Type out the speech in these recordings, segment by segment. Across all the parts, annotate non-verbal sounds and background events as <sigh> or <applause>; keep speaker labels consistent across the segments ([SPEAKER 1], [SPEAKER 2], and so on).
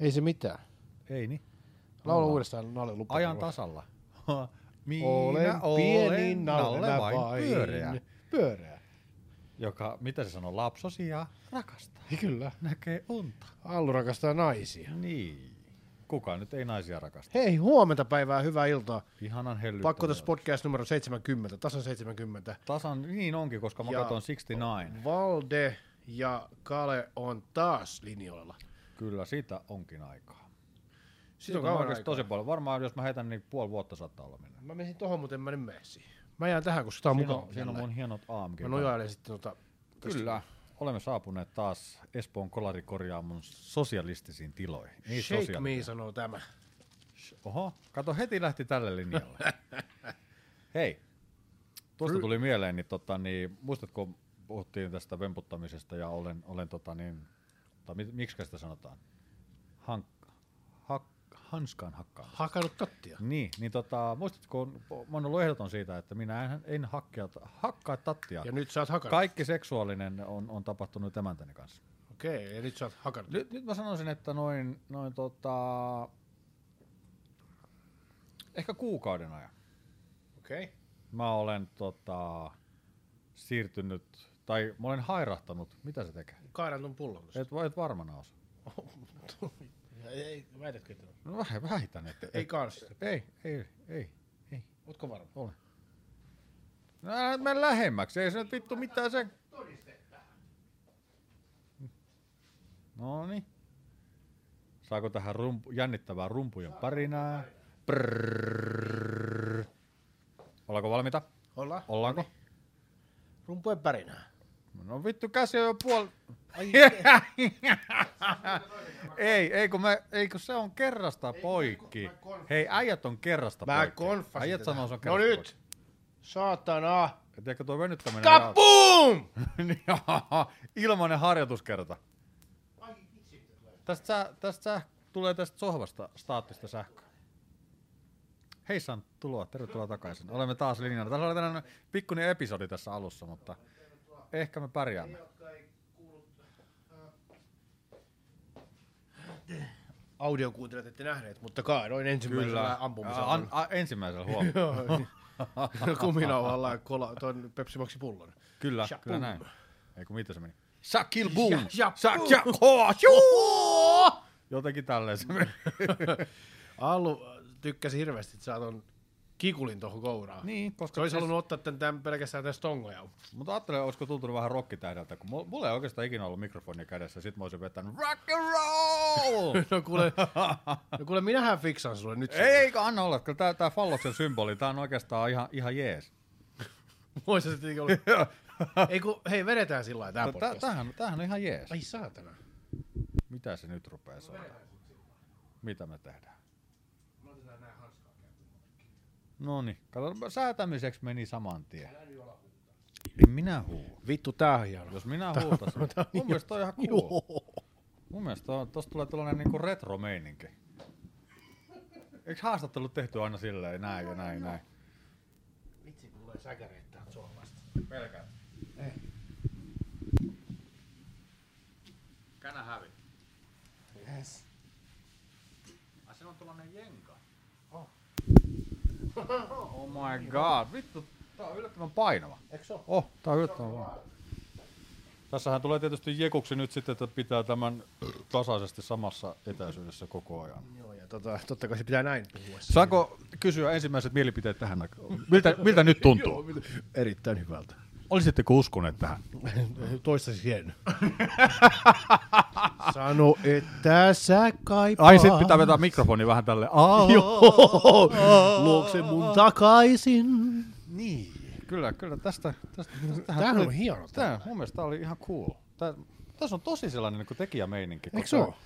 [SPEAKER 1] Ei se mitään.
[SPEAKER 2] Ei niin.
[SPEAKER 1] Laula
[SPEAKER 2] Ollaan.
[SPEAKER 1] uudestaan Nalle lupa.
[SPEAKER 2] Ajan tasalla. Minä
[SPEAKER 1] Olen pieni Nalle
[SPEAKER 2] vain
[SPEAKER 1] vain.
[SPEAKER 2] pyöreä.
[SPEAKER 1] Pyöreä.
[SPEAKER 2] Joka, mitä se sanoo, lapsosia rakastaa.
[SPEAKER 1] Kyllä.
[SPEAKER 2] Näkee unta.
[SPEAKER 1] Allu rakastaa naisia.
[SPEAKER 2] Niin. Kuka nyt ei naisia rakasta?
[SPEAKER 1] Hei, huomenta päivää, hyvää iltaa.
[SPEAKER 2] Ihanan hellyttävää.
[SPEAKER 1] Pakko tässä podcast numero 70, tasan 70.
[SPEAKER 2] Tasan niin onkin, koska mä
[SPEAKER 1] Ja-
[SPEAKER 2] katson 69.
[SPEAKER 1] Valde ja Kale on taas linjoilla.
[SPEAKER 2] Kyllä, siitä onkin aikaa.
[SPEAKER 1] Sitten on
[SPEAKER 2] Siitä
[SPEAKER 1] kauan
[SPEAKER 2] oikeesti
[SPEAKER 1] aikaa.
[SPEAKER 2] tosi paljon. Varmaan jos mä heitän, niin puoli vuotta saattaa olla mennä.
[SPEAKER 1] Mä menisin tohon, mutta en mä nyt mene siihen. Mä jään tähän, koska tää on
[SPEAKER 2] Siinä
[SPEAKER 1] mukava.
[SPEAKER 2] on, siinä on mun hienot amk
[SPEAKER 1] Mä nojailen sitten tota... tästä.
[SPEAKER 2] Kyllä. Olemme saapuneet taas Espoon kolarikorjaamon sosialistisiin tiloihin. Ei
[SPEAKER 1] Shake
[SPEAKER 2] sosiaali-
[SPEAKER 1] me, sanoo tämä.
[SPEAKER 2] Oho, kato heti lähti tälle linjalle. Hei, tuosta tuli mieleen, niin, tota, niin muistatko puhuttiin tästä vemputtamisesta ja olen, olen tota, niin, tai mit, miksi sitä sanotaan? Hank, hak, hanskaan hakkaan.
[SPEAKER 1] Hakannut tattia.
[SPEAKER 2] Niin, niin tota, muistatko, mä oon ollut ehdoton siitä, että minä en, en hakkia, hakkaa tattia.
[SPEAKER 1] Ja nyt sä oot hakannut.
[SPEAKER 2] Kaikki seksuaalinen on, on tapahtunut emäntäni kanssa.
[SPEAKER 1] Okei, ja nyt sä oot hakannut.
[SPEAKER 2] Nyt, nyt mä sanoisin, että noin, noin tota, ehkä kuukauden ajan.
[SPEAKER 1] Okei. Okay.
[SPEAKER 2] Mä olen tota, siirtynyt, tai mä olen hairahtanut. Mitä se tekee?
[SPEAKER 1] Kaadan ton pullon.
[SPEAKER 2] Et, et varmana osaa.
[SPEAKER 1] Ei, väitätkö, että on?
[SPEAKER 2] No väh- väitän, että
[SPEAKER 1] Ei karsista.
[SPEAKER 2] ei, ei, ei, ei,
[SPEAKER 1] Ootko varma?
[SPEAKER 2] ole. No, älä mene lähemmäksi, ei se nyt vittu mitään sen. No niin. Saako tähän rumpu, jännittävää rumpujen parinaa? Prrrr. Ollaanko valmiita?
[SPEAKER 1] Ollaan.
[SPEAKER 2] Ollaanko?
[SPEAKER 1] Rumpujen pärinää.
[SPEAKER 2] No vittu, käsi on jo puol... ei, ei kun, mä, ei kun se on kerrasta poikki. Hei, äijät on kerrasta
[SPEAKER 1] Mä
[SPEAKER 2] poikki.
[SPEAKER 1] konfasin
[SPEAKER 2] Äijät
[SPEAKER 1] tätä.
[SPEAKER 2] sanoo, se on
[SPEAKER 1] No
[SPEAKER 2] kerrasta
[SPEAKER 1] nyt!
[SPEAKER 2] poikki.
[SPEAKER 1] Saatana!
[SPEAKER 2] Ja tiedätkö, tuo venyttäminen...
[SPEAKER 1] Kapuum!
[SPEAKER 2] Niin, jaha, Ilmainen harjoituskerta. Tästä, sä- tästä sä- tulee tästä sohvasta staattista sähköä. Hei San, tuloa, tervetuloa takaisin. Olemme taas linjalla. Tässä oli tällainen pikkuinen episodi tässä alussa, mutta ehkä me pärjäämme.
[SPEAKER 1] Audiokuuntelijat ette nähneet, mutta kaadoin ensimmäisellä ampumisella.
[SPEAKER 2] Ää,
[SPEAKER 1] <laughs>
[SPEAKER 2] An, a, ensimmäisellä huomioon.
[SPEAKER 1] Joo. Kuminauhalla ja No, kola, ton Pepsi Maxi pullon.
[SPEAKER 2] kyllä,
[SPEAKER 1] Shaboom.
[SPEAKER 2] kyllä näin. Ei kun mitä se meni? Shakil boom!
[SPEAKER 1] Ja-
[SPEAKER 2] Shak-
[SPEAKER 1] shaboom.
[SPEAKER 2] ja- ho- shuu! Jotenkin tälleen se meni.
[SPEAKER 1] Allu äh, tykkäsi hirveästi, että sä ton kikulin tohon kouraan.
[SPEAKER 2] niin, koska
[SPEAKER 1] Se olisi halunnut ottaa tän, tän pelkästään tästä tongoja.
[SPEAKER 2] Mutta ajattelen, olisiko tuntunut vähän rokkitähdeltä, kun mul- mulla ei oikeastaan ikinä ollut mikrofonia kädessä, sit mä olisin vetänyt rock and
[SPEAKER 1] <laughs>
[SPEAKER 2] roll!
[SPEAKER 1] <laughs> No kuule, no kuule minähän fiksaan sulle nyt. sen.
[SPEAKER 2] Eikö anna olla, kyllä tää, tää falloksen symboli, tää on oikeastaan ihan, ihan jees.
[SPEAKER 1] <laughs> Voi se tietenkin olla. Ei kun, hei vedetään sillä lailla No, tää
[SPEAKER 2] Tää, tää,
[SPEAKER 1] podcast.
[SPEAKER 2] tämähän, tämähän on ihan jees.
[SPEAKER 1] Ai saatana.
[SPEAKER 2] Mitä se nyt rupee soimaan? Mitä me tehdään? No niin, kato, säätämiseksi meni saman tien. En minä huuda.
[SPEAKER 1] Vittu tää on niin hieno.
[SPEAKER 2] Jos minä huutasin, mun mielestä toi on ihan cool. Mun mielestä on, tosta tulee tällainen niinku retro-meininki. Eikö haastattelut tehty aina silleen, näin ja näin, näin?
[SPEAKER 1] Vitsi tulee säkäreitä täältä sohvasta.
[SPEAKER 2] Pelkää. Känä hävi.
[SPEAKER 1] Yes.
[SPEAKER 2] Ai se on tuollainen jenka. <laughs> Oh. oh my god, vittu. Tää on yllättävän painava.
[SPEAKER 1] Eikö se oo?
[SPEAKER 2] Oh, tää on yllättävän painava. Tässähän tulee tietysti jekuksi nyt sitten, että pitää tämän tasaisesti samassa etäisyydessä koko ajan.
[SPEAKER 1] Joo, ja tota, totta kai se pitää näin puhua.
[SPEAKER 2] Saanko kysyä ensimmäiset mielipiteet tähän aikaan? Miltä, miltä nyt tuntuu?
[SPEAKER 1] Erittäin hyvältä.
[SPEAKER 2] Olisitteko uskoneet tähän?
[SPEAKER 1] Toistaiseksi hieno. <laughs> Sano, että sä kaipaat.
[SPEAKER 2] Ai, sit pitää vetää mikrofoni vähän tälle. Aa,
[SPEAKER 1] Joo, <laughs> luokse mun takaisin.
[SPEAKER 2] Niin. Kyllä, kyllä. Tästä, tästä, tästähän
[SPEAKER 1] Tämähän
[SPEAKER 2] tuli-
[SPEAKER 1] on hieno
[SPEAKER 2] Tää, mun mielestä tää oli ihan cool. Tää, tässä on tosi sellainen niin tekijämeininki.
[SPEAKER 1] Eikö se
[SPEAKER 2] koska-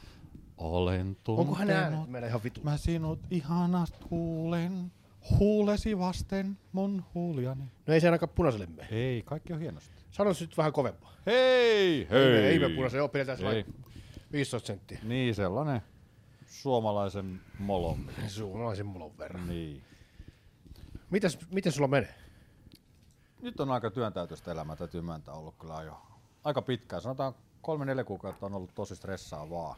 [SPEAKER 1] oo?
[SPEAKER 2] Olen
[SPEAKER 1] Onkohan äänet
[SPEAKER 2] tuntenut,
[SPEAKER 1] meillä ihan vitu?
[SPEAKER 2] mä sinut ihanast huulen, huulesi vasten mun huuliani.
[SPEAKER 1] No ei se ainakaan punaiselle mene.
[SPEAKER 2] Hei, kaikki on hienosti.
[SPEAKER 1] Sano se nyt vähän kovempaa.
[SPEAKER 2] Hei,
[SPEAKER 1] Ei, ei me punaiselle ole, pidetään se
[SPEAKER 2] Ei.
[SPEAKER 1] vain 15 senttiä.
[SPEAKER 2] Niin, sellainen suomalaisen molon.
[SPEAKER 1] Suomalaisen mulon verran.
[SPEAKER 2] Niin.
[SPEAKER 1] Mitäs, miten sulla menee?
[SPEAKER 2] Nyt on aika työntäytöistä elämää, täytyy myöntää ollut kyllä jo aika pitkään. Sanotaan kolme neljä kuukautta on ollut tosi stressaavaa.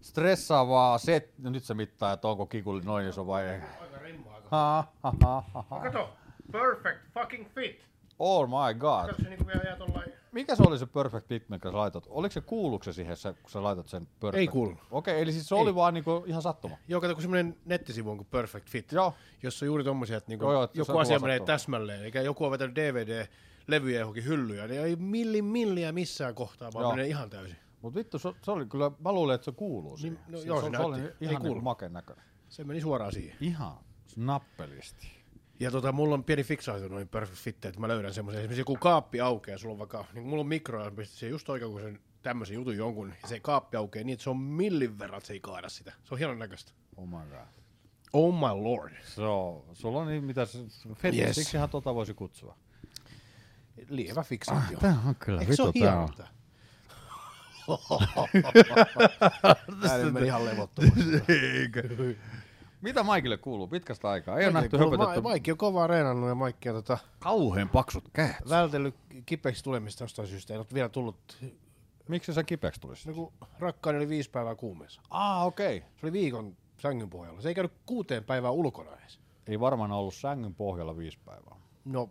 [SPEAKER 2] stressaavaa se, no nyt se mittaa, että onko kikuli noin iso vai ei.
[SPEAKER 1] Aika rimmaa.
[SPEAKER 2] Ha, ha, ha, ha, ha.
[SPEAKER 1] Kato, perfect fucking fit.
[SPEAKER 2] Oh my god.
[SPEAKER 1] Kato se niinku vielä jää tollain.
[SPEAKER 2] Mikä se oli se perfect fit, minkä sä laitat? Oliko se kuuluuko se siihen, se, kun sä laitat sen perfect?
[SPEAKER 1] Ei kuulu.
[SPEAKER 2] Okei, eli siis se
[SPEAKER 1] Ei.
[SPEAKER 2] oli vaan niinku ihan sattuma.
[SPEAKER 1] Joo, kato, kun semmoinen nettisivu on kuin Perfect Fit,
[SPEAKER 2] Joo.
[SPEAKER 1] jossa on juuri tommosia, että niinku
[SPEAKER 2] Joo, joo, että
[SPEAKER 1] joku
[SPEAKER 2] se
[SPEAKER 1] asia
[SPEAKER 2] kuva
[SPEAKER 1] menee
[SPEAKER 2] sattuu.
[SPEAKER 1] täsmälleen, eikä joku on vetänyt DVD-levyjä johonkin hyllyyn, niin ei milli milliä missään kohtaa, vaan
[SPEAKER 2] Joo.
[SPEAKER 1] menee ihan täysin.
[SPEAKER 2] Mut vittu, se, se oli kyllä, mä luulen, että se kuuluu siihen.
[SPEAKER 1] no
[SPEAKER 2] Siis
[SPEAKER 1] joo,
[SPEAKER 2] se,
[SPEAKER 1] se
[SPEAKER 2] se oli
[SPEAKER 1] näytti. Ei
[SPEAKER 2] ihan niinku
[SPEAKER 1] kuulu.
[SPEAKER 2] makeen näköinen.
[SPEAKER 1] Se meni suoraan siihen.
[SPEAKER 2] Ihan snappelisti.
[SPEAKER 1] Ja tota, mulla on pieni fiksaatio noin Perfect Fit, että mä löydän semmoisen, esimerkiksi joku kaappi aukeaa, sulla on vaikka, niin kun mulla on mikro, ja pistin siihen just oikein, kun sen tämmöisen jutun jonkun, ja se kaappi aukeaa niin, että se on millin verran, että se ei kaada sitä. Se on hienon näköistä.
[SPEAKER 2] Oh my god.
[SPEAKER 1] Oh my lord.
[SPEAKER 2] Se on, sulla on niin, mitä se, fetish,
[SPEAKER 1] Yes.
[SPEAKER 2] siksihän tota voisi kutsua.
[SPEAKER 1] Lievä fiksaatio.
[SPEAKER 2] Ah, Tää on kyllä
[SPEAKER 1] Eikö se ole hienolta? <laughs> Ääni meni ihan levottomaksi.
[SPEAKER 2] Eikö? Mitä Maikille kuuluu pitkästä aikaa? Ei ole nähty höpötetty
[SPEAKER 1] Niin, Maikki on kovaa reenannut ja Maikki on tota,
[SPEAKER 2] kauhean paksut käät.
[SPEAKER 1] vältellyt kipeäksi tulemista jostain syystä. Ei ole vielä tullut,
[SPEAKER 2] Miksi sä kipeäksi tulisit?
[SPEAKER 1] niin kun rakkaani oli viisi päivää kuumeessa.
[SPEAKER 2] Aa, okei. Okay.
[SPEAKER 1] Se oli viikon sängyn pohjalla. Se ei käynyt kuuteen päivään ulkona edes.
[SPEAKER 2] Ei varmaan ollut sängyn pohjalla viisi päivää.
[SPEAKER 1] No,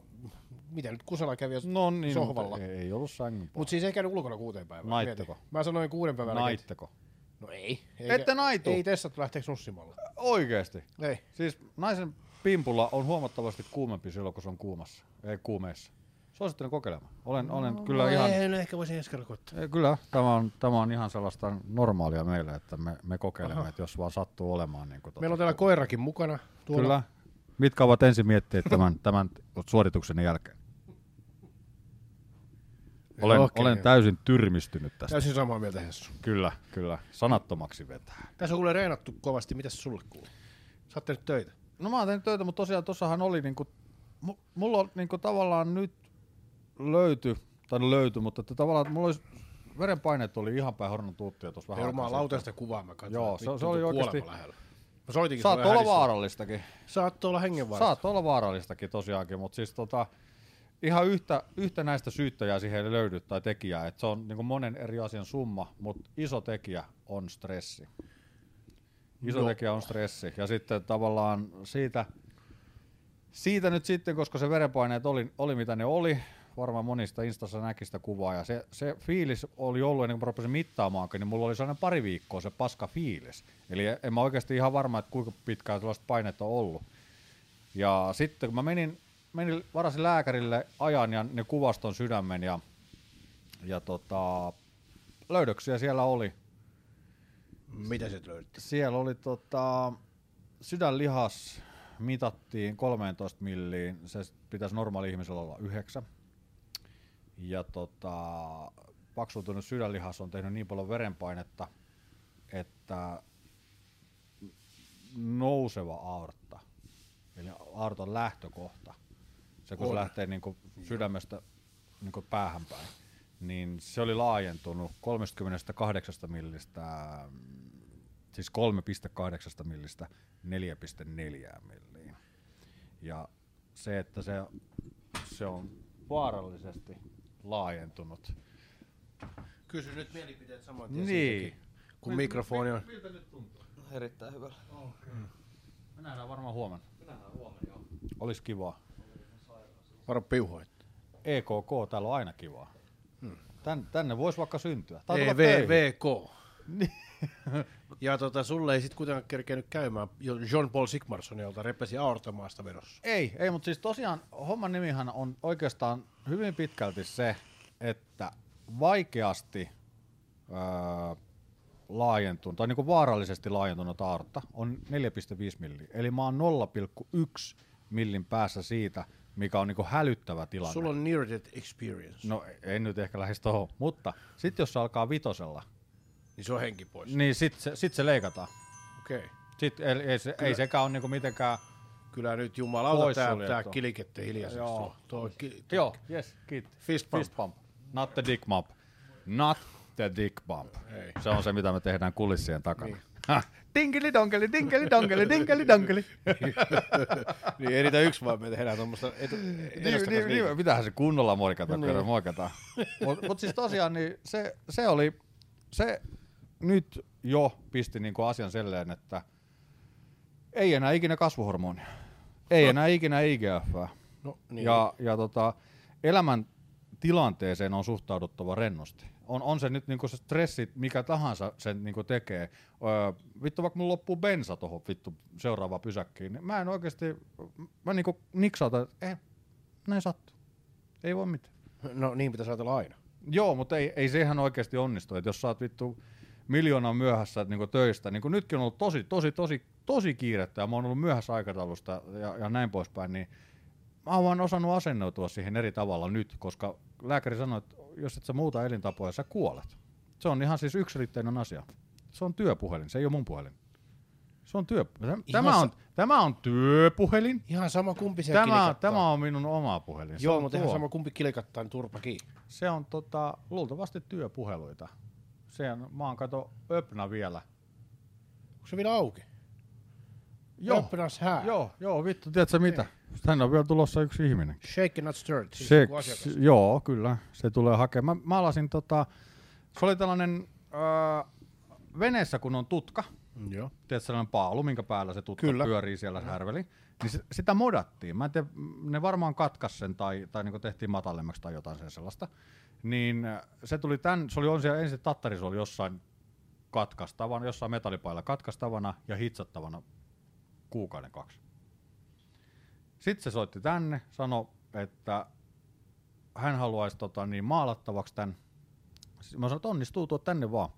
[SPEAKER 1] mitä nyt Kusala kävi jos...
[SPEAKER 2] No niin,
[SPEAKER 1] Sohvalla.
[SPEAKER 2] mutta Ei, ei ollut sängyn pohjalla.
[SPEAKER 1] Mutta siis ei käynyt ulkona kuuteen päivään.
[SPEAKER 2] Naitteko?
[SPEAKER 1] Mietin. Mä sanoin kuuden päivän jälkeen, että-
[SPEAKER 2] Naitteko?
[SPEAKER 1] No ei.
[SPEAKER 2] Ette naitu?
[SPEAKER 1] Ei testattu lähteekö nussimalla.
[SPEAKER 2] Oikeesti.
[SPEAKER 1] Ei.
[SPEAKER 2] Siis naisen pimpulla on huomattavasti kuumempi silloin, kun se on kuumassa. Ei kuumeessa. Suosittelen kokeilemaan. Olen, olen kyllä ihan...
[SPEAKER 1] Ei, no ehkä voisin ensi kerralla koittaa.
[SPEAKER 2] Ei, Kyllä, tämä on, tämä on ihan sellaista normaalia meillä, että me, me kokeilemme, että jos vaan sattuu olemaan. Niin kuin
[SPEAKER 1] Meillä on täällä koirakin mukana. Tuolla.
[SPEAKER 2] Kyllä. Mitkä ovat ensin mietteet tämän, tämän suorituksen jälkeen? Olen,
[SPEAKER 1] Okei,
[SPEAKER 2] olen
[SPEAKER 1] joo.
[SPEAKER 2] täysin tyrmistynyt tästä.
[SPEAKER 1] Täysin samaa mieltä Hessu.
[SPEAKER 2] Kyllä, kyllä. Sanattomaksi vetää.
[SPEAKER 1] Tässä on kuule reenattu kovasti. Mitäs sulle kuuluu? Sä oot tehnyt töitä.
[SPEAKER 2] No mä oon tehnyt töitä, mutta tosiaan tossahan oli niinku, mu- mulla on niinku tavallaan nyt löyty, tai no löyty, mutta että tavallaan että mulla olisi, verenpaineet oli ihan päin hornon tuuttia tuossa vähän.
[SPEAKER 1] Jormaa
[SPEAKER 2] aikaa sitten.
[SPEAKER 1] lauteesta kuvaa mä katsoin.
[SPEAKER 2] Joo,
[SPEAKER 1] että
[SPEAKER 2] se-
[SPEAKER 1] vittu,
[SPEAKER 2] se oli
[SPEAKER 1] onko kuolema
[SPEAKER 2] oikeesti-
[SPEAKER 1] Lähellä. Mä soitinkin
[SPEAKER 2] Saat
[SPEAKER 1] sulle
[SPEAKER 2] olla
[SPEAKER 1] hädissäni.
[SPEAKER 2] vaarallistakin.
[SPEAKER 1] Saat olla hengenvaarassa.
[SPEAKER 2] Saat olla vaarallistakin tosiaankin, mutta siis tota, ihan yhtä, yhtä näistä syyttäjää siihen ei löydy tai tekijää. Et se on niin monen eri asian summa, mutta iso tekijä on stressi. Iso
[SPEAKER 1] Joo.
[SPEAKER 2] tekijä on stressi. Ja sitten tavallaan siitä, siitä nyt sitten, koska se verenpaineet oli, oli mitä ne oli, varmaan monista instassa näki sitä kuvaa, ja se, se fiilis oli ollut ennen kuin mä rupesin mittaamaankin, niin mulla oli sellainen pari viikkoa se paska fiilis. Eli en mä oikeasti ihan varma, että kuinka pitkään sellaista painetta on ollut. Ja sitten kun mä menin, menin varasin lääkärille ajan ja ne kuvaston sydämen ja, ja tota, löydöksiä siellä oli.
[SPEAKER 1] Mitä se löytti?
[SPEAKER 2] Siellä oli tota, sydänlihas mitattiin 13 milliin, se pitäisi normaali ihmisellä olla 9. Ja tota, paksuutunut sydänlihas on tehnyt niin paljon verenpainetta, että nouseva aortta, eli aortan lähtökohta, se kun se
[SPEAKER 1] On.
[SPEAKER 2] lähtee niin kuin sydämestä niin kuin päähän päin, niin se oli laajentunut 38 millistä, mm, siis 3,8 millistä 4,4 milliin. Ja se, että se, se on vaarallisesti laajentunut.
[SPEAKER 1] Kysy nyt mielipiteet saman
[SPEAKER 2] tien Niin. siitäkin,
[SPEAKER 1] Kun mikrofoni on.
[SPEAKER 3] Erittäin hyvä.
[SPEAKER 2] Me nähdään varmaan huomenna. Me nähdään huomenna, joo. Olis kivaa.
[SPEAKER 1] Varo piuhoit.
[SPEAKER 2] EKK, E täällä on aina kivaa.
[SPEAKER 1] Hmm.
[SPEAKER 2] Tän, tänne voisi vaikka syntyä. Tai tulla töihin.
[SPEAKER 1] EVVK. <laughs>
[SPEAKER 2] Niin.
[SPEAKER 1] ja tota, sulle ei sit kuitenkaan kerkenyt käymään jo John Paul Sigmarsson, jolta repesi aortamaasta verossa.
[SPEAKER 2] Ei, ei, mutta siis tosiaan homman nimihän on oikeastaan hyvin pitkälti se, että vaikeasti öö, laajentunut, tai niinku vaarallisesti laajentunut aortta on 4,5 milliä. Eli mä oon 0,1 millin päässä siitä, mikä on niinku hälyttävä tilanne.
[SPEAKER 1] Sulla on near death experience.
[SPEAKER 2] No en nyt ehkä lähes tohon, mutta sitten jos se alkaa vitosella,
[SPEAKER 1] Niin se on henki pois.
[SPEAKER 2] niin sitten se, sit se leikataan.
[SPEAKER 1] Okei. Okay.
[SPEAKER 2] Sit, ei, ei, se, ei sekään ole niinku mitenkään...
[SPEAKER 1] Kyllä nyt jumalauta tää,
[SPEAKER 2] Poissuljettu.
[SPEAKER 1] tää kilikette hiljaiseksi.
[SPEAKER 2] Joo.
[SPEAKER 1] Joo. Tuo,
[SPEAKER 2] <laughs>
[SPEAKER 1] ki,
[SPEAKER 2] Joo, yes, kiitti.
[SPEAKER 1] Fist bump.
[SPEAKER 2] Fist bump. Not the dick bump. Not the dick bump.
[SPEAKER 1] Ei.
[SPEAKER 2] Se on se, mitä me tehdään kulissien takana. Niin. dinkeli donkeli, dinkeli donkeli, dinkeli <laughs> donkeli.
[SPEAKER 1] niin ei niitä yksi vaan me tehdään tuommoista etu,
[SPEAKER 2] niin, niin, niin, mitähän se kunnolla <laughs> niin moikata, kun moikataan. Mutta mut siis tosiaan niin se, se oli, se nyt jo pisti niin kuin asian selleen, että ei enää ikinä kasvuhormonia, ei enää ikinä IGF.
[SPEAKER 1] No,
[SPEAKER 2] Niin.
[SPEAKER 1] niin.
[SPEAKER 2] Ja, ja tota, elämän tilanteeseen on suhtauduttava rennosti. On, on se nyt niinku se stressi, mikä tahansa sen niinku tekee. Öö, vittu, vaikka mulla loppuu bensa tuohon vittu seuraavaan pysäkkiin, niin mä en oikeasti, mä niinku niksautan, että eh, näin sattuu. Ei voi mitään.
[SPEAKER 1] no niin pitäisi ajatella aina.
[SPEAKER 2] Joo, mutta ei, ei sehän oikeasti onnistu. Et jos sä oot vittu miljoona myöhässä niinku töistä, niin kun nytkin on ollut tosi, tosi, tosi, tosi kiirettä ja mä oon ollut myöhässä aikataulusta ja, ja näin poispäin, niin mä oon vaan osannut asennoitua siihen eri tavalla nyt, koska lääkäri sanoi, että jos et sä muuta elintapoja, sä kuolet. Se on ihan siis yksiselitteinen asia. Se on työpuhelin, se ei ole mun puhelin. Se on työ... Tämä
[SPEAKER 1] sa-
[SPEAKER 2] on, tämä on työpuhelin.
[SPEAKER 1] Ihan sama kumpi se
[SPEAKER 2] Tämä,
[SPEAKER 1] kilikattaa.
[SPEAKER 2] tämä on minun oma puhelin. Se
[SPEAKER 1] Joo,
[SPEAKER 2] on
[SPEAKER 1] mutta ihan
[SPEAKER 2] tuo.
[SPEAKER 1] sama kumpi kilikattaa, niin turpa kiinni.
[SPEAKER 2] Se on tota, luultavasti työpuheluita. Se on, mä oon kato Öpnä vielä.
[SPEAKER 1] Onko se vielä auki?
[SPEAKER 2] Joo,
[SPEAKER 1] Oppinas hää.
[SPEAKER 2] joo, joo, vittu, tiedätkö mitä? Tänne on vielä tulossa yksi ihminen.
[SPEAKER 1] Shake not stirred. Niin. Siis
[SPEAKER 2] Se,
[SPEAKER 1] joku asiakas.
[SPEAKER 2] joo, kyllä, se tulee hakemaan. Mä, mä alasin tota, se oli tällainen öö, veneessä kun on tutka,
[SPEAKER 1] Joo.
[SPEAKER 2] tiedätkö sellainen paalu, minkä päällä se tutka
[SPEAKER 1] Kyllä.
[SPEAKER 2] pyörii siellä se härveli, niin se, sitä modattiin. Mä en tiedä, ne varmaan katkas sen tai, tai niin tehtiin matalemmaksi tai jotain sen sellaista. Niin äh, se tuli tän, se oli on siellä ensin tattari, se oli jossain katkaistavana, jossain metallipailla katkaistavana ja hitsattavana kuukauden kaksi. Sitten se soitti tänne, sanoi, että hän haluaisi tota, niin maalattavaksi tämän. Siis Mä sanoin, että onnistuu tuo tänne vaan.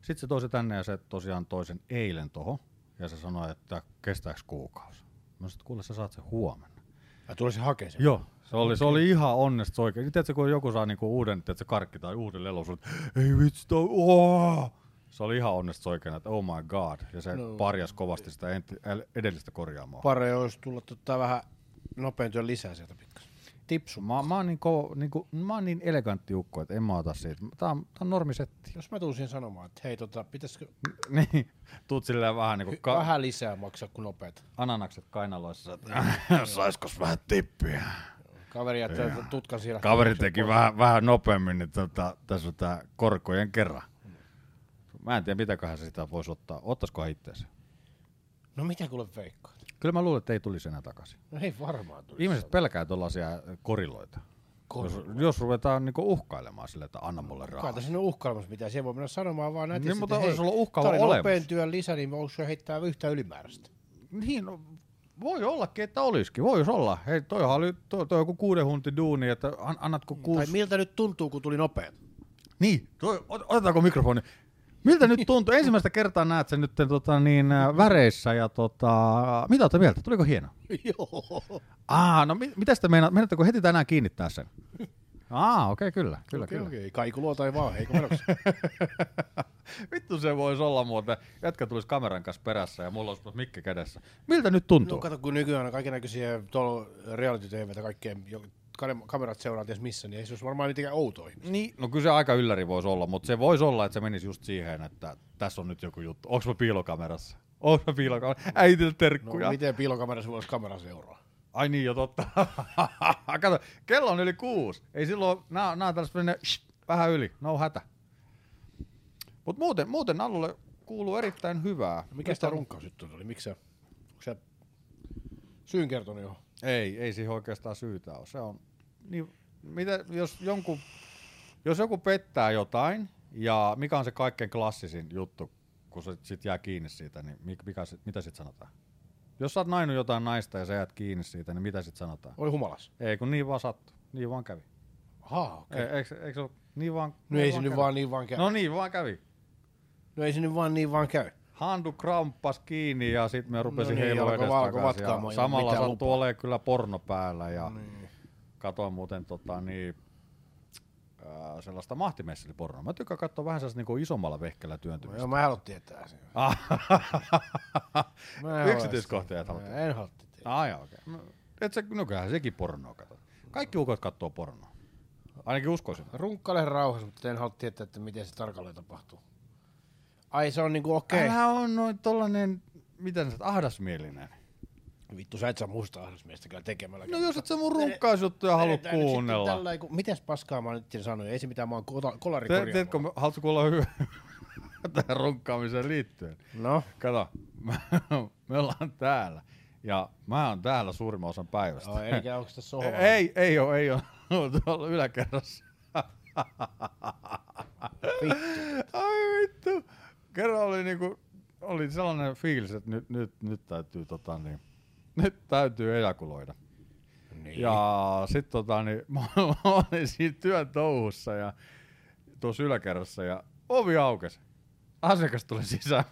[SPEAKER 2] Sitten se toi se tänne ja se tosiaan toi sen eilen tohon. Ja se sanoi, että kestääkö kuukausi. Mä sanoin, että kuule sä saat sen huomenna.
[SPEAKER 1] Ja tuli se hakee sen.
[SPEAKER 2] Joo. Se oli, se oli ihan onnesta oikein. Tiedätkö, kun joku saa niinku uuden tiedätkö, karkki tai uuden lelon, sun, ei vitsi, toi, oh! Se oli ihan onnesta oikein, että oh my god. Ja se no.
[SPEAKER 1] No.
[SPEAKER 2] parjas kovasti sitä enti, äl- edellistä korjaamaa.
[SPEAKER 1] Pare olisi tulla tota vähän nopean työn lisää sieltä pikkasen. Tipsu.
[SPEAKER 2] Mä, mä, oon niin kova, niin kuin, mä oon niin elegantti ukko, että en mä ota siitä. Tää on, tää on normisetti.
[SPEAKER 1] Jos mä tuun siihen sanomaan, että hei tota, pitäisikö
[SPEAKER 2] <laughs> Niin, tuut silleen vähän niin kuin
[SPEAKER 1] Ka-
[SPEAKER 2] ka-
[SPEAKER 1] vähän lisää maksaa kuin nopeet.
[SPEAKER 2] ananakset kainaloissa, että <laughs> saiskos vähän tippiä.
[SPEAKER 1] Kaveri jättää yeah. tutkan siellä.
[SPEAKER 2] Kaveri teki vähän, vähän nopeammin, niin tota, tässä on tää korkojen kerran. Mä en tiedä, mitäköhän se sitä voisi ottaa. Ottaisikohan itteensä?
[SPEAKER 1] No mitä kuule veikkaat?
[SPEAKER 2] Kyllä mä luulen, että ei tulisi enää takaisin.
[SPEAKER 1] No ei varmaan tuli.
[SPEAKER 2] Ihmiset pelkää tuollaisia koriloita.
[SPEAKER 1] Kor-
[SPEAKER 2] Jos, jos ruvetaan niinku uhkailemaan sille, että anna mulle
[SPEAKER 1] Kai
[SPEAKER 2] rahaa.
[SPEAKER 1] tässä on uhkailemassa mitään. Siellä voi mennä sanomaan vaan näitä.
[SPEAKER 2] Niin, mutta olisi ollut uhkaava
[SPEAKER 1] Tämä
[SPEAKER 2] olemus.
[SPEAKER 1] oli nopean työn lisä, niin mä uskon heittää yhtään ylimääräistä.
[SPEAKER 2] Niin, no, voi ollakin, että olisikin. Voisi olla. Hei, toihan oli toi, toi joku kuuden huntin duuni, että an, annatko
[SPEAKER 1] Tai
[SPEAKER 2] kuusi...
[SPEAKER 1] miltä nyt tuntuu, kun tuli nopeet?
[SPEAKER 2] Niin, toi, ot- otetaanko mikrofoni? Miltä nyt tuntuu? Ensimmäistä kertaa näet sen nyt tota, niin, ä, väreissä ja tota, mitä olette mieltä? Tuliko hieno?
[SPEAKER 1] <laughs> Joo.
[SPEAKER 2] Aa, no mi- mitä sitä meinaat? Meinaatko heti tänään kiinnittää sen? Aa, okei, okay, kyllä, kyllä, okay,
[SPEAKER 1] Okei,
[SPEAKER 2] kyllä.
[SPEAKER 1] okei. Kaikulua tai vaan, heikko menoksia.
[SPEAKER 2] Vittu se voisi olla muuten. Jätkä tulisi kameran kanssa perässä ja mulla olisi mikki kädessä. Miltä nyt tuntuu?
[SPEAKER 1] No kato, kun nykyään on kaikenlaisia tuolla reality TVtä kaikkeen, jo- kane- kamerat seuraa ties missä, niin ei se olisi varmaan mitenkään outoa. ihminen.
[SPEAKER 2] Niin, no kyllä se aika ylläri voisi olla, mutta se voisi olla, että se menisi just siihen, että tässä on nyt joku juttu. Onko mä piilokamerassa? Onko mä piilokamerassa? Äitille
[SPEAKER 1] No
[SPEAKER 2] terkkuja.
[SPEAKER 1] miten piilokamerassa voisi kamera seuraa?
[SPEAKER 2] Ai niin, jo totta. <laughs> Kato, kello on yli kuusi. Ei silloin, nää, nää on tällaista mennä shh, vähän yli, no hätä. Mutta muuten, muuten alulle kuuluu erittäin hyvää.
[SPEAKER 1] No mikä tämä runkkaus nyt oli? Miksi se, onko se syyn kertonut johon?
[SPEAKER 2] Ei, ei siihen oikeastaan syytä ole. Se on, niin, mitä, jos, jonkun, jos joku pettää jotain, ja mikä on se kaikkein klassisin juttu, kun se sit jää kiinni siitä, niin mi- mikä, sit- mitä sit sanotaan? Jos sä oot nainut jotain naista ja sä jäät kiinni siitä, niin mitä sit sanotaan?
[SPEAKER 1] Oli humalas.
[SPEAKER 2] Ei, kun niin vaan sattu. Niin vaan kävi.
[SPEAKER 1] Ahaa, okei.
[SPEAKER 2] Okay. E, eikö, eikö se ole niin vaan,
[SPEAKER 1] No
[SPEAKER 2] niin
[SPEAKER 1] ei se nyt
[SPEAKER 2] kävi?
[SPEAKER 1] vaan niin vaan käy.
[SPEAKER 2] No niin vaan kävi.
[SPEAKER 1] No ei se nyt vaan niin vaan käy.
[SPEAKER 2] Handu kramppas kiinni ja sitten me rupesin
[SPEAKER 1] No
[SPEAKER 2] no
[SPEAKER 1] niin,
[SPEAKER 2] niin,
[SPEAKER 1] alkoi vaan- alkoi vatkaamaan
[SPEAKER 2] edestakaisin.
[SPEAKER 1] ilman
[SPEAKER 2] Samalla
[SPEAKER 1] mitään
[SPEAKER 2] sattuu
[SPEAKER 1] lupaa.
[SPEAKER 2] olemaan kyllä porno päällä ja niin. katoin muuten tota, niin, äh, sellaista mahtimesselipornoa. Mä tykkään katsoa vähän sellaista niinku isommalla vehkellä
[SPEAKER 1] No,
[SPEAKER 2] työntymistä.
[SPEAKER 1] joo, mä en halua tietää sen.
[SPEAKER 2] Ah,
[SPEAKER 1] Mä en halua
[SPEAKER 2] Yksityiskohtia et
[SPEAKER 1] sitä.
[SPEAKER 2] halua
[SPEAKER 1] Mä En halua tietää.
[SPEAKER 2] <laughs> Ai ah, okei. Okay. Et se, no kyllähän sekin pornoa katsoo. Kaikki ukot katsoo pornoa. Ainakin uskoisin.
[SPEAKER 1] Runkkaile rauhassa, mutta en halua tietää, että miten se tarkalleen tapahtuu. Ai se on niinku okei.
[SPEAKER 2] Okay. Älä on noin tollanen, mitä sä oot, ahdasmielinen.
[SPEAKER 1] Vittu, sä et saa musta ahdasmiestä kyllä tekemällä.
[SPEAKER 2] No jos et sä mun runkkausjuttuja halua
[SPEAKER 1] Vedetään nyt sitten
[SPEAKER 2] kuunnella.
[SPEAKER 1] Tällä, kun, mitäs paskaa mä nyt sanoin? Ei se mitään, mä oon kola, kolari
[SPEAKER 2] Te- Teetkö, haluatko kuulla hyvä? <laughs> tähän runkkaamiseen liittyen.
[SPEAKER 1] No,
[SPEAKER 2] Kato, me <laughs> ollaan täällä. Ja mä oon täällä suurimman osan päivästä.
[SPEAKER 1] no eli onko tässä
[SPEAKER 2] <laughs>
[SPEAKER 1] sohva?
[SPEAKER 2] Ei, ei oo, ei oo. <laughs> Tuolla
[SPEAKER 1] <laughs>
[SPEAKER 2] yläkerrassa. Ai vittu. Kerran oli niinku, oli sellainen fiilis, että nyt, nyt, nyt täytyy tota niin, nyt täytyy ejakuloida.
[SPEAKER 1] Niin.
[SPEAKER 2] Niin. Ja sit tota niin, <laughs> mä olin siinä työn touhussa ja tuossa yläkerrassa ja ovi aukesi. Asiakas tuli sisään.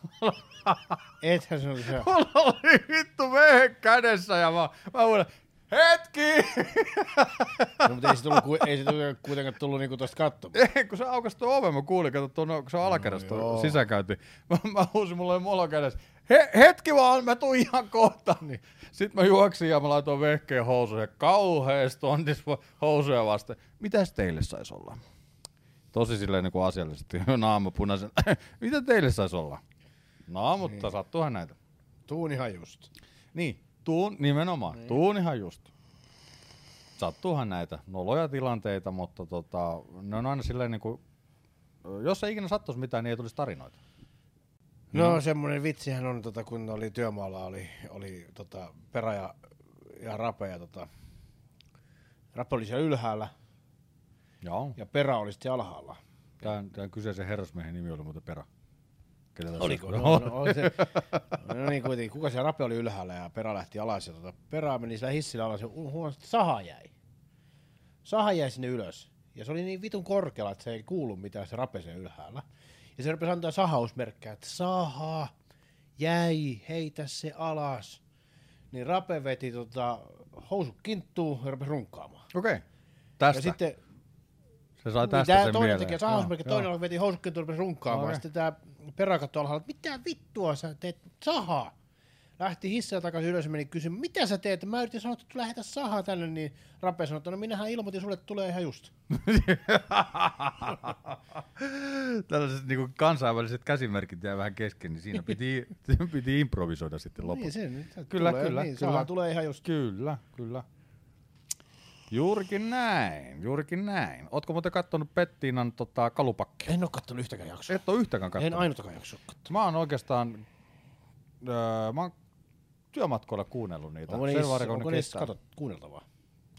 [SPEAKER 2] <laughs>
[SPEAKER 1] Ethän se oli se.
[SPEAKER 2] Mulla oli vittu vehe kädessä ja mä, mä uuden, hetki! <laughs>
[SPEAKER 1] No, mutta ei se, tullut, ku- ei se tullut, kuitenkaan tullut niinku tosta katsomaan.
[SPEAKER 2] Ei, kun se aukasi tuon oven, mä kuulin, kato tuon, kun se on alakerrassa
[SPEAKER 1] joo.
[SPEAKER 2] tuo sisäkäynti. Mä, mä huusin, mulla oli molo kädessä. He, hetki vaan, mä tuun ihan kohta. Niin. Sitten mä juoksin ja mä laitoin vehkeen housuja. Kauhees tontis vo- housuja vasten. Mitäs teille sais olla? Tosi silleen niin kuin asiallisesti, <laughs> naama punaisen. Mitä teille sais olla? No, mutta niin. sattuuhan näitä.
[SPEAKER 1] Tuun ihan just.
[SPEAKER 2] Niin, tuun nimenomaan. Niin. Tuun ihan just. Sattuuhan näitä noloja tilanteita, mutta tota, ne on aina silleen niin kuin, jos ei ikinä sattuisi mitään, niin ei tulisi tarinoita.
[SPEAKER 1] No semmoinen vitsihän on, tota, kun oli työmaalla, oli, oli tota, perä ja, ja rape ja tota, rape oli siellä ylhäällä
[SPEAKER 2] Joo.
[SPEAKER 1] ja perä oli sitten alhaalla.
[SPEAKER 2] Tämän, tämän kyseisen herrasmiehen nimi oli muuten Perä. Ketä tässä-
[SPEAKER 1] No, no, <laughs> on se, no niin kuitenkin, kuka siellä rape oli ylhäällä ja perä lähti alas ja tota, perä meni sillä hissillä alas ja hu- huomasi, että saha jäi. Saha jäi sinne ylös ja se oli niin vitun korkealla, että se ei kuulu mitään se rape siellä ylhäällä. Ja se rupesi antaa sahausmerkkejä, että saha jäi, heitä se alas. Niin rape veti tota, housut kinttuun ja rupesi runkkaamaan.
[SPEAKER 2] Okei. Okay. Tästä.
[SPEAKER 1] Ja sitten
[SPEAKER 2] se sai
[SPEAKER 1] niin,
[SPEAKER 2] tästä
[SPEAKER 1] tää
[SPEAKER 2] sen
[SPEAKER 1] toinen
[SPEAKER 2] mieleen.
[SPEAKER 1] tekee sahausmerkki,
[SPEAKER 2] Joo,
[SPEAKER 1] toinen
[SPEAKER 2] joo.
[SPEAKER 1] alkoi veti housukkeen turpeen runkkaamaan.
[SPEAKER 2] Okei.
[SPEAKER 1] Sitten tää perä katsoi alhaalla, että mitä vittua sä teet sahaa? Lähti hissillä takaisin ylös ja meni kysymään, mitä sä teet? Mä yritin sanoa, että lähetä sahaa tänne, niin Rape sanoi, että no minähän ilmoitin sulle, että tulee ihan just.
[SPEAKER 2] <laughs> Tällaiset niin kuin kansainväliset käsimerkit jää vähän kesken, niin siinä
[SPEAKER 1] <laughs>
[SPEAKER 2] piti, piti improvisoida sitten lopulta.
[SPEAKER 1] Niin se nyt se
[SPEAKER 2] Kyllä,
[SPEAKER 1] tulee,
[SPEAKER 2] kyllä,
[SPEAKER 1] niin,
[SPEAKER 2] kyllä.
[SPEAKER 1] Saha tulee ihan just.
[SPEAKER 2] Kyllä, kyllä. Juurikin näin, juurikin näin. Ootko muuten kattonut Pettiinan tota, kalupakki?
[SPEAKER 1] En oo kattonut yhtäkään jaksoa.
[SPEAKER 2] Et ole yhtäkään kattonut.
[SPEAKER 1] En ainuttakaan jaksoa.
[SPEAKER 2] Mä oon oikeastaan, öö, mä oon työmatkoilla kuunnellut niitä.
[SPEAKER 1] Onko
[SPEAKER 2] Sen
[SPEAKER 1] niissä,
[SPEAKER 2] varrella, kun
[SPEAKER 1] onko
[SPEAKER 2] ne
[SPEAKER 1] niissä
[SPEAKER 2] kestää.
[SPEAKER 1] katot, kuunneltavaa?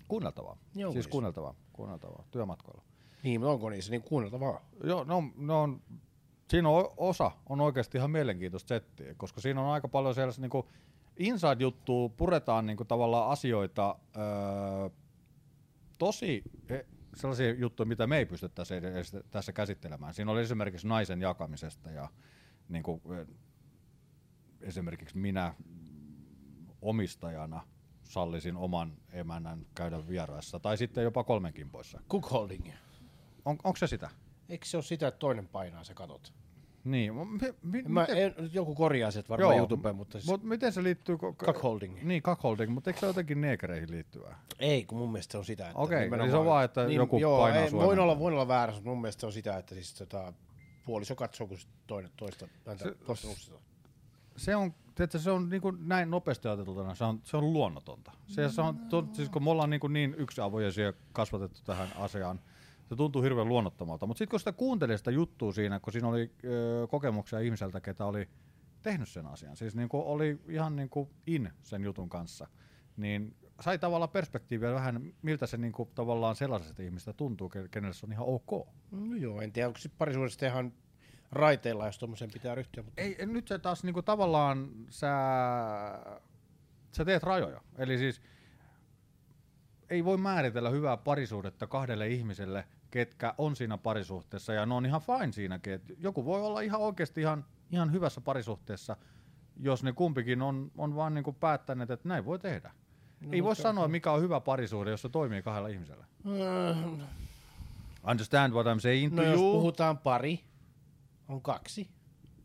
[SPEAKER 2] Kuunneltavaa,
[SPEAKER 1] Joo,
[SPEAKER 2] siis
[SPEAKER 1] niissä.
[SPEAKER 2] kuunneltavaa, kuunneltavaa, työmatkoilla.
[SPEAKER 1] Niin, mutta onko niissä niin kuunneltavaa?
[SPEAKER 2] Joo, no, no on, siinä on osa on oikeasti ihan mielenkiintoista settiä, koska siinä on aika paljon sellaista niinku inside-juttua, puretaan niinku tavallaan asioita, öö, tosi eh, sellaisia juttuja, mitä me ei pystyttäisi edes tässä käsittelemään. Siinä oli esimerkiksi naisen jakamisesta ja niinku, eh, esimerkiksi minä omistajana sallisin oman emänän käydä vieraissa tai sitten jopa kolmenkin poissa.
[SPEAKER 1] Cookholding.
[SPEAKER 2] On, onko se sitä?
[SPEAKER 1] Eikö se ole sitä, että toinen painaa se katot?
[SPEAKER 2] Niin, mu- mi, mi,
[SPEAKER 1] Mä,
[SPEAKER 2] miten-
[SPEAKER 1] en, nyt joku korjaa se, että varmaan
[SPEAKER 2] Joo,
[SPEAKER 1] YouTubeen, mutta siis
[SPEAKER 2] mut miten se liittyy... ko- ko-
[SPEAKER 1] Cuckoldingiin.
[SPEAKER 2] Niin, cuckolding, mutta eikö se jotenkin neekereihin liittyvää?
[SPEAKER 1] Ei, kun mun mielestä se on sitä, että
[SPEAKER 2] Okei,
[SPEAKER 1] nimenomaan- niin,
[SPEAKER 2] eli se on vaan, että joku painaa sua
[SPEAKER 1] Voin
[SPEAKER 2] enemmän.
[SPEAKER 1] olla, voin olla väärässä, mutta mun mielestä se on sitä, että siis tota, puoliso katsoo, kun toinen toista häntä
[SPEAKER 2] Se-
[SPEAKER 1] toista nuksitaan.
[SPEAKER 2] Se on, tiedätkö, se on niin kuin näin nopeasti ajateltuna, se on, se on luonnotonta. Se, se on, to, siis kun me ollaan niin, kuin niin yksiavojaisia kasvatettu tähän asiaan, se tuntuu hirveän luonnottomalta. Mutta sitten kun sitä kuuntelee sitä juttua siinä, kun siinä oli ö, kokemuksia ihmiseltä, ketä oli tehnyt sen asian, siis niin kuin oli ihan niin kuin in sen jutun kanssa, niin sai tavallaan perspektiiviä vähän, miltä se niin kuin tavallaan sellaiset ihmistä tuntuu, ke- kenelle se on ihan ok.
[SPEAKER 1] No joo, en tiedä, onko se parisuudessa ihan raiteilla, jos tuommoiseen pitää ryhtyä, mutta
[SPEAKER 2] ei, en- nyt se taas niinku tavallaan sä, sä teet rajoja. Eli siis ei voi määritellä hyvää parisuudetta kahdelle ihmiselle, ketkä on siinä parisuhteessa ja ne on ihan fine siinäkin. Et joku voi olla ihan oikeasti ihan, ihan hyvässä parisuhteessa, jos ne kumpikin on, on vaan niinku päättäneet, että näin voi tehdä. No, ei voi sanoa, mikä on hyvä parisuhde, jos se toimii kahdella ihmisellä. Understand what I'm saying
[SPEAKER 1] äh, no
[SPEAKER 2] to
[SPEAKER 1] jos
[SPEAKER 2] you?
[SPEAKER 1] puhutaan pari, on kaksi,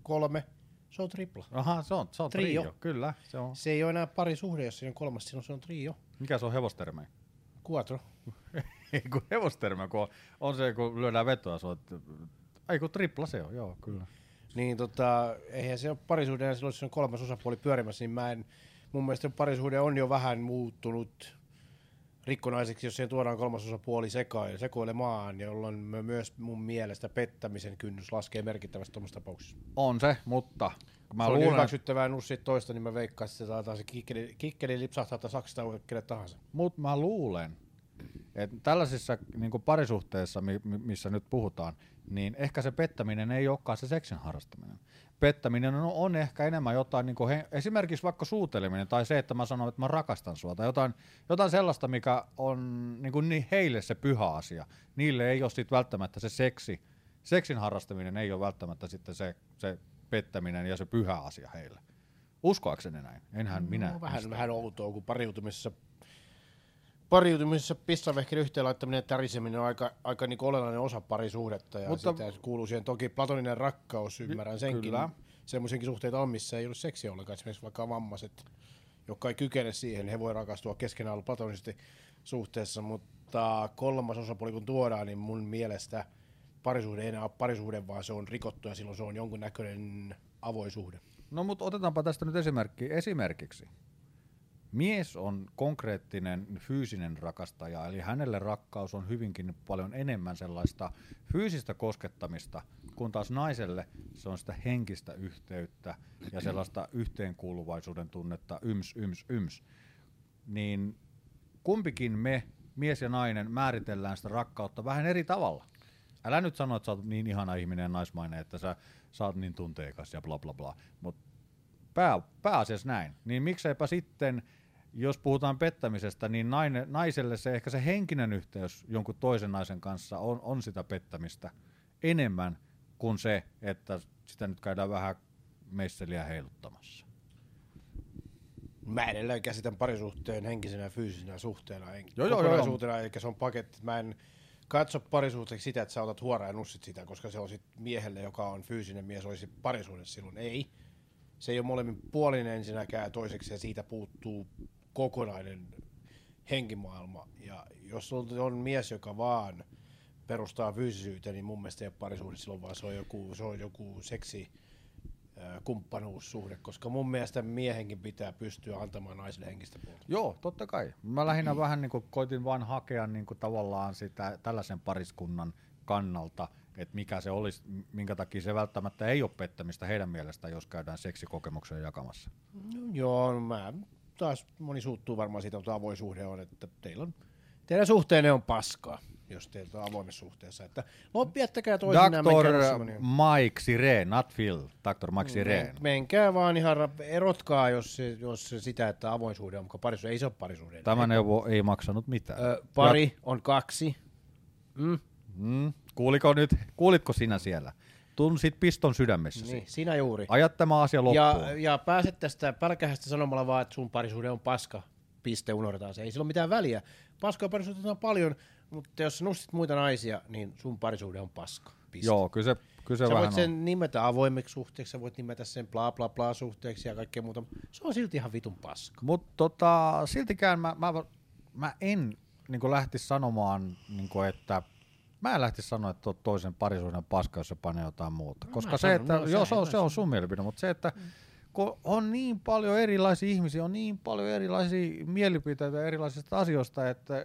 [SPEAKER 1] kolme, se on tripla.
[SPEAKER 2] Aha, se on, se on trio.
[SPEAKER 1] Trio.
[SPEAKER 2] trio. Kyllä, se on.
[SPEAKER 1] Se ei ole enää parisuhde, jos siinä on kolmas, silloin se on trio.
[SPEAKER 2] Mikä se on hevostermejä?
[SPEAKER 1] Quattro.
[SPEAKER 2] Ei <laughs> kun hevostermä, kun on, on se, kun lyödään vetoa, se on, ei kun tripla se on, joo, kyllä.
[SPEAKER 1] Niin tota, eihän se ole parisuhde, ja silloin jos on kolmas osapuoli pyörimässä, niin mä en, mun mielestä parisuhde on jo vähän muuttunut rikkonaiseksi, jos siihen tuodaan kolmasosa puoli sekaan, sekoilemaan, jolloin me myös mun mielestä pettämisen kynnys laskee merkittävästi tuommoisessa tapauksessa.
[SPEAKER 2] On se, mutta
[SPEAKER 1] Mä
[SPEAKER 2] mä
[SPEAKER 1] se on
[SPEAKER 2] luulen,
[SPEAKER 1] hyväksyttävää nussia toista, niin mä veikkaan, että se saadaan se kikkeli, kikkeli lipsahtaa tai saksista kelle tahansa.
[SPEAKER 2] mut mä luulen, että tällaisissa niin parisuhteissa, mi- mi- missä nyt puhutaan, niin ehkä se pettäminen ei olekaan se seksin harrastaminen. Pettäminen on, on ehkä enemmän jotain, niin he, esimerkiksi vaikka suuteleminen tai se, että mä sanon, että mä rakastan sua tai jotain, jotain sellaista, mikä on niin kuin ni- heille se pyhä asia. Niille ei ole sitten välttämättä se seksi. Seksin harrastaminen ei ole välttämättä sitten se, se pettäminen ja se pyhä asia heille. Uskoakseni näin. Enhän minä.
[SPEAKER 1] No, vähän, vähän outoa, kun pariutumisessa, pariutumisessa pissanvehkin yhteen laittaminen ja täriseminen on aika, aika niin olennainen osa parisuhdetta. Ja
[SPEAKER 2] Mutta-
[SPEAKER 1] Mutta, sitä kuuluu siihen toki platoninen rakkaus, ymmärrän senkin.
[SPEAKER 2] kyllä.
[SPEAKER 1] Semmoisiakin suhteita on, missä ei ole seksiä ollenkaan. Esimerkiksi vaikka vammaiset, jotka ei kykene siihen, niin he voi rakastua keskenään olla platonisesti suhteessa. Mutta kolmas osapuoli kun tuodaan, niin mun mielestä parisuhde ei enää ole parisuhde, vaan se on rikottu ja silloin se on jonkunnäköinen avoisuhde.
[SPEAKER 2] No mutta otetaanpa tästä nyt esimerkki. Esimerkiksi mies on konkreettinen fyysinen rakastaja, eli hänelle rakkaus on hyvinkin paljon enemmän sellaista fyysistä koskettamista, kun taas naiselle se on sitä henkistä yhteyttä ja sellaista yhteenkuuluvaisuuden tunnetta, yms, yms, yms. Niin kumpikin me, mies ja nainen, määritellään sitä rakkautta vähän eri tavalla. Älä nyt sano, että sä oot niin ihana ihminen ja naismainen, että sä, sä oot niin tunteikas ja bla bla bla. Mutta pää, pääasiassa näin. Niin mikseipä sitten, jos puhutaan pettämisestä, niin naine, naiselle se ehkä se henkinen yhteys jonkun toisen naisen kanssa on, on sitä pettämistä enemmän kuin se, että sitä nyt käydään vähän meisseliä heiluttamassa.
[SPEAKER 1] Mä edelleen käsitän parisuhteen henkisenä ja fyysisenä suhteena. En,
[SPEAKER 2] Joo, joo, joo.
[SPEAKER 1] kokonaisuutena, eikä se on paketti. Mä en katso parisuhteeksi sitä, että sä otat huoraa ja nussit sitä, koska se on sit miehelle, joka on fyysinen mies, olisi parisuudessa silloin. Ei. Se ei ole molemmin puolinen ensinnäkään ja toiseksi ja siitä puuttuu kokonainen henkimaailma. Ja jos sulla on mies, joka vaan perustaa fyysisyyteen, niin mun mielestä ei ole parisuudessa silloin, vaan se on joku, se on joku seksi, ö, kumppanuussuhde, koska mun mielestä miehenkin pitää pystyä antamaan naiselle henkistä puolta.
[SPEAKER 2] Joo, totta kai. Mä lähinnä vähän niin kuin koitin vaan hakea niin kuin tavallaan sitä tällaisen pariskunnan kannalta, että mikä se olisi, minkä takia se välttämättä ei ole pettämistä heidän mielestään, jos käydään seksikokemuksen jakamassa.
[SPEAKER 1] No, joo, no mä taas moni suuttuu varmaan siitä, mutta avoin suhde on, että teillä on, teidän suhteenne on paskaa, jos teiltä on avoimessa suhteessa. Että loppi, jättäkää toisinaan,
[SPEAKER 2] Dr.
[SPEAKER 1] menkää rossimoniin.
[SPEAKER 2] Mike Sireen, not Phil, Dr. Mike
[SPEAKER 1] Men,
[SPEAKER 2] Sireen.
[SPEAKER 1] menkää vaan ihan, ra- erotkaa, jos, se- jos se sitä, että avoin suhde on, mutta parisuhde ei se ole parisuhde.
[SPEAKER 2] Tämä neuvo ei maksanut mitään.
[SPEAKER 1] Ö, pari on kaksi. Mm,
[SPEAKER 2] Mm, kuuliko nyt, kuulitko sinä siellä? Tunsit piston sydämessäsi.
[SPEAKER 1] niin, siinä juuri.
[SPEAKER 2] Aja tämä asia loppuun.
[SPEAKER 1] Ja, ja pääset tästä pälkähästä sanomalla vaan, että sun parisuhde on paska. Piste, unohdetaan se. Ei sillä ole mitään väliä. Paskaa parisuhteita on paljon, mutta jos sä nussit muita naisia, niin sun parisuhde on paska. Piste.
[SPEAKER 2] Joo, kyllä se, kyllä se
[SPEAKER 1] Sä
[SPEAKER 2] vähän
[SPEAKER 1] voit
[SPEAKER 2] sen...
[SPEAKER 1] sen
[SPEAKER 2] on.
[SPEAKER 1] nimetä avoimeksi suhteeksi, sä voit nimetä sen bla bla bla suhteeksi ja kaikkea muuta. Se on silti ihan vitun paska.
[SPEAKER 2] Mutta tota, siltikään mä, mä, mä en niin lähtisi sanomaan, niin kuin, että mä en lähtisi sanoa, että oot toisen parisuuden paska, jos se panee jotain muuta.
[SPEAKER 1] No,
[SPEAKER 2] Koska
[SPEAKER 1] mä
[SPEAKER 2] se,
[SPEAKER 1] sanon,
[SPEAKER 2] että,
[SPEAKER 1] no,
[SPEAKER 2] joo,
[SPEAKER 1] se-
[SPEAKER 2] se on,
[SPEAKER 1] mä
[SPEAKER 2] se on sun mielipide, mutta se,
[SPEAKER 1] Mm.
[SPEAKER 2] että kun on niin paljon erilaisia ihmisiä, on niin paljon erilaisia mielipiteitä erilaisista asioista, että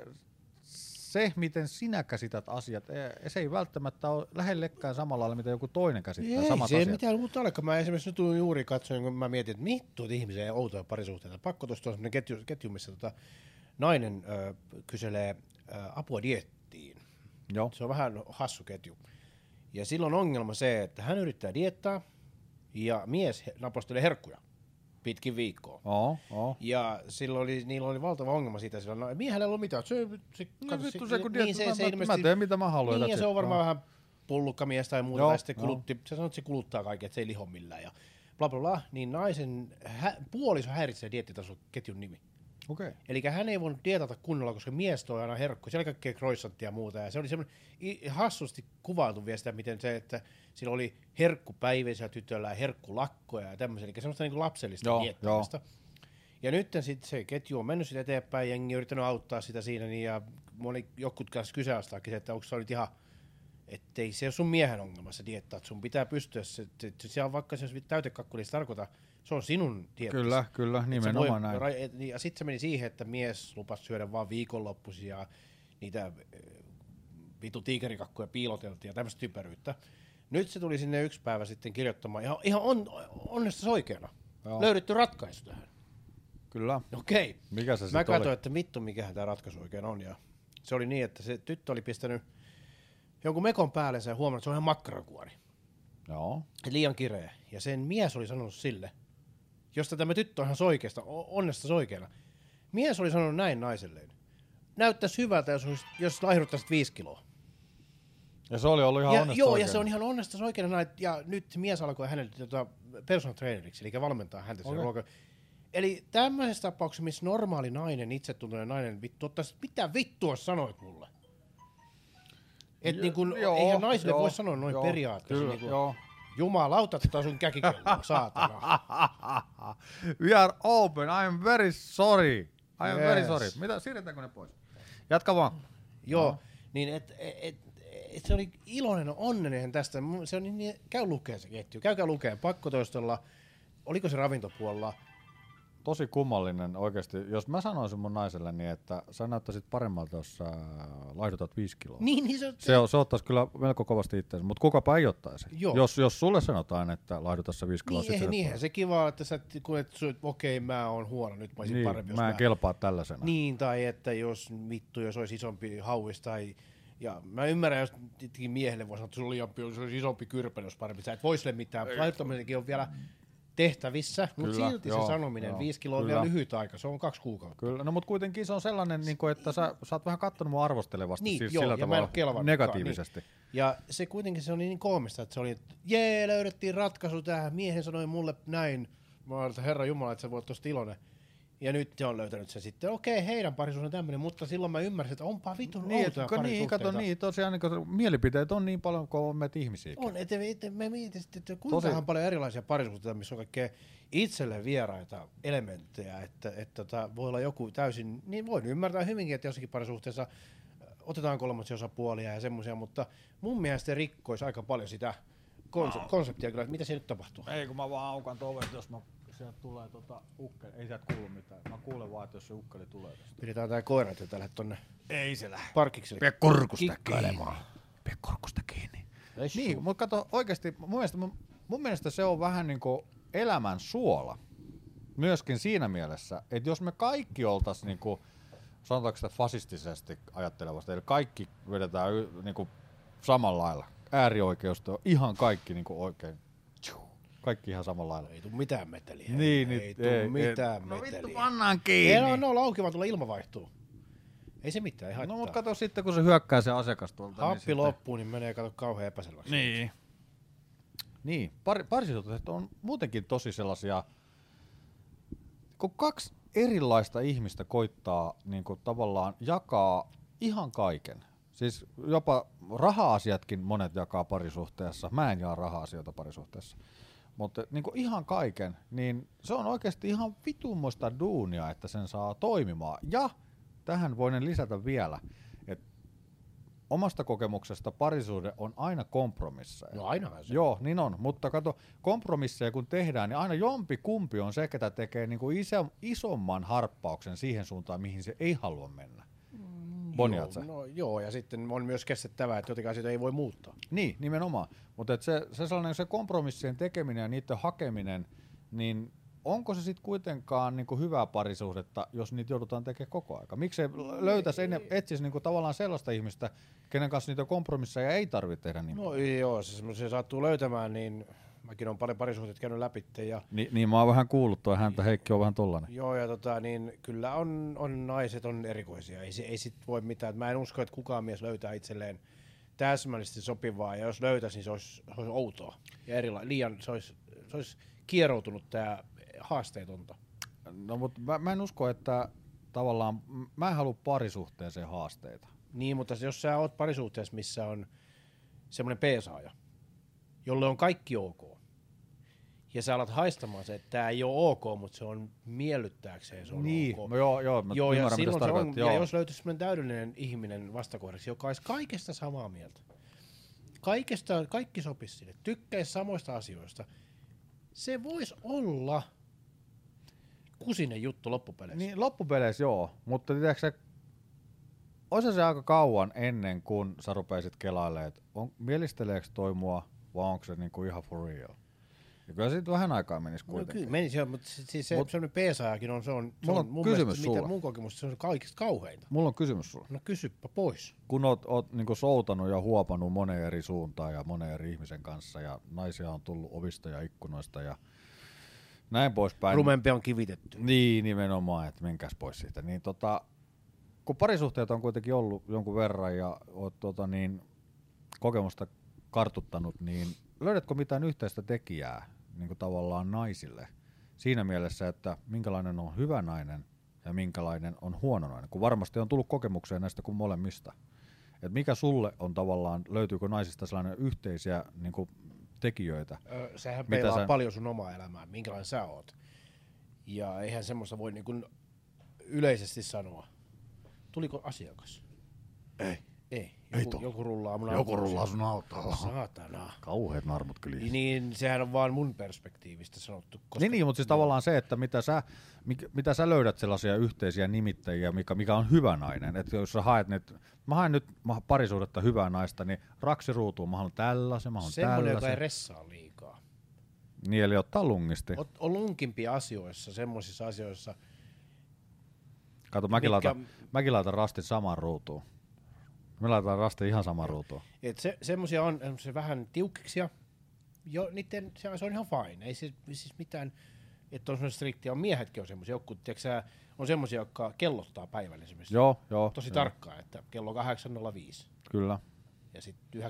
[SPEAKER 2] se, miten sinä käsität asiat, eh, se ei välttämättä ole lähellekään samalla lailla, mitä joku toinen käsittää
[SPEAKER 1] Ei,
[SPEAKER 2] samat
[SPEAKER 1] se ei
[SPEAKER 2] asiat.
[SPEAKER 1] mitään muuta olekaan. Mä esimerkiksi nyt tulin juuri katsoin, kun mä mietin, että mittu ihmisiä ja outoja parisuhteita. Pakko tuosta on sellainen ketju, ketju missä tota, nainen ö, kyselee ö, apua diettiin.
[SPEAKER 2] Joo.
[SPEAKER 1] Se on vähän hassu ketju. Ja silloin on ongelma se, että hän yrittää diettaa ja mies he- napostelee herkkuja pitkin viikkoa.
[SPEAKER 2] Oo, oo.
[SPEAKER 1] Ja silloin oli, niillä oli valtava ongelma siitä, sillä no, miehellä ei ollut mitään. Se, se,
[SPEAKER 2] No
[SPEAKER 1] kato,
[SPEAKER 2] vittu se, kun
[SPEAKER 1] niin,
[SPEAKER 2] diet- mä- mä-
[SPEAKER 1] ilmeisesti-
[SPEAKER 2] mä teen, mitä mä haluan,
[SPEAKER 1] Niin,
[SPEAKER 2] that's
[SPEAKER 1] ja se on
[SPEAKER 2] it.
[SPEAKER 1] varmaan
[SPEAKER 2] Joo.
[SPEAKER 1] vähän pullukkamies tai muuta.
[SPEAKER 2] Joo,
[SPEAKER 1] tai sitten
[SPEAKER 2] joo.
[SPEAKER 1] kulutti, se sanoi, että se kuluttaa kaiken, että se ei liho millään. Ja bla bla bla. Niin naisen hä, puoliso häiritsee diettitasolketjun nimi.
[SPEAKER 2] Okei.
[SPEAKER 1] Eli hän ei voinut dietata kunnolla, koska mies toi aina herkkuja. Siellä oli kaikkea croissanttia ja muuta. Ja se oli semmoinen i- hassusti kuvailtu vielä sitä, miten se, että sillä oli herkkupäiväisiä tytöllä ja herkkulakkoja ja tämmöisiä. Eli semmoista niin lapsellista
[SPEAKER 2] Joo,
[SPEAKER 1] joo, diettamista. Ja nyt sitten se ketju on mennyt sitä eteenpäin, jengi on yrittänyt auttaa sitä siinä, niin ja moni, jotkut kanssa kyseenalaistaakin se, että onko se nyt ihan ettei se ole sun miehen ongelma se dieetta, että sun pitää pystyä, se, se, se, se on vaikka se täytekakku, niin se tarkoita, se on sinun dieettisi.
[SPEAKER 2] Kyllä, kyllä,
[SPEAKER 1] Et sä
[SPEAKER 2] Niin, nimenomaan
[SPEAKER 1] voi-
[SPEAKER 2] näin.
[SPEAKER 1] ra- et- niin, Ja sitten se meni siihen, että mies lupasi syödä vaan viikonloppuisia äh, niitä eh, vitu tiikerikakkuja piiloteltiin ja tämmöistä typeryyttä. Nyt se tuli sinne yksi päivä sitten kirjoittamaan ihan, ihan on, onnesta oikeana.
[SPEAKER 2] Joo.
[SPEAKER 1] Löydetty ratkaisu tähän.
[SPEAKER 2] Kyllä.
[SPEAKER 1] Okei.
[SPEAKER 2] Mikä se
[SPEAKER 1] Mä
[SPEAKER 2] sitten
[SPEAKER 1] katsoin,
[SPEAKER 2] oli?
[SPEAKER 1] että vittu mikähän tämä ratkaisu oikein on. Ja se oli niin, että se tyttö oli pistänyt jonkun mekon päälle ja huomannut, että se on ihan makkarakuori.
[SPEAKER 2] Joo.
[SPEAKER 1] Liian kireä. Ja sen mies oli sanonut sille, josta tämä tyttö on ihan soikeasta, o- onnesta soikeana. Mies oli sanonut näin naiselleen. Näyttäisi hyvältä, jos, olisi- jos laihduttaisit viisi kiloa.
[SPEAKER 2] Ja se oli ollut ihan
[SPEAKER 1] Ja,
[SPEAKER 2] onnesta
[SPEAKER 1] joo, ja
[SPEAKER 2] oikein.
[SPEAKER 1] se on ihan onnesta oikein. Näin, ja nyt mies alkoi hänelle tota, personal traineriksi, eli valmentaa häntä okay.
[SPEAKER 2] Okei.
[SPEAKER 1] ruoka. Eli tämmöisessä tapauksessa, missä normaali nainen, itsetuntoinen nainen, vittu, ottaisi, mitä vittua sanoit mulle? Et
[SPEAKER 2] Jo-
[SPEAKER 1] niin kun,
[SPEAKER 2] joo,
[SPEAKER 1] eihän naisille
[SPEAKER 2] joo,
[SPEAKER 1] voi sanoa noin
[SPEAKER 2] joo,
[SPEAKER 1] periaatteessa.
[SPEAKER 2] Kyllä,
[SPEAKER 1] niin kun,
[SPEAKER 2] joo.
[SPEAKER 1] Jumalauta tätä sun
[SPEAKER 2] <laughs>
[SPEAKER 1] käkikelloa, saatana. <laughs>
[SPEAKER 2] We are open, I am very sorry. I am very
[SPEAKER 1] Yes.
[SPEAKER 2] sorry. Mitä, siirretäänkö ne pois? Jatka vaan.
[SPEAKER 1] joo, niin et, et, et, et, se oli iloinen onninen tästä. Mu- Se on niin- niin, käy lukee se ketju, käykää lukee, pakko toistella. Oliko se ravintopuolella?
[SPEAKER 2] Tosi kummallinen oikeasti. Jos mä sanoisin mun naiselleni, että sä näyttäisit paremmalta, jos sä laihdutat viisi kiloa.
[SPEAKER 1] Niin, niin se on
[SPEAKER 2] Se, on, se ottaisi kyllä melko kovasti itseensä, mutta kukapa ei ottaisi.
[SPEAKER 1] Joo.
[SPEAKER 2] Jos, jos sulle sanotaan, että laihduta sä viisi kiloa,
[SPEAKER 1] Niin,
[SPEAKER 2] sit sä
[SPEAKER 1] eihän,
[SPEAKER 2] et
[SPEAKER 1] niinhän
[SPEAKER 2] voi.
[SPEAKER 1] se kiva, että sä, et- kun et, sun- että okei, mä oon huono, nyt mä olisin
[SPEAKER 2] niin,
[SPEAKER 1] parempi, jos
[SPEAKER 2] mä en kelpaa tällaisena.
[SPEAKER 1] Niin, tai että jos vittu, jos olisi isompi hauis tai... Ja mä ymmärrän, jos tietenkin miehelle voi sanoa, että sulla on liian- jos olisi isompi kyrpelä, jos parempi. Sä et voi sille mitään. Laittaminenkin on vielä tehtävissä, mutta
[SPEAKER 2] Kyllä,
[SPEAKER 1] silti
[SPEAKER 2] joo,
[SPEAKER 1] se sanominen,
[SPEAKER 2] joo,
[SPEAKER 1] viisi kiloa on
[SPEAKER 2] kyllä.
[SPEAKER 1] vielä lyhyt aika, se on kaksi kuukautta.
[SPEAKER 2] Kyllä, no mutta kuitenkin se on sellainen, niin kuin, että sä, sä oot vähän kattonut mua arvostelevasti
[SPEAKER 1] Niin,
[SPEAKER 2] siis
[SPEAKER 1] joo,
[SPEAKER 2] sillä
[SPEAKER 1] ja mä en oo
[SPEAKER 2] tavalla
[SPEAKER 1] kelvannutkaan, niin.
[SPEAKER 2] negatiivisesti.
[SPEAKER 1] Ja se kuitenkin se oli niin koomista, että se oli, että jee, löydettiin ratkaisu tähän. Miehen sanoi mulle näin. Mä olin, että herra Jumala, että sä voit tosta iloinen. Ja nyt se on löytänyt sen sitten. Okei, heidän parisuus on tämmöinen, mutta silloin mä ymmärsin, että onpa vitun
[SPEAKER 2] Niin,
[SPEAKER 1] outoja
[SPEAKER 2] että, niin, kato,
[SPEAKER 1] parisuhteita.
[SPEAKER 2] niin, tosiaan niin, kun mielipiteet on niin paljon kuin on meitä ihmisiä.
[SPEAKER 1] On, että et, et, me mietin sitten, että kuinka
[SPEAKER 2] Tosi-
[SPEAKER 1] on paljon erilaisia parisuhteita, missä on kaikkea itselle vieraita elementtejä, että, että tota, voi olla joku täysin, niin voin ymmärtää hyvinkin, että jossakin parisuhteessa äh, otetaan kolmasia osapuolia ja semmoisia, mutta mun mielestä se rikkoisi aika paljon sitä konse- konseptia kyllä, että mitä se nyt tapahtuu.
[SPEAKER 2] Ei kun mä vaan aukan tovet, jos mä sieltä tulee tota ukkeli. Ei sieltä kuulu mitään. Mä kuulen vaan, että jos se ukkeli tulee tästä.
[SPEAKER 1] Pidetään tää koira, että tällä tonne
[SPEAKER 2] Ei se lähde.
[SPEAKER 1] parkiksi
[SPEAKER 2] Pidä kurkusta
[SPEAKER 1] kikkailemaan.
[SPEAKER 2] Pidä kurkusta kiinni.
[SPEAKER 1] Lessu.
[SPEAKER 2] Niin, mutta kato oikeasti, mun mielestä, mun, mun mielestä se on vähän niin kuin elämän suola. Myöskin siinä mielessä, että jos me kaikki oltaisiin niin kuin, sanotaanko sitä fasistisesti ajattelevasta, eli kaikki vedetään y, niin kuin samalla lailla. Äärioikeusto, ihan kaikki niin kuin oikein. Tju. Kaikki ihan samalla lailla.
[SPEAKER 1] Ei tuu mitään meteliä.
[SPEAKER 2] Niin,
[SPEAKER 1] ei,
[SPEAKER 2] nyt-
[SPEAKER 1] tuu
[SPEAKER 2] ei,
[SPEAKER 1] mitään
[SPEAKER 2] ei. No
[SPEAKER 1] meteliä.
[SPEAKER 2] vittu, pannaan
[SPEAKER 1] Ei, no,
[SPEAKER 2] kiinni.
[SPEAKER 1] no, auki vaan tulla ilma vaihtuu. Ei se mitään, ei haittaa.
[SPEAKER 2] No mut kato sitten, kun se hyökkää se asiakas tuolta.
[SPEAKER 1] Happi
[SPEAKER 2] sitten-
[SPEAKER 1] loppuun, niin menee kato kauhean epäselväksi.
[SPEAKER 2] Niin. Niin, pari, parisuhteet on muutenkin tosi sellaisia, kun kaksi erilaista ihmistä koittaa niin kuin tavallaan jakaa ihan kaiken. Siis jopa raha-asiatkin monet jakaa parisuhteessa. Mä en jaa raha-asioita parisuhteessa. Mutta niin kuin ihan kaiken, niin se on oikeasti ihan vitummoista duunia, että sen saa toimimaan. Ja tähän voinen lisätä vielä, että omasta kokemuksesta parisuhde on aina kompromisseja.
[SPEAKER 1] No aina se.
[SPEAKER 2] Joo, niin on. Mutta kato, kompromisseja kun tehdään, niin aina jompi kumpi on se, ketä tekee niin kuin isä, isomman harppauksen siihen suuntaan, mihin se ei halua mennä. Bonjaat sä?
[SPEAKER 1] Joo, no, joo, ja sitten on myös kestettävää, että jotenkin asioita ei voi muuttaa.
[SPEAKER 2] Niin, nimenomaan. Mutta se, se, sellainen, se kompromissien tekeminen ja niiden hakeminen, niin onko se sitten kuitenkaan niinku hyvää parisuhdetta, jos niitä joudutaan tekemään koko aika? Miksei löytäisi, ennen, etsisi niinku tavallaan sellaista ihmistä, kenen kanssa niitä kompromisseja ei tarvitse tehdä niin
[SPEAKER 1] No joo, se semmoisia sattuu löytämään, niin mäkin olen paljon parisuhteet käynyt läpi. Ja,
[SPEAKER 2] Ni, niin mä oon vähän kuullut tuo häntä, Heikki on vähän tollanen.
[SPEAKER 1] joo, ja tota, niin kyllä on, on naiset on erikoisia. Ei, se- ei sit voi mitään. Mä en usko, että kukaan mies löytää itselleen täsmällisesti sopivaa, ja jos löytäisi, niin se olisi, se olisi outoa. Ja erila- liian, se olisi, se olisi kieroutunutta ja haasteetonta.
[SPEAKER 2] No mutta mä, mä en usko, että tavallaan, m- mä en halua parisuhteeseen haasteita.
[SPEAKER 1] Niin, mutta jos sä oot parisuhteessa, missä on semmoinen peesaaja, jolle on kaikki ok, ja sä alat haistamaan se, että tämä ei ole ok, mutta se on miellyttääkseen se on ok.
[SPEAKER 2] Niin. Mä, joo, joo, mä
[SPEAKER 1] joo, ja,
[SPEAKER 2] ymmärrän, mitä sä
[SPEAKER 1] silloin se on,
[SPEAKER 2] tarkoitat.
[SPEAKER 1] ja
[SPEAKER 2] Joo.
[SPEAKER 1] jos löytyisi semmoinen täydellinen ihminen vastakohdaksi, joka olisi kaikesta samaa mieltä, kaikesta, kaikki sopisi sille, tykkäisi samoista asioista, se voisi olla kusinen juttu loppupeleissä. Niin.
[SPEAKER 2] Niin loppupeleissä joo, mutta tiedätkö sä, osa se aika kauan ennen kuin sä rupeisit kelailemaan, että on, mielisteleekö toi mua vai onko se niinku ihan for real. Ja kyllä siitä vähän aikaa menisi
[SPEAKER 1] No
[SPEAKER 2] kuitenkin.
[SPEAKER 1] kyllä, menisi jo, mutta si- siis se
[SPEAKER 2] Mut-
[SPEAKER 1] Mut, sellainen peesaajakin on, se on, se
[SPEAKER 2] Mulla
[SPEAKER 1] on
[SPEAKER 2] on
[SPEAKER 1] mun
[SPEAKER 2] kysymys
[SPEAKER 1] mielestä, mitä
[SPEAKER 2] sulle.
[SPEAKER 1] mun kokemusta, se on kaikista kauheinta.
[SPEAKER 2] Mulla on kysymys sulle.
[SPEAKER 1] No kysyppä pois.
[SPEAKER 2] Kun oot, oot niinku soutanut ja huopannut moneen eri suuntaan ja moneen eri ihmisen kanssa ja naisia on tullut ovista ja ikkunoista ja näin poispäin.
[SPEAKER 1] Rumempi on kivitetty.
[SPEAKER 2] Niin, nimenomaan, että menkääs pois siitä. Niin, tota, kun parisuhteet on kuitenkin ollut jonkun verran ja oot tota, niin, kokemusta kartuttanut, niin löydätkö mitään yhteistä tekijää niin kuin tavallaan naisille siinä mielessä, että minkälainen on hyvä nainen ja minkälainen on huono nainen? Kun varmasti on tullut kokemuksia näistä kuin molemmista. Et mikä sulle on tavallaan, löytyykö naisista sellainen yhteisiä niin kuin, tekijöitä?
[SPEAKER 1] Ö, Sehän
[SPEAKER 2] Mitä
[SPEAKER 1] peilaa
[SPEAKER 2] sä-
[SPEAKER 1] sä... paljon sun omaa elämää, minkälainen sä oot. Ja eihän semmoista voi niin kuin yleisesti sanoa. Tuliko asiakas?
[SPEAKER 2] Ei.
[SPEAKER 1] Ei.
[SPEAKER 2] Ei
[SPEAKER 1] Joku,
[SPEAKER 2] tullut.
[SPEAKER 1] joku rullaa mun
[SPEAKER 2] Joku
[SPEAKER 1] autolla.
[SPEAKER 2] rullaa sun autolla.
[SPEAKER 1] Saatana.
[SPEAKER 2] Kauheet narmut kyllä.
[SPEAKER 1] Niin, sehän on vaan mun perspektiivistä sanottu. Koska
[SPEAKER 2] Niin, niin, mutta siis tavallaan se, että mitä sä, mik, mitä sä löydät sellaisia yhteisiä nimittäjiä, mikä, mikä on hyvä nainen. Että jos sä haet nyt, mä haen nyt mä- parisuudetta hyvää naista, niin raksi ruutuun, mä haluan tällaisen, mä haluan
[SPEAKER 1] semmoinen, joka ei
[SPEAKER 2] tällaisen.
[SPEAKER 1] ressaa liikaa.
[SPEAKER 2] Niin, eli ottaa lungisti.
[SPEAKER 1] Ot, on lunkimpia asioissa, semmoisissa asioissa.
[SPEAKER 2] Kato, mäkin,
[SPEAKER 1] mitkä-
[SPEAKER 2] laitan, mäkin laitan rastin samaan ruutuun. Me laitetaan rasti ihan samaan ruutuun.
[SPEAKER 1] Et se, semmoisia on semmosia vähän tiukkiksia. Jo, niiden, se, se on ihan fine. Ei se siis mitään, että on semmoinen striktiä. On miehetkin on semmoisia. Joku, tiedätkö, sä, on semmoisia, jotka kellottaa päivällä esimerkiksi.
[SPEAKER 2] Joo, joo.
[SPEAKER 1] Tosi
[SPEAKER 2] joo,
[SPEAKER 1] tarkkaan, että kello 8.05
[SPEAKER 2] Kyllä.
[SPEAKER 1] ja sitten 9.50.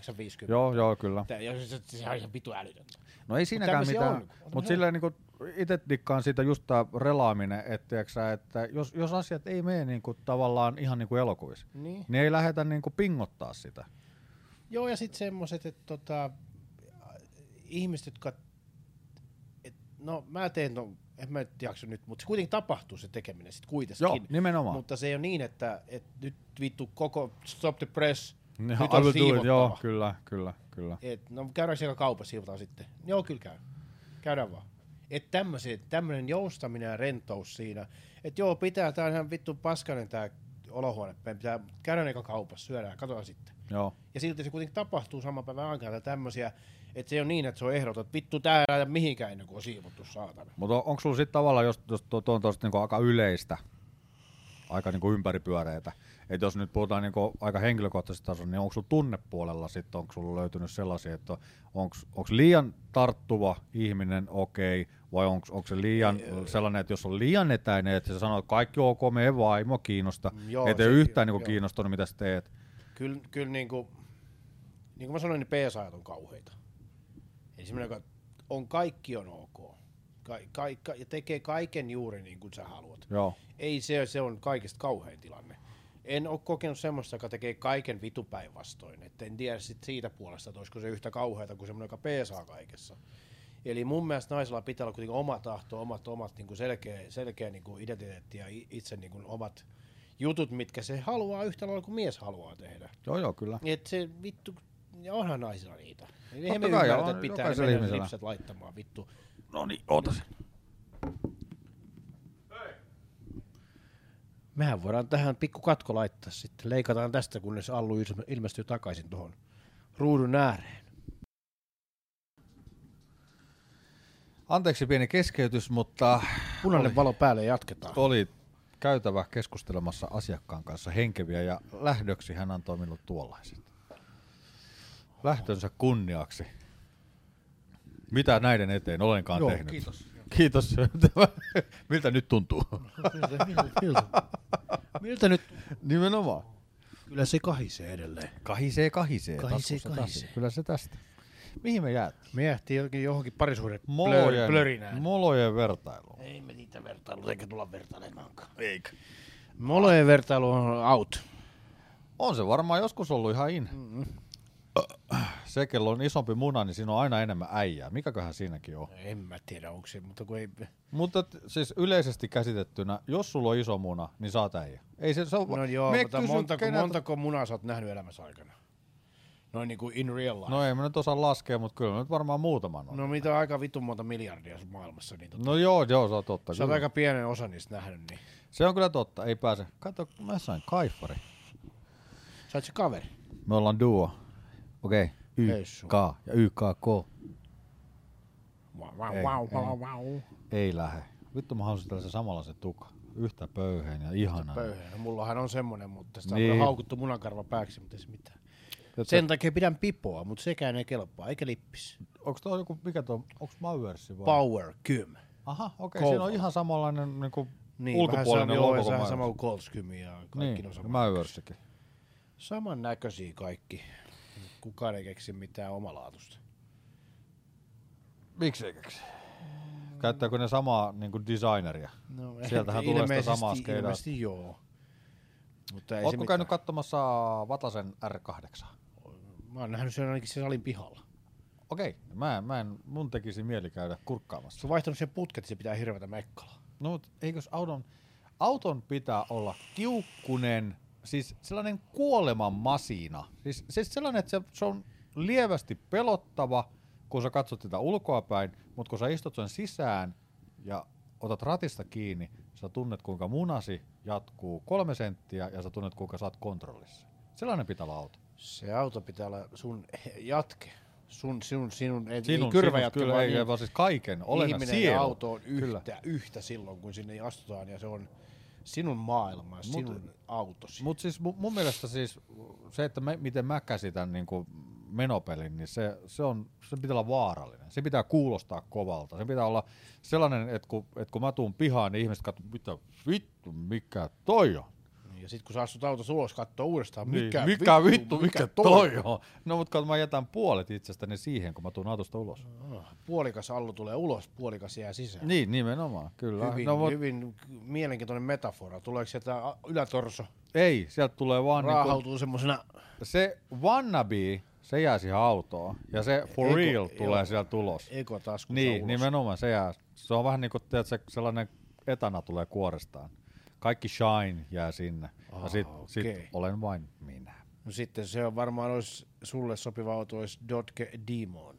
[SPEAKER 2] Joo, joo, kyllä.
[SPEAKER 1] Tää- Ja se, se, se on ihan vitu älytöntä.
[SPEAKER 2] No ei siinäkään
[SPEAKER 1] tämmösiä
[SPEAKER 2] mitään,
[SPEAKER 1] on. On
[SPEAKER 2] mutta
[SPEAKER 1] tämmösiä
[SPEAKER 2] sillä niinku itse dikkaan siitä just tää relaaminen, että, tiiäksä, että jos, jos asiat ei mene niinku tavallaan ihan niinku elokuvissa,
[SPEAKER 1] Niin.
[SPEAKER 2] niin ei lähetä niinku pingottaa sitä.
[SPEAKER 1] Joo, ja sitten semmoiset, että tota, ihmiset, jotka... Et, no, mä teen, no, en mä nyt jaksa nyt, mutta se kuitenkin tapahtuu se tekeminen sitten kuitenkin.
[SPEAKER 2] Joo, nimenomaan.
[SPEAKER 1] Mutta se ei ole niin, että et nyt vittu koko stop the press,
[SPEAKER 2] Ja
[SPEAKER 1] nyt
[SPEAKER 2] I will
[SPEAKER 1] on
[SPEAKER 2] do it,
[SPEAKER 1] siivottava.
[SPEAKER 2] Joo, kyllä, kyllä, kyllä.
[SPEAKER 1] Et, no käydäänkö siellä kaupassa siltaan sitten? Joo, kyllä käy. Käydään vaan. Että tämmöinen joustaminen ja rentous siinä. Että joo, pitää, tää on ihan vittu paskanen tää olohuone. Meidän Pitää, käydään eka kaupassa, syödään, katsotaan sitten.
[SPEAKER 2] Joo.
[SPEAKER 1] Ja silti se kuitenkin tapahtuu saman päivän aikana tämmöisiä, että se on niin, että se on ehdoton, että vittu tää ei lähde mihinkään ennen kuin on siivottu saatana.
[SPEAKER 2] Mutta on, onko sulla sitten tavallaan, jos, jos tuo, tuo on tosta niinku aika yleistä, aika niinku ympäripyöreitä, että jos nyt puhutaan niinku aika henkilökohtaisesta tasosta, niin onko sulla tunnepuolella sitten, onko sulla löytynyt sellaisia, että onko liian tarttuva ihminen okei, okay, vai onko se liian sellainen, että jos on liian etäinen, että sä sanoo, että kaikki on ok, me vaimo kiinnosta,
[SPEAKER 1] Mm, joo,
[SPEAKER 2] ettei
[SPEAKER 1] se-
[SPEAKER 2] yhtään niinku
[SPEAKER 1] joo.
[SPEAKER 2] kiinnostunut, mitä sä teet.
[SPEAKER 1] Kyllä, kyllä niinku, niin kuin mä sanoin, niin peesaajat on kauheita. Eli semmoinen, joka on kaikki on ok. Ka, ka, ka, ja tekee kaiken juuri niin kuin sä haluat.
[SPEAKER 2] Joo.
[SPEAKER 1] Ei se, se on kaikista kauhein tilanne. En ole kokenut semmoista, joka tekee kaiken vitu päinvastoin. Et en tiedä sit siitä puolesta, että olisiko se yhtä kauheata kuin semmoinen, joka peesaa kaikessa. Eli mun mielestä naisilla pitää olla kuitenkin oma tahto, omat, omat niin kuin selkeä, selkeä niin kuin identiteetti ja i- itse niin kuin omat jutut, mitkä se haluaa yhtä lailla kuin mies haluaa tehdä.
[SPEAKER 2] Joo, joo, kyllä.
[SPEAKER 1] Et se vittu, ja onhan naisilla niitä. Eli eihän me
[SPEAKER 2] Totta kai,
[SPEAKER 1] ymmärretä,
[SPEAKER 2] on
[SPEAKER 1] että pitää
[SPEAKER 2] jokaisella
[SPEAKER 1] mennä
[SPEAKER 2] ihmisellä.
[SPEAKER 1] lipset laittamaan vittu.
[SPEAKER 2] No niin, oota sen.
[SPEAKER 1] Mehän voidaan tähän pikku katko laittaa sitten. Leikataan tästä, kunnes Allu ilme- ilmestyy takaisin tuohon ruudun ääreen.
[SPEAKER 2] Anteeksi pieni keskeytys, mutta
[SPEAKER 1] Punainen valo päälle ja jatketaan.
[SPEAKER 2] oli käytävä keskustelemassa asiakkaan kanssa henkeviä ja lähdöksi hän antoi minulle tuollaiset. Lähtönsä kunniaksi. Mitä näiden eteen olenkaan
[SPEAKER 1] Joo,
[SPEAKER 2] tehnyt?
[SPEAKER 1] kiitos.
[SPEAKER 2] Kiitos. <laughs> Miltä nyt tuntuu?
[SPEAKER 1] Miltä, miltä, miltä, miltä nyt?
[SPEAKER 2] Nimenomaan.
[SPEAKER 1] Kyllä se kahisee edelleen.
[SPEAKER 2] Kahisee, kahisee.
[SPEAKER 1] Kahisee,
[SPEAKER 2] Taskussa
[SPEAKER 1] kahisee.
[SPEAKER 2] tassi. Kyllä se tästä. Mihin me jäätiin?
[SPEAKER 1] Me jähtiin johonkin, johonkin parisuuden
[SPEAKER 2] Molojen,
[SPEAKER 1] blör, plörinään.
[SPEAKER 2] molojen vertailuun.
[SPEAKER 1] Ei me niitä vertailu, eikä tulla vertailemaankaan.
[SPEAKER 2] Eikä.
[SPEAKER 1] Molojen vertailu on out.
[SPEAKER 2] On se varmaan joskus ollut ihan in. Mm-hmm. Se, kello on isompi muna, niin siinä on aina enemmän äijää. Mikäköhän siinäkin on?
[SPEAKER 1] En mä tiedä onko se, mutta kun ei...
[SPEAKER 2] Mutta t- siis yleisesti käsitettynä, jos sulla on iso muna, niin saat äijä. Ei se, se on,
[SPEAKER 1] No joo,
[SPEAKER 2] me
[SPEAKER 1] mutta
[SPEAKER 2] kysyn
[SPEAKER 1] montako,
[SPEAKER 2] keneltä-
[SPEAKER 1] montako munaa sä oot nähnyt elämässä aikana? Noin niin kuin in real life. No,
[SPEAKER 2] No ei mä nyt osaa laskea, mutta kyllä mä nyt varmaan muutaman on. No,
[SPEAKER 1] no mitä on aika vitun monta miljardia sun maailmassa, niin tota,
[SPEAKER 2] no joo, joo, se on totta.
[SPEAKER 1] sä oot
[SPEAKER 2] Kyllä.
[SPEAKER 1] aika pienen osa niistä nähnyt, niin
[SPEAKER 2] Se on kyllä totta, ei pääse. Kato, mä sain kaifari.
[SPEAKER 1] sä oot se kaveri.
[SPEAKER 2] Me ollaan duo. Okei, okay.
[SPEAKER 1] Ei sun.
[SPEAKER 2] YK ja YKK.
[SPEAKER 1] Wow, wow,
[SPEAKER 2] Ei,
[SPEAKER 1] wow,
[SPEAKER 2] ei.
[SPEAKER 1] wow, wow.
[SPEAKER 2] Ei lähe. Vittu mä halusin tällaisen samanlaisen tuka. Yhtä pöyheen ja
[SPEAKER 1] No.
[SPEAKER 2] ihanan.
[SPEAKER 1] Pöyhänä. Mullahan on semmonen, mutta sitä
[SPEAKER 2] Niin.
[SPEAKER 1] on haukuttu munakarva pääksi, mutta ei se mitään.
[SPEAKER 2] Jotta-
[SPEAKER 1] Sen takia pidän pipoa, mutta sekään ei kelpaa, eikä lippis.
[SPEAKER 2] Onks tuo joku, mikä tuo, onks Mauersi vai?
[SPEAKER 1] Power, kym.
[SPEAKER 2] Aha, okei, okay, siinä on
[SPEAKER 1] Kouvola.
[SPEAKER 2] ihan samanlainen niinku
[SPEAKER 1] Niin,
[SPEAKER 2] niin, ulkopuolinen
[SPEAKER 1] vähän sama,
[SPEAKER 2] logo
[SPEAKER 1] joo,
[SPEAKER 2] kuin
[SPEAKER 1] vähän
[SPEAKER 2] Mauersi.
[SPEAKER 1] sama kuin Coldskymi ja kaikki niin. on
[SPEAKER 2] Niin,
[SPEAKER 1] sama.
[SPEAKER 2] Mauersikin.
[SPEAKER 1] Samannäköisiä kaikki. Kukaan ei keksi mitään omalaatusta.
[SPEAKER 2] Miksi keksi? Käyttääkö ne samaa niinku designeria?
[SPEAKER 1] No,
[SPEAKER 2] Sieltähän tulee sitä
[SPEAKER 1] ilmeisesti-
[SPEAKER 2] samaa skeidaa.
[SPEAKER 1] Ilmeisesti joo. Mutta ei se
[SPEAKER 2] Ootko
[SPEAKER 1] mitään.
[SPEAKER 2] käynyt katsomassa Vatasen R8?
[SPEAKER 1] Mä oon nähnyt sen ainakin sen salin pihalla.
[SPEAKER 2] Okei, mä, en- mä en, mun tekisi mieli käydä kurkkaamassa.
[SPEAKER 1] Se on vaihtanut sen putket, se pitää hirveätä mekkalaa.
[SPEAKER 2] No mut eikös auton, auton pitää olla kiukkunen, siis sellainen kuoleman masina. Siis, siis sellainen, että se, se on lievästi pelottava, kun sä katsot sitä ulkoa päin, mutta kun sä istut sen sisään ja otat ratista kiinni, sä tunnet kuinka munasi jatkuu kolme senttiä ja sä tunnet kuinka sä oot kontrollissa. Sellainen pitää olla auto.
[SPEAKER 1] Se auto pitää olla sun jatke. Sun, sinun, sinun, ei,
[SPEAKER 2] Sinun,
[SPEAKER 1] ei kyrvä
[SPEAKER 2] sinun, kyllä, ei, ei, vaan siis kaiken, olenna
[SPEAKER 1] niin ihminen ja
[SPEAKER 2] sielu.
[SPEAKER 1] auto on
[SPEAKER 2] Kyllä.
[SPEAKER 1] yhtä, yhtä silloin, kun sinne astutaan ja se on sinun maailma, sinun autosi.
[SPEAKER 2] Mutta siis mun, mun mielestä siis se, että me, miten mä käsitän niin kuin menopelin, niin se, se, on, se pitää olla vaarallinen. Se pitää kuulostaa kovalta. Se pitää olla sellainen, että kun, että kun mä tuun pihaan, niin ihmiset katsovat, mitä vittu, mikä toi on?
[SPEAKER 1] Ja sitten kun sä astut autossa ulos, katsoo uudestaan,
[SPEAKER 2] Niin,
[SPEAKER 1] mikä,
[SPEAKER 2] mikä vittu, mikä, toi, on? No mutta kun mä jätän puolet itsestäni siihen, kun mä tuun autosta ulos.
[SPEAKER 1] Ah, Puolikas allu tulee ulos, puolikas jää sisään.
[SPEAKER 2] Niin, nimenomaan, kyllä.
[SPEAKER 1] Hyvin,
[SPEAKER 2] no,
[SPEAKER 1] no,
[SPEAKER 2] mut,
[SPEAKER 1] hyvin mielenkiintoinen metafora. Tuleeko sieltä a-
[SPEAKER 2] Niin
[SPEAKER 1] ylätorso?
[SPEAKER 2] Ei, sieltä tulee vaan niin kuin,
[SPEAKER 1] Raahautuu niin semmosena...
[SPEAKER 2] se wannabe, se jää siihen autoon, ja se for
[SPEAKER 1] Ei, kun-
[SPEAKER 2] real
[SPEAKER 1] joo.
[SPEAKER 2] tulee sieltä ulos.
[SPEAKER 1] ekotaskusta
[SPEAKER 2] Niin,
[SPEAKER 1] ulos.
[SPEAKER 2] nimenomaan se jää. Se on vähän niin kuin tiedät, se, sellainen etana tulee kuorestaan. Kaikki shine jää sinne. Oh, ja
[SPEAKER 1] Ah,
[SPEAKER 2] sit,
[SPEAKER 1] okei.
[SPEAKER 2] sit olen vain minä.
[SPEAKER 1] No sitten se on varmaan olisi sulle sopiva auto, olisi Dodge Demon.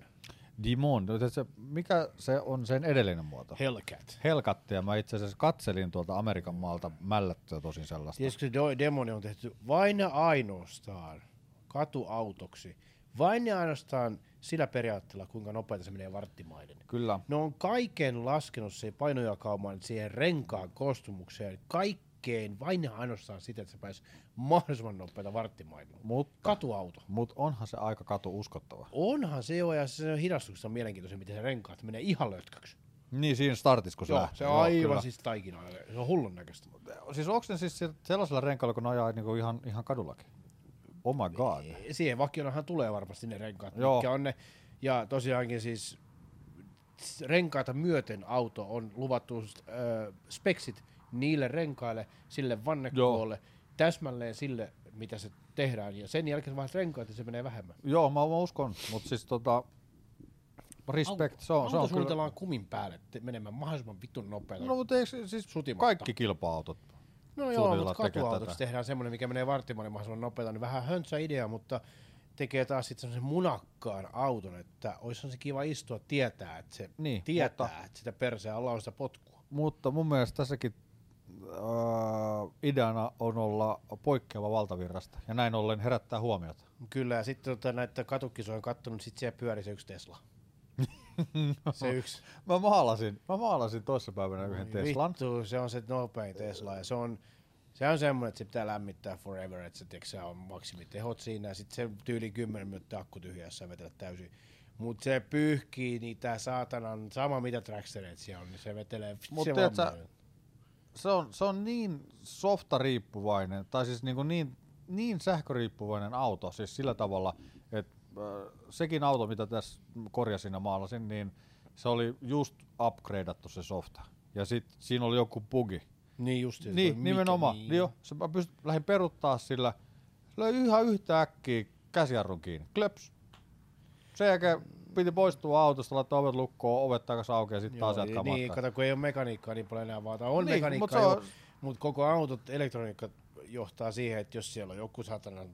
[SPEAKER 2] Dimon, no se, mikä se on sen edellinen muoto?
[SPEAKER 1] Hellcat.
[SPEAKER 2] Helkattia. Mä itse asiassa katselin tuolta Amerikan maalta mällättyä tosin sellaista. Yes.
[SPEAKER 1] Tiedätkö, se Do- Demoni on tehty vain ja ainoastaan katuautoksi. Vain ja ainoastaan sillä periaatteella, kuinka nopeita se menee varttimaiden.
[SPEAKER 2] Kyllä.
[SPEAKER 1] Ne on kaiken laskenut siihen painojakaumaan, siihen renkaan koostumukseen, kaikkeen vain ja ainoastaan sitä, että se pääsi mahdollisimman nopeita varttimaiden.
[SPEAKER 2] Mutta
[SPEAKER 1] Katuauto.
[SPEAKER 2] mut onhan se aika katu uskottava.
[SPEAKER 1] Onhan se jo, ja se on hidastuksessa mielenkiintoista, miten se renkaat menee ihan lötköksi.
[SPEAKER 2] Niin siinä startissa, kun se
[SPEAKER 1] Joo,
[SPEAKER 2] lähtee.
[SPEAKER 1] se on aivan
[SPEAKER 2] kyllä.
[SPEAKER 1] siis taikinaa. Se on hullun näköistä.
[SPEAKER 2] Siis onko ne siis sellaisella renkaalla, kun ne ajaa niinku ihan, ihan kadullakin? Oh my god.
[SPEAKER 1] Eh, Siihen vakionahan tulee varmasti ne renkaat,
[SPEAKER 2] Joo.
[SPEAKER 1] Joo. mitkä on ne. Ja tosiaankin siis s- renkaita myöten auto on luvattu äh, speksit niille renkaille, sille vannekoolle, täsmälleen sille, mitä se tehdään. Ja sen jälkeen vaan renkaat, ja se menee vähemmän.
[SPEAKER 2] Joo, mä, mä uskon, mutta siis tota, respect, se on, se on kyllä.
[SPEAKER 1] suunnitellaan kumin päälle te- menemään mahdollisimman vitun nopealla.
[SPEAKER 2] No
[SPEAKER 1] No,
[SPEAKER 2] mutta eikö se- siis
[SPEAKER 1] Sutimatta.
[SPEAKER 2] kaikki kilpa-autot?
[SPEAKER 1] no joo,
[SPEAKER 2] suunnitellaan
[SPEAKER 1] mutta
[SPEAKER 2] tekee
[SPEAKER 1] katuautoksi
[SPEAKER 2] tätä.
[SPEAKER 1] tehdään semmoinen, mikä menee vartimoille mahdollisimman nopealla, niin vähän höntsä idea, mutta tekee taas sitten semmoisen munakkaan auton, että olisihan se kiva istua tietää, että se
[SPEAKER 2] Niin,
[SPEAKER 1] tietää,
[SPEAKER 2] mutta-
[SPEAKER 1] että sitä perseä alla on sitä potkua.
[SPEAKER 2] Mutta mun mielestä tässäkin äh, ideana on olla poikkeava valtavirrasta ja näin ollen herättää huomiota.
[SPEAKER 1] Kyllä, ja sitten tota, näitä katukisoja on kattonut, sitten siellä pyöri se yksi
[SPEAKER 2] <laughs>
[SPEAKER 1] Tesla.
[SPEAKER 2] No.
[SPEAKER 1] Se yksi.
[SPEAKER 2] Mä maalasin, mä maalasin toissa päivänä yhden Teslan.
[SPEAKER 1] Vittu, se on se nopein Tesla, ja se on, se on semmoinen, että se pitää lämmittää forever, että se, tiedätkö, sä on maksimitehot siinä, ja sitten se tyyli 10 minuuttia akku tyhjässä ja vetellä täysin. Mutta se pyyhkii niitä saatanan, sama mitä trackstereet siellä on, niin se vetelee.
[SPEAKER 2] Mut
[SPEAKER 1] se
[SPEAKER 2] tiedät sä-
[SPEAKER 1] vaan-
[SPEAKER 2] Se on, se on niin softa riippuvainen, tai siis niin, kuin niin, niin sähköriippuvainen auto, siis sillä tavalla, että äh, sekin auto, mitä tässä korjasin ja maalasin, niin se oli just upgradeattu se softa. Ja sit siinä oli joku bugi.
[SPEAKER 1] Niin just.
[SPEAKER 2] Niin, nimenomaan. Niin. Joo, se, mä pyst, lähdin peruttaa sillä. Löi ihan yhtä äkkiä käsijarrun kiinni. Klöps. Sen jälkeen piti poistua autosta, laittaa ovet lukkoon, ovet takaisin auki ja sitten taas jatkaa
[SPEAKER 1] Niin,
[SPEAKER 2] matkaa.
[SPEAKER 1] kato, kun ei ole mekaniikkaa niin paljon enää, vaan tai on
[SPEAKER 2] Niin,
[SPEAKER 1] niin,
[SPEAKER 2] mut se
[SPEAKER 1] mekaniikkaa,
[SPEAKER 2] on-
[SPEAKER 1] mutta mut koko autot, elektroniikka johtaa siihen, että jos siellä on joku saatanan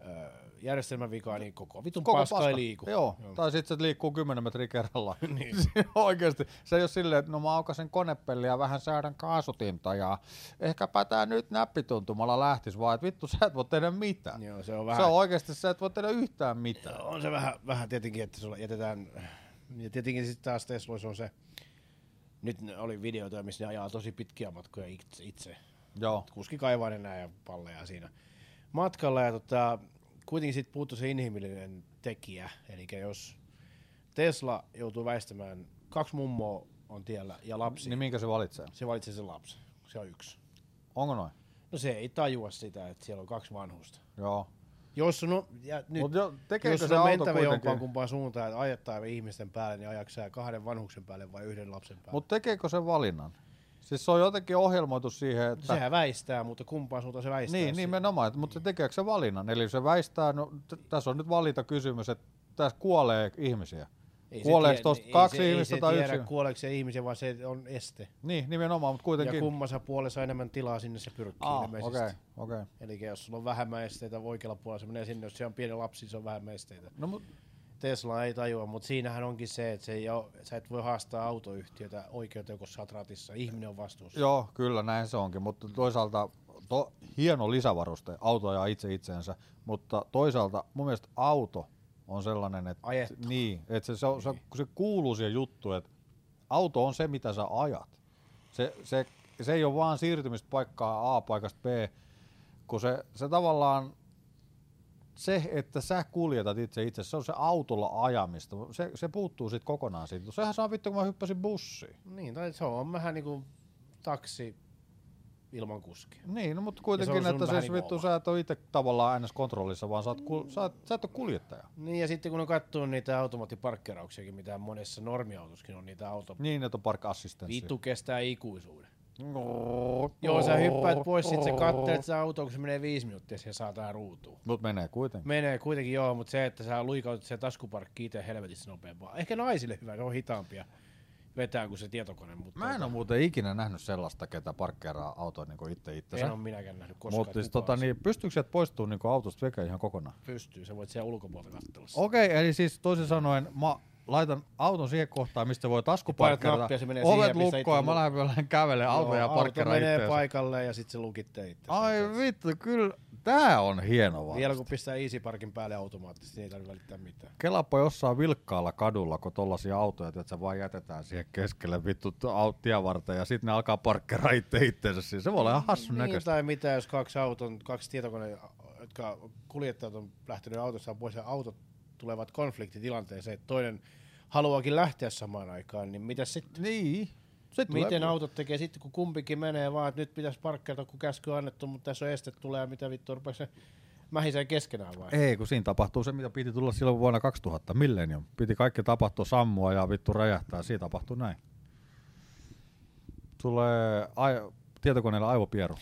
[SPEAKER 1] ö, järjestelmävika, niin koko vitun koko paska, ei liiku.
[SPEAKER 2] Joo, Joo. tai sitten se liikkuu 10 metriä
[SPEAKER 1] <laughs>
[SPEAKER 2] kerrallaan. <laughs> niin. Oikeasti. Se ei ole silleen, että no mä aukasen konepelliä ja vähän säädän kaasutinta ja ehkäpä tää nyt näppituntumalla lähtis vaan, että vittu sä et voi tehdä mitään.
[SPEAKER 1] Joo, se on
[SPEAKER 2] Se
[SPEAKER 1] Niin, vähän,
[SPEAKER 2] on oikeasti, sä et voi tehdä yhtään mitään.
[SPEAKER 1] on se vähän, vähän tietenkin, että sulla jätetään, ja tietenkin sitten taas Tesloissa on se, nyt ne oli videoita, missä ne ajaa tosi pitkiä matkoja itse, itse.
[SPEAKER 2] Joo.
[SPEAKER 1] kuski kaivaa ne näin ja palleja siinä matkalla. Ja tota, kuitenkin sitten puuttuu se inhimillinen tekijä. Eli jos Tesla joutuu väistämään, kaksi mummoa on tiellä ja lapsi,
[SPEAKER 2] Niin minkä se valitsee?
[SPEAKER 1] se valitsee sen lapsen. Se on yksi.
[SPEAKER 2] Onko noin?
[SPEAKER 1] No se ei tajua sitä, että siellä on kaksi vanhusta.
[SPEAKER 2] Joo.
[SPEAKER 1] Jos no, ja nyt,
[SPEAKER 2] Mut jo, tekeekö
[SPEAKER 1] jos
[SPEAKER 2] se
[SPEAKER 1] on
[SPEAKER 2] auto
[SPEAKER 1] mentävä jompaan
[SPEAKER 2] kuitenkin?
[SPEAKER 1] kumpaan suuntaan, että ajettaa ihmisten päälle, niin ajaksää kahden vanhuksen päälle vai yhden lapsen päälle?
[SPEAKER 2] Mutta tekeekö se valinnan? Siis se on jotenkin ohjelmoitu siihen, että...
[SPEAKER 1] Sehän väistää, mutta kumpaan suuntaan se Mm. väistää.
[SPEAKER 2] Niin, nimenomaan, että, mutta tekeekö se valinnan? Eli se väistää, no, t- tässä on nyt valinta kysymys, että tässä kuolee ihmisiä.
[SPEAKER 1] Ei se
[SPEAKER 2] Kuoleeko
[SPEAKER 1] tie-
[SPEAKER 2] tuosta
[SPEAKER 1] ei
[SPEAKER 2] kaksi
[SPEAKER 1] se- ei
[SPEAKER 2] ihmistä
[SPEAKER 1] se
[SPEAKER 2] tai
[SPEAKER 1] tiedä,
[SPEAKER 2] yksi?
[SPEAKER 1] Kuoleeko se ihmisen, vaan se on este.
[SPEAKER 2] Niin, nimenomaan, mutta
[SPEAKER 1] Ja
[SPEAKER 2] kuitenkin...
[SPEAKER 1] kummassa puolessa on enemmän tilaa sinne se pyrkii
[SPEAKER 2] Ah,
[SPEAKER 1] ilmeisesti.
[SPEAKER 2] okei, okay, okei. Okay.
[SPEAKER 1] Eli jos sulla on vähemmän esteitä oikealla puolella, se menee sinne, jos se on pieni lapsi, se on vähemmän esteitä.
[SPEAKER 2] No, mut,
[SPEAKER 1] Tesla ei tajua, mutta siinähän onkin se, että se ei oo, sä et voi haastaa autoyhtiötä oikeuteen, kun sä oot ratissa. Ihminen on vastuussa.
[SPEAKER 2] joo, kyllä näin se onkin, mutta toisaalta to, hieno lisävaruste, auto ajaa itse itseensä, mutta toisaalta mun mielestä auto on sellainen, että,
[SPEAKER 1] Ajettu.
[SPEAKER 2] niin, että se, se, on- se, on- se kuuluu siihen juttuun, että auto on se, mitä sä ajat. Se, se, se ei ole vaan siirtymistä paikkaa A paikasta B, kun se, se tavallaan se, että sä kuljetat itse itse, se on se autolla ajamista. Se, se puuttuu sitten kokonaan siitä. Sehän saa vittu, kun mä hyppäsin bussiin.
[SPEAKER 1] Niin, tai se on vähän niinku taksi ilman kuskia.
[SPEAKER 2] Niin, no, mutta
[SPEAKER 1] Ja
[SPEAKER 2] kuitenkin,
[SPEAKER 1] se on sun
[SPEAKER 2] että
[SPEAKER 1] vähän
[SPEAKER 2] siis
[SPEAKER 1] niinku
[SPEAKER 2] vittu
[SPEAKER 1] oma.
[SPEAKER 2] sä et ole itse tavallaan aina kontrollissa, vaan sä oot, kul- sä, oot, sä et ole kuljettaja.
[SPEAKER 1] Niin, ja sitten kun on katsonut niitä automaattiparkkeerauksiakin, mitä monessa normiautoskin on niitä auto.
[SPEAKER 2] Niin, että on park assistenssi.
[SPEAKER 1] Vittu kestää ikuisuuden.
[SPEAKER 2] No,
[SPEAKER 1] Joo, sä hyppäät pois, sit sä kattelet sitä autoa, kun se menee viisi minuuttia, siihen saa tähän ruutuun.
[SPEAKER 2] Mut menee kuitenkin.
[SPEAKER 1] Menee kuitenkin joo, mutta se, että sä luikautat se taskuparkki itse helvetissä nopeampaa. Ehkä naisille hyvä, ne on hitaampia vetää kuin se tietokone, mutta tuota,
[SPEAKER 2] Mä en ole muuten ikinä nähnyt sellaista, ketä parkkeeraa autoa niinku itse
[SPEAKER 1] en
[SPEAKER 2] itsensä.
[SPEAKER 1] ole minäkään nähnyt koskaan.
[SPEAKER 2] Mutta siis
[SPEAKER 1] kukaan
[SPEAKER 2] tota,
[SPEAKER 1] se
[SPEAKER 2] niin, pystyykö sieltä poistumaan niinku autosta veke ihan kokonaan?
[SPEAKER 1] Pystyy, sä voit siellä ulkopuolelta katsella sitä.
[SPEAKER 2] Okei, eli siis toisin sanoen mä laitan auton siihen kohtaan, mistä voi
[SPEAKER 1] Painat
[SPEAKER 2] taskuparkkeerata.
[SPEAKER 1] nappia, se menee
[SPEAKER 2] Ovet
[SPEAKER 1] siihen, missä
[SPEAKER 2] lukkoon ja
[SPEAKER 1] itse
[SPEAKER 2] mä
[SPEAKER 1] lu-
[SPEAKER 2] lähden vielä kävelemään autoja ja
[SPEAKER 1] Joo, auto
[SPEAKER 2] parkkeeraan
[SPEAKER 1] menee
[SPEAKER 2] itseensä.
[SPEAKER 1] paikalle ja sit se lukitte itse.
[SPEAKER 2] Ai vittu, kyllä tää on hieno vaan.
[SPEAKER 1] Vielä kun pistää Easy Parkin päälle automaattisesti, niin ei tarvitse välittää mitään.
[SPEAKER 2] Kelappa jossain vilkkaalla kadulla, kun tollasia autoja, että se vaan jätetään siihen keskelle vittu t- au- tievarteen ja sitten ne alkaa parkkeraa itse itsensä siinä. Se voi olla ihan hassun
[SPEAKER 1] Niin,
[SPEAKER 2] näköistä.
[SPEAKER 1] tai mitä jos kaksi auton, kaksi tietokone, jotka kuljettajat on lähtenyt autostaan pois ja autot tulevat konfliktitilanteeseen, että toinen haluaakin lähteä samaan aikaan, niin mitä sitten?
[SPEAKER 2] Niin. Se tulee-
[SPEAKER 1] Miten autot tekee sitten, kun kumpikin menee vaan, että nyt pitäisi parkkeerata, kun käsky on annettu, mutta tässä on este tulee, ja mitä vittu, rupeaa se mähiseen keskenään vai?
[SPEAKER 2] Ei, kun siinä tapahtuu se, mitä piti tulla silloin vuonna 2000, millennium. Piti kaikki tapahtua sammua ja vittu räjähtää. Siinä tapahtuu näin. Tulee ai- tietokoneella aivopieru.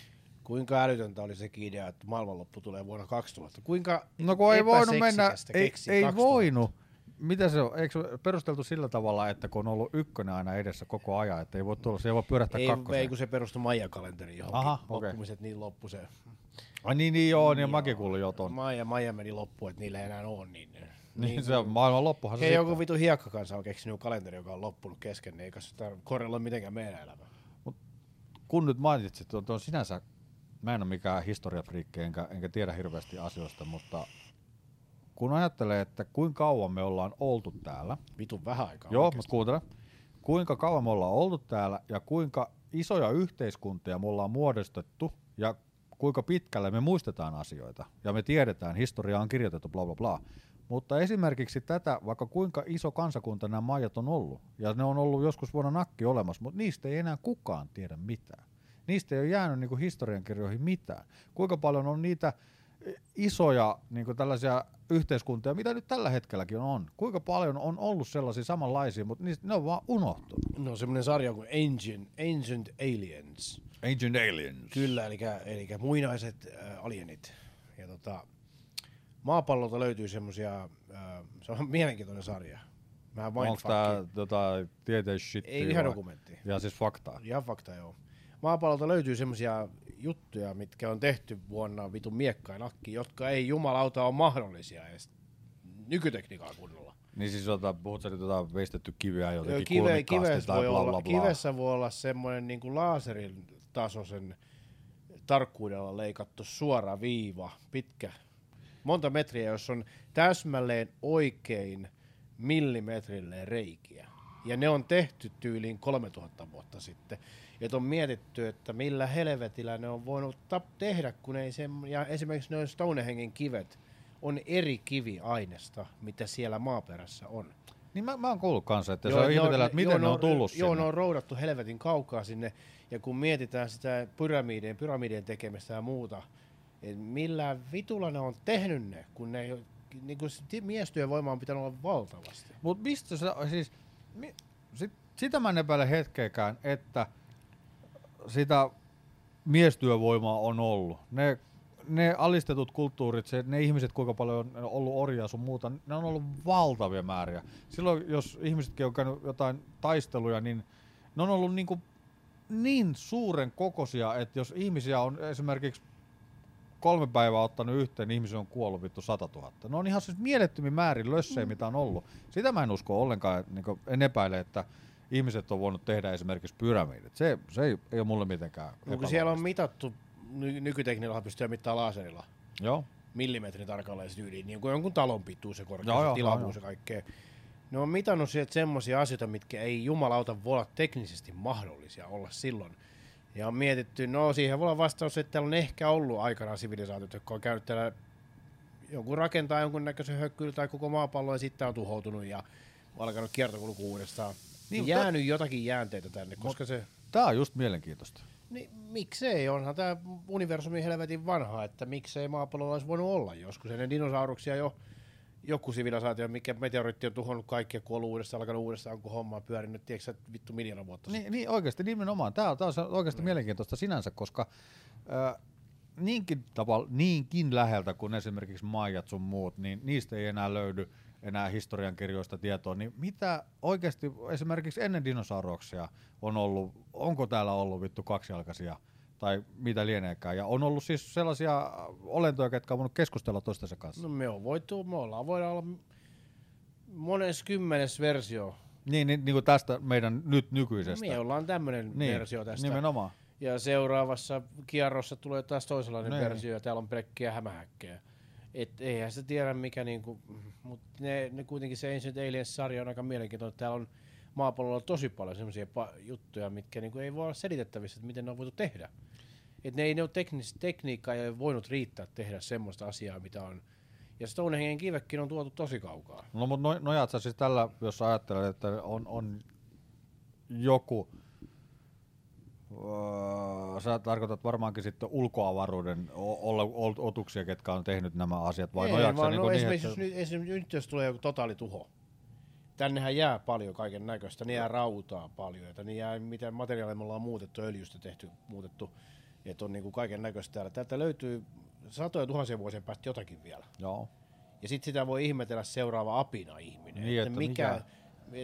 [SPEAKER 1] Kuinka älytöntä oli sekin idea, että maailmanloppu tulee vuonna 2000? Kuinka
[SPEAKER 2] No kun ei voinut mennä,
[SPEAKER 1] epäseksikästä
[SPEAKER 2] ei,
[SPEAKER 1] keksiä
[SPEAKER 2] ei
[SPEAKER 1] 2000?
[SPEAKER 2] voinut. Mitä se on? Eikö se perusteltu sillä tavalla, että kun on ollut ykkönen aina edessä koko ajan, että ei voi tulla, se ei voi pyörähtää
[SPEAKER 1] Ei,
[SPEAKER 2] kakkoseen?
[SPEAKER 1] ei, kun se perustui Maija-kalenteriin johonkin.
[SPEAKER 2] Aha,
[SPEAKER 1] Aha,
[SPEAKER 2] okei.
[SPEAKER 1] Loppumiset niin loppu se.
[SPEAKER 2] Ai niin, niin joo, niin, niin mäkin kuulin jo ton.
[SPEAKER 1] Maija, Maija meni loppuun, että niillä ei enää ole niin. niin
[SPEAKER 2] Niin, se on maailman loppuhan se
[SPEAKER 1] Hei,
[SPEAKER 2] sitten.
[SPEAKER 1] joku vitu hiekkakansa on keksinyt kalenteri, joka on loppunut kesken, niin eikä se tar- korreloi mitenkään meidän elämään.
[SPEAKER 2] Kun nyt mainitsit, tuon, tuon sinänsä, mä en ole mikään historiafriikki enkä, enkä tiedä hirveästi asioista, mutta kun ajattelee, että kuinka kauan me ollaan oltu täällä,
[SPEAKER 1] Vitun vähän aikaa.
[SPEAKER 2] Joo,
[SPEAKER 1] oikeesti.
[SPEAKER 2] mutta kuuntele. Kuinka kauan me ollaan oltu täällä ja kuinka isoja yhteiskuntia me ollaan muodostettu ja kuinka pitkälle me muistetaan asioita ja me tiedetään, historia on kirjoitettu, bla bla bla. Mutta esimerkiksi tätä, vaikka kuinka iso kansakunta nämä maijat on ollut, ja ne on ollut joskus vuonna nakki olemassa, mutta niistä ei enää kukaan tiedä mitään. Niistä ei ole jäänyt niin historiankirjoihin mitään. Kuinka paljon on niitä isoja niin kuin tällaisia yhteiskuntia, mitä nyt tällä hetkelläkin on. Kuinka paljon on ollut sellaisia samanlaisia, mutta niistä, ne on vaan unohtunut.
[SPEAKER 1] No semmoinen sarja kuin Ancient, Ancient Aliens.
[SPEAKER 2] Ancient Aliens.
[SPEAKER 1] Kyllä, eli, eli muinaiset äh, alienit. Ja tota, maapallolta löytyy semmoisia, äh, se on <laughs> mielenkiintoinen sarja. Mä
[SPEAKER 2] Onko
[SPEAKER 1] mindfuckin.
[SPEAKER 2] tämä jotain tota, tieteen shittiä
[SPEAKER 1] Ei ihan
[SPEAKER 2] vai-
[SPEAKER 1] dokumentti.
[SPEAKER 2] Ja siis faktaa.
[SPEAKER 1] Ihan fakta, joo. Maapallolta löytyy semmoisia juttuja, mitkä on tehty vuonna vitun miekkailakki, jotka ei jumalauta ole mahdollisia edes nykytekniikaa kunnolla.
[SPEAKER 2] Niin siis jota, puhut sä nyt jotain veistetty kiveä
[SPEAKER 1] Joo,
[SPEAKER 2] jotenkin
[SPEAKER 1] Kive,
[SPEAKER 2] kulmikkaasti
[SPEAKER 1] kives
[SPEAKER 2] tai
[SPEAKER 1] voi
[SPEAKER 2] bla
[SPEAKER 1] olla,
[SPEAKER 2] bla bla.
[SPEAKER 1] Kivessä voi olla semmoinen niin kuin laaserin tasoisen tarkkuudella leikattu suora viiva, pitkä, monta metriä, jos on täsmälleen oikein millimetrilleen reikiä. Ja ne on tehty tyyliin 3000 vuotta sitten. Ja on mietitty, että millä helvetillä ne on voinut tap- tehdä, kun ei se, ja esimerkiksi noin Stonehengen kivet on eri kiviainesta, mitä siellä maaperässä on.
[SPEAKER 2] Niin mä, mä oon kuullut kanssa, että joo, se on ihmetellä, että miten
[SPEAKER 1] joo, no,
[SPEAKER 2] ne on tullut
[SPEAKER 1] Joo,
[SPEAKER 2] sinne.
[SPEAKER 1] ne on roudattu helvetin kaukaa sinne. Ja kun mietitään sitä pyramidien, pyramidien tekemistä ja muuta, et millä vitulla ne on tehnyt ne, kun ne ei oo- niin kun miestyövoima on pitänyt olla valtavasti.
[SPEAKER 2] Mut mistä se, siis, mi, sit, sitä mä en epäile hetkeäkään, että sitä miestyövoimaa on ollut. Ne, ne alistetut kulttuurit, se, ne ihmiset, kuinka paljon on ollut orjaa sun muuta, ne on ollut valtavia määriä. Silloin, jos ihmisetkin on käynyt jotain taisteluja, niin ne on ollut niin, kuin niin suuren kokoisia, että jos ihmisiä on esimerkiksi kolme päivää ottanut yhteen, niin ihmisiä on kuollut vittu 100 000. No on ihan siis mielettömiä määrin lössejä, mitä on ollut. Sitä mä en usko ollenkaan, niin en epäile, että ihmiset on voinut tehdä esimerkiksi pyramidit. Se, se ei, ei ole mulle mitenkään
[SPEAKER 1] No, kun siellä on
[SPEAKER 2] epäluuloista.
[SPEAKER 1] mitattu, ny- nykytekniikalla pystyy mittaamaan laaserilla
[SPEAKER 2] Joo.
[SPEAKER 1] millimetrin tarkalleen tyyliin, niin kuin jonkun talon pituus ja korkeus
[SPEAKER 2] Joo,
[SPEAKER 1] ja
[SPEAKER 2] joo,
[SPEAKER 1] tilavuus
[SPEAKER 2] joo,
[SPEAKER 1] ja kaikkea. Ne on mitannut sieltä semmoisia asioita, mitkä ei jumalauta voi olla teknisesti mahdollisia olla silloin. Ja on mietitty, no siihen voi olla vastaus, että täällä on ehkä ollut aikanaan sivilisaatiot, jotka on käynyt täällä jonkun rakentaa jonkunnäköisen hökkyyn tai koko maapallo ja sitten on tuhoutunut ja alkanut kiertokulku uudestaan.
[SPEAKER 2] Niin,
[SPEAKER 1] Niin,
[SPEAKER 2] mutta-
[SPEAKER 1] jäänyt jotakin jäänteitä tänne, koska se...
[SPEAKER 2] Tää on just mielenkiintoista.
[SPEAKER 1] Niin, miksei? Onhan tämä universumi helvetin vanha, että miksei maapallolla olisi voinut olla joskus ennen dinosauruksia jo joku sivilisaatio, mikä meteoriitti on tuhonnut kaikkia, kuollut uudestaan, alkanut uudestaan, kun homma on pyörinyt, tiedätkö sä, vittu miljoona vuotta sitten.
[SPEAKER 2] Niin, niin oikeasti nimenomaan. Tämä on, tää on se- oikeasti mielenkiintoista sinänsä, koska ö, niinkin, tavalla, niinkin läheltä kuin esimerkiksi maijat sun muut, niin niistä ei enää löydy enää historiankirjoista tietoa, niin mitä oikeasti esimerkiksi ennen dinosauruksia on ollut, onko täällä ollut vittu kaksijalkaisia tai mitä lieneekään, ja on ollut siis sellaisia olentoja, ketkä on voinut keskustella toistensa kanssa.
[SPEAKER 1] No me on voitu, me ollaan, voidaan olla mones kymmenes versio.
[SPEAKER 2] Niin, niin, niin kuin tästä meidän nyt nykyisestä.
[SPEAKER 1] Me ollaan tämmöinen
[SPEAKER 2] niin,
[SPEAKER 1] versio tästä.
[SPEAKER 2] Nimenomaan.
[SPEAKER 1] Ja seuraavassa kierrossa tulee taas toisenlainen
[SPEAKER 2] Niin.
[SPEAKER 1] Näin. versio ja täällä on pelkkiä hämähäkkejä. Et eihän sitä tiedä mikä niinku, mutta ne, ne kuitenkin se Ancient Aliens-sarja on aika mielenkiintoinen. Täällä on maapallolla tosi paljon semmoisia pa- juttuja, mitkä niinku ei voi olla selitettävissä, että miten ne on voitu tehdä. Et ne ei ne ole teknis- tekniikkaa ja ei voinut riittää tehdä semmoista asiaa, mitä on. Ja Stonehengen kivekin on tuotu tosi kaukaa.
[SPEAKER 2] No mutta no, nojaat sä siis tällä, jos sä ajattelet, että on, on joku, öö, sä tarkoitat varmaankin sitten ulkoavaruuden o- olla- ol- otuksia, ketkä on tehnyt nämä asiat, vai
[SPEAKER 1] Ei,
[SPEAKER 2] nojaat sä
[SPEAKER 1] vaan
[SPEAKER 2] niin,
[SPEAKER 1] no,
[SPEAKER 2] niin
[SPEAKER 1] esimerkiksi,
[SPEAKER 2] että,
[SPEAKER 1] jos nyt, esimerkiksi nyt jos tulee joku totaalituho, tännehän jää paljon kaiken näköistä, niin jää rautaa paljon, että niin jää mitä materiaaleja me ollaan muutettu, öljystä tehty, muutettu, että on niin kaiken näköistä täällä. Täältä löytyy satoja tuhansia vuosien päästä jotakin vielä.
[SPEAKER 2] joo.
[SPEAKER 1] Ja sitten sitä voi ihmetellä seuraava apina ihminen,
[SPEAKER 2] Niin,
[SPEAKER 1] että,
[SPEAKER 2] että
[SPEAKER 1] mikä,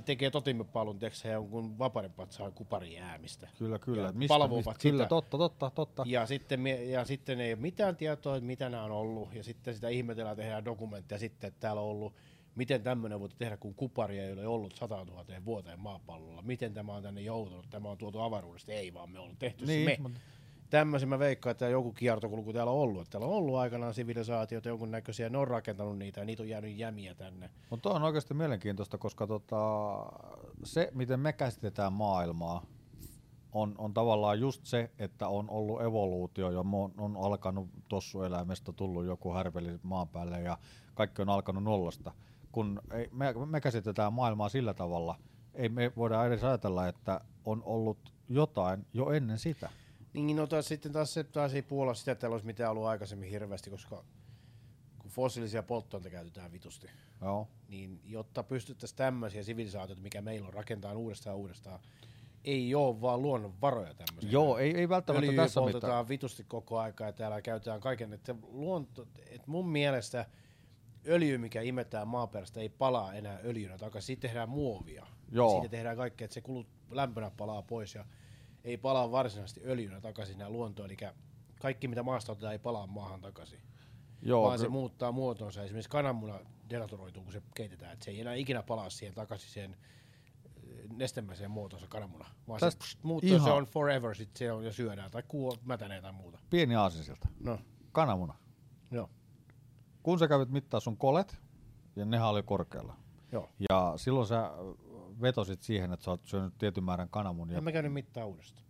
[SPEAKER 1] tekee totimme palun, tiedätkö jonkun vapauden patsaan kupari jäämistä.
[SPEAKER 2] Kyllä, kyllä.
[SPEAKER 1] Ja
[SPEAKER 2] mistä,
[SPEAKER 1] palvovat
[SPEAKER 2] mistä, kyllä,
[SPEAKER 1] sitä.
[SPEAKER 2] totta, totta, totta.
[SPEAKER 1] Ja sitten, mie- ja sitten ei ole mitään tietoa, että mitä nämä on ollut. Ja sitten sitä ihmetellään, tehdään dokumentteja sitten, että täällä on ollut, miten tämmöinen voi tehdä, kun kuparia ei ole ollut 100 000 vuoteen maapallolla. Miten tämä on tänne joutunut? Tämä on tuotu avaruudesta. Ei vaan, me ollaan tehty niin, se me.
[SPEAKER 2] Niin, mutta,
[SPEAKER 1] Tämmöisen mä veikkaan, että joku kiertokulku täällä on ollut. Että täällä on ollut aikanaan sivilisaatioita jonkunnäköisiä, ne on rakentanut niitä ja niitä on jäänyt jämiä tänne.
[SPEAKER 2] mutta toi on oikeasti mielenkiintoista, koska tota, se, miten me käsitetään maailmaa, on, on tavallaan just se, että on ollut evoluutio ja mo- on alkanut tossueläimestä tullut joku härveli maan päälle ja kaikki on alkanut nollasta. Kun ei, me, me käsitetään maailmaa sillä tavalla, ei me voida edes ajatella, että on ollut jotain jo ennen sitä.
[SPEAKER 1] Niin no taas sitten taas se taas ei puolla sitä, että täällä olisi mitään ollut aikaisemmin hirveästi, koska kun fossiilisia polttoaineita käytetään vitusti.
[SPEAKER 2] Joo.
[SPEAKER 1] niin jotta pystyttäisiin tämmöisiä sivilisaatioita, mikä meillä on, rakentaa uudestaan ja uudestaan, ei ole vaan luonnonvaroja tämmöisiä.
[SPEAKER 2] Joo, ei, ei välttämättä
[SPEAKER 1] Öljyä
[SPEAKER 2] tässä
[SPEAKER 1] poltetaan
[SPEAKER 2] mitään.
[SPEAKER 1] vitusti koko aikaa ja täällä käytetään kaiken. Että luonto, et mun mielestä öljy, mikä imetään maaperästä, ei palaa enää öljynä takaisin. Siitä tehdään muovia.
[SPEAKER 2] Joo.
[SPEAKER 1] Siitä tehdään kaikkea, että se kulut lämpönä palaa pois ja ei palaa varsinaisesti öljynä takaisin enää luontoon. Eli Kaikki mitä maasta otetaan ei palaa maahan takaisin.
[SPEAKER 2] Joo,
[SPEAKER 1] vaan se
[SPEAKER 2] ky-
[SPEAKER 1] muuttaa muotonsa. Esimerkiksi kananmuna denaturoituu, kun se keitetään. Et se ei enää ikinä palaa siihen takaisin siihen ö, nestemäiseen muotoonsa kananmuna. Vaan
[SPEAKER 2] Tästä
[SPEAKER 1] Tästä se pst, muuttuu,
[SPEAKER 2] ihan-
[SPEAKER 1] se on forever, sit se on ja syödään tai kuo, mätänee tai muuta.
[SPEAKER 2] pieni aasinsilta.
[SPEAKER 1] No,
[SPEAKER 2] Kananmuna.
[SPEAKER 1] joo,
[SPEAKER 2] Kun sä kävit mittaa sun kolet, ja nehän oli korkealla.
[SPEAKER 1] joo.
[SPEAKER 2] Ja silloin sä äh, vetosit siihen, että sä oot syönyt tietyn määrän kananmunia.
[SPEAKER 1] En mä käynyt mittaa uudestaan.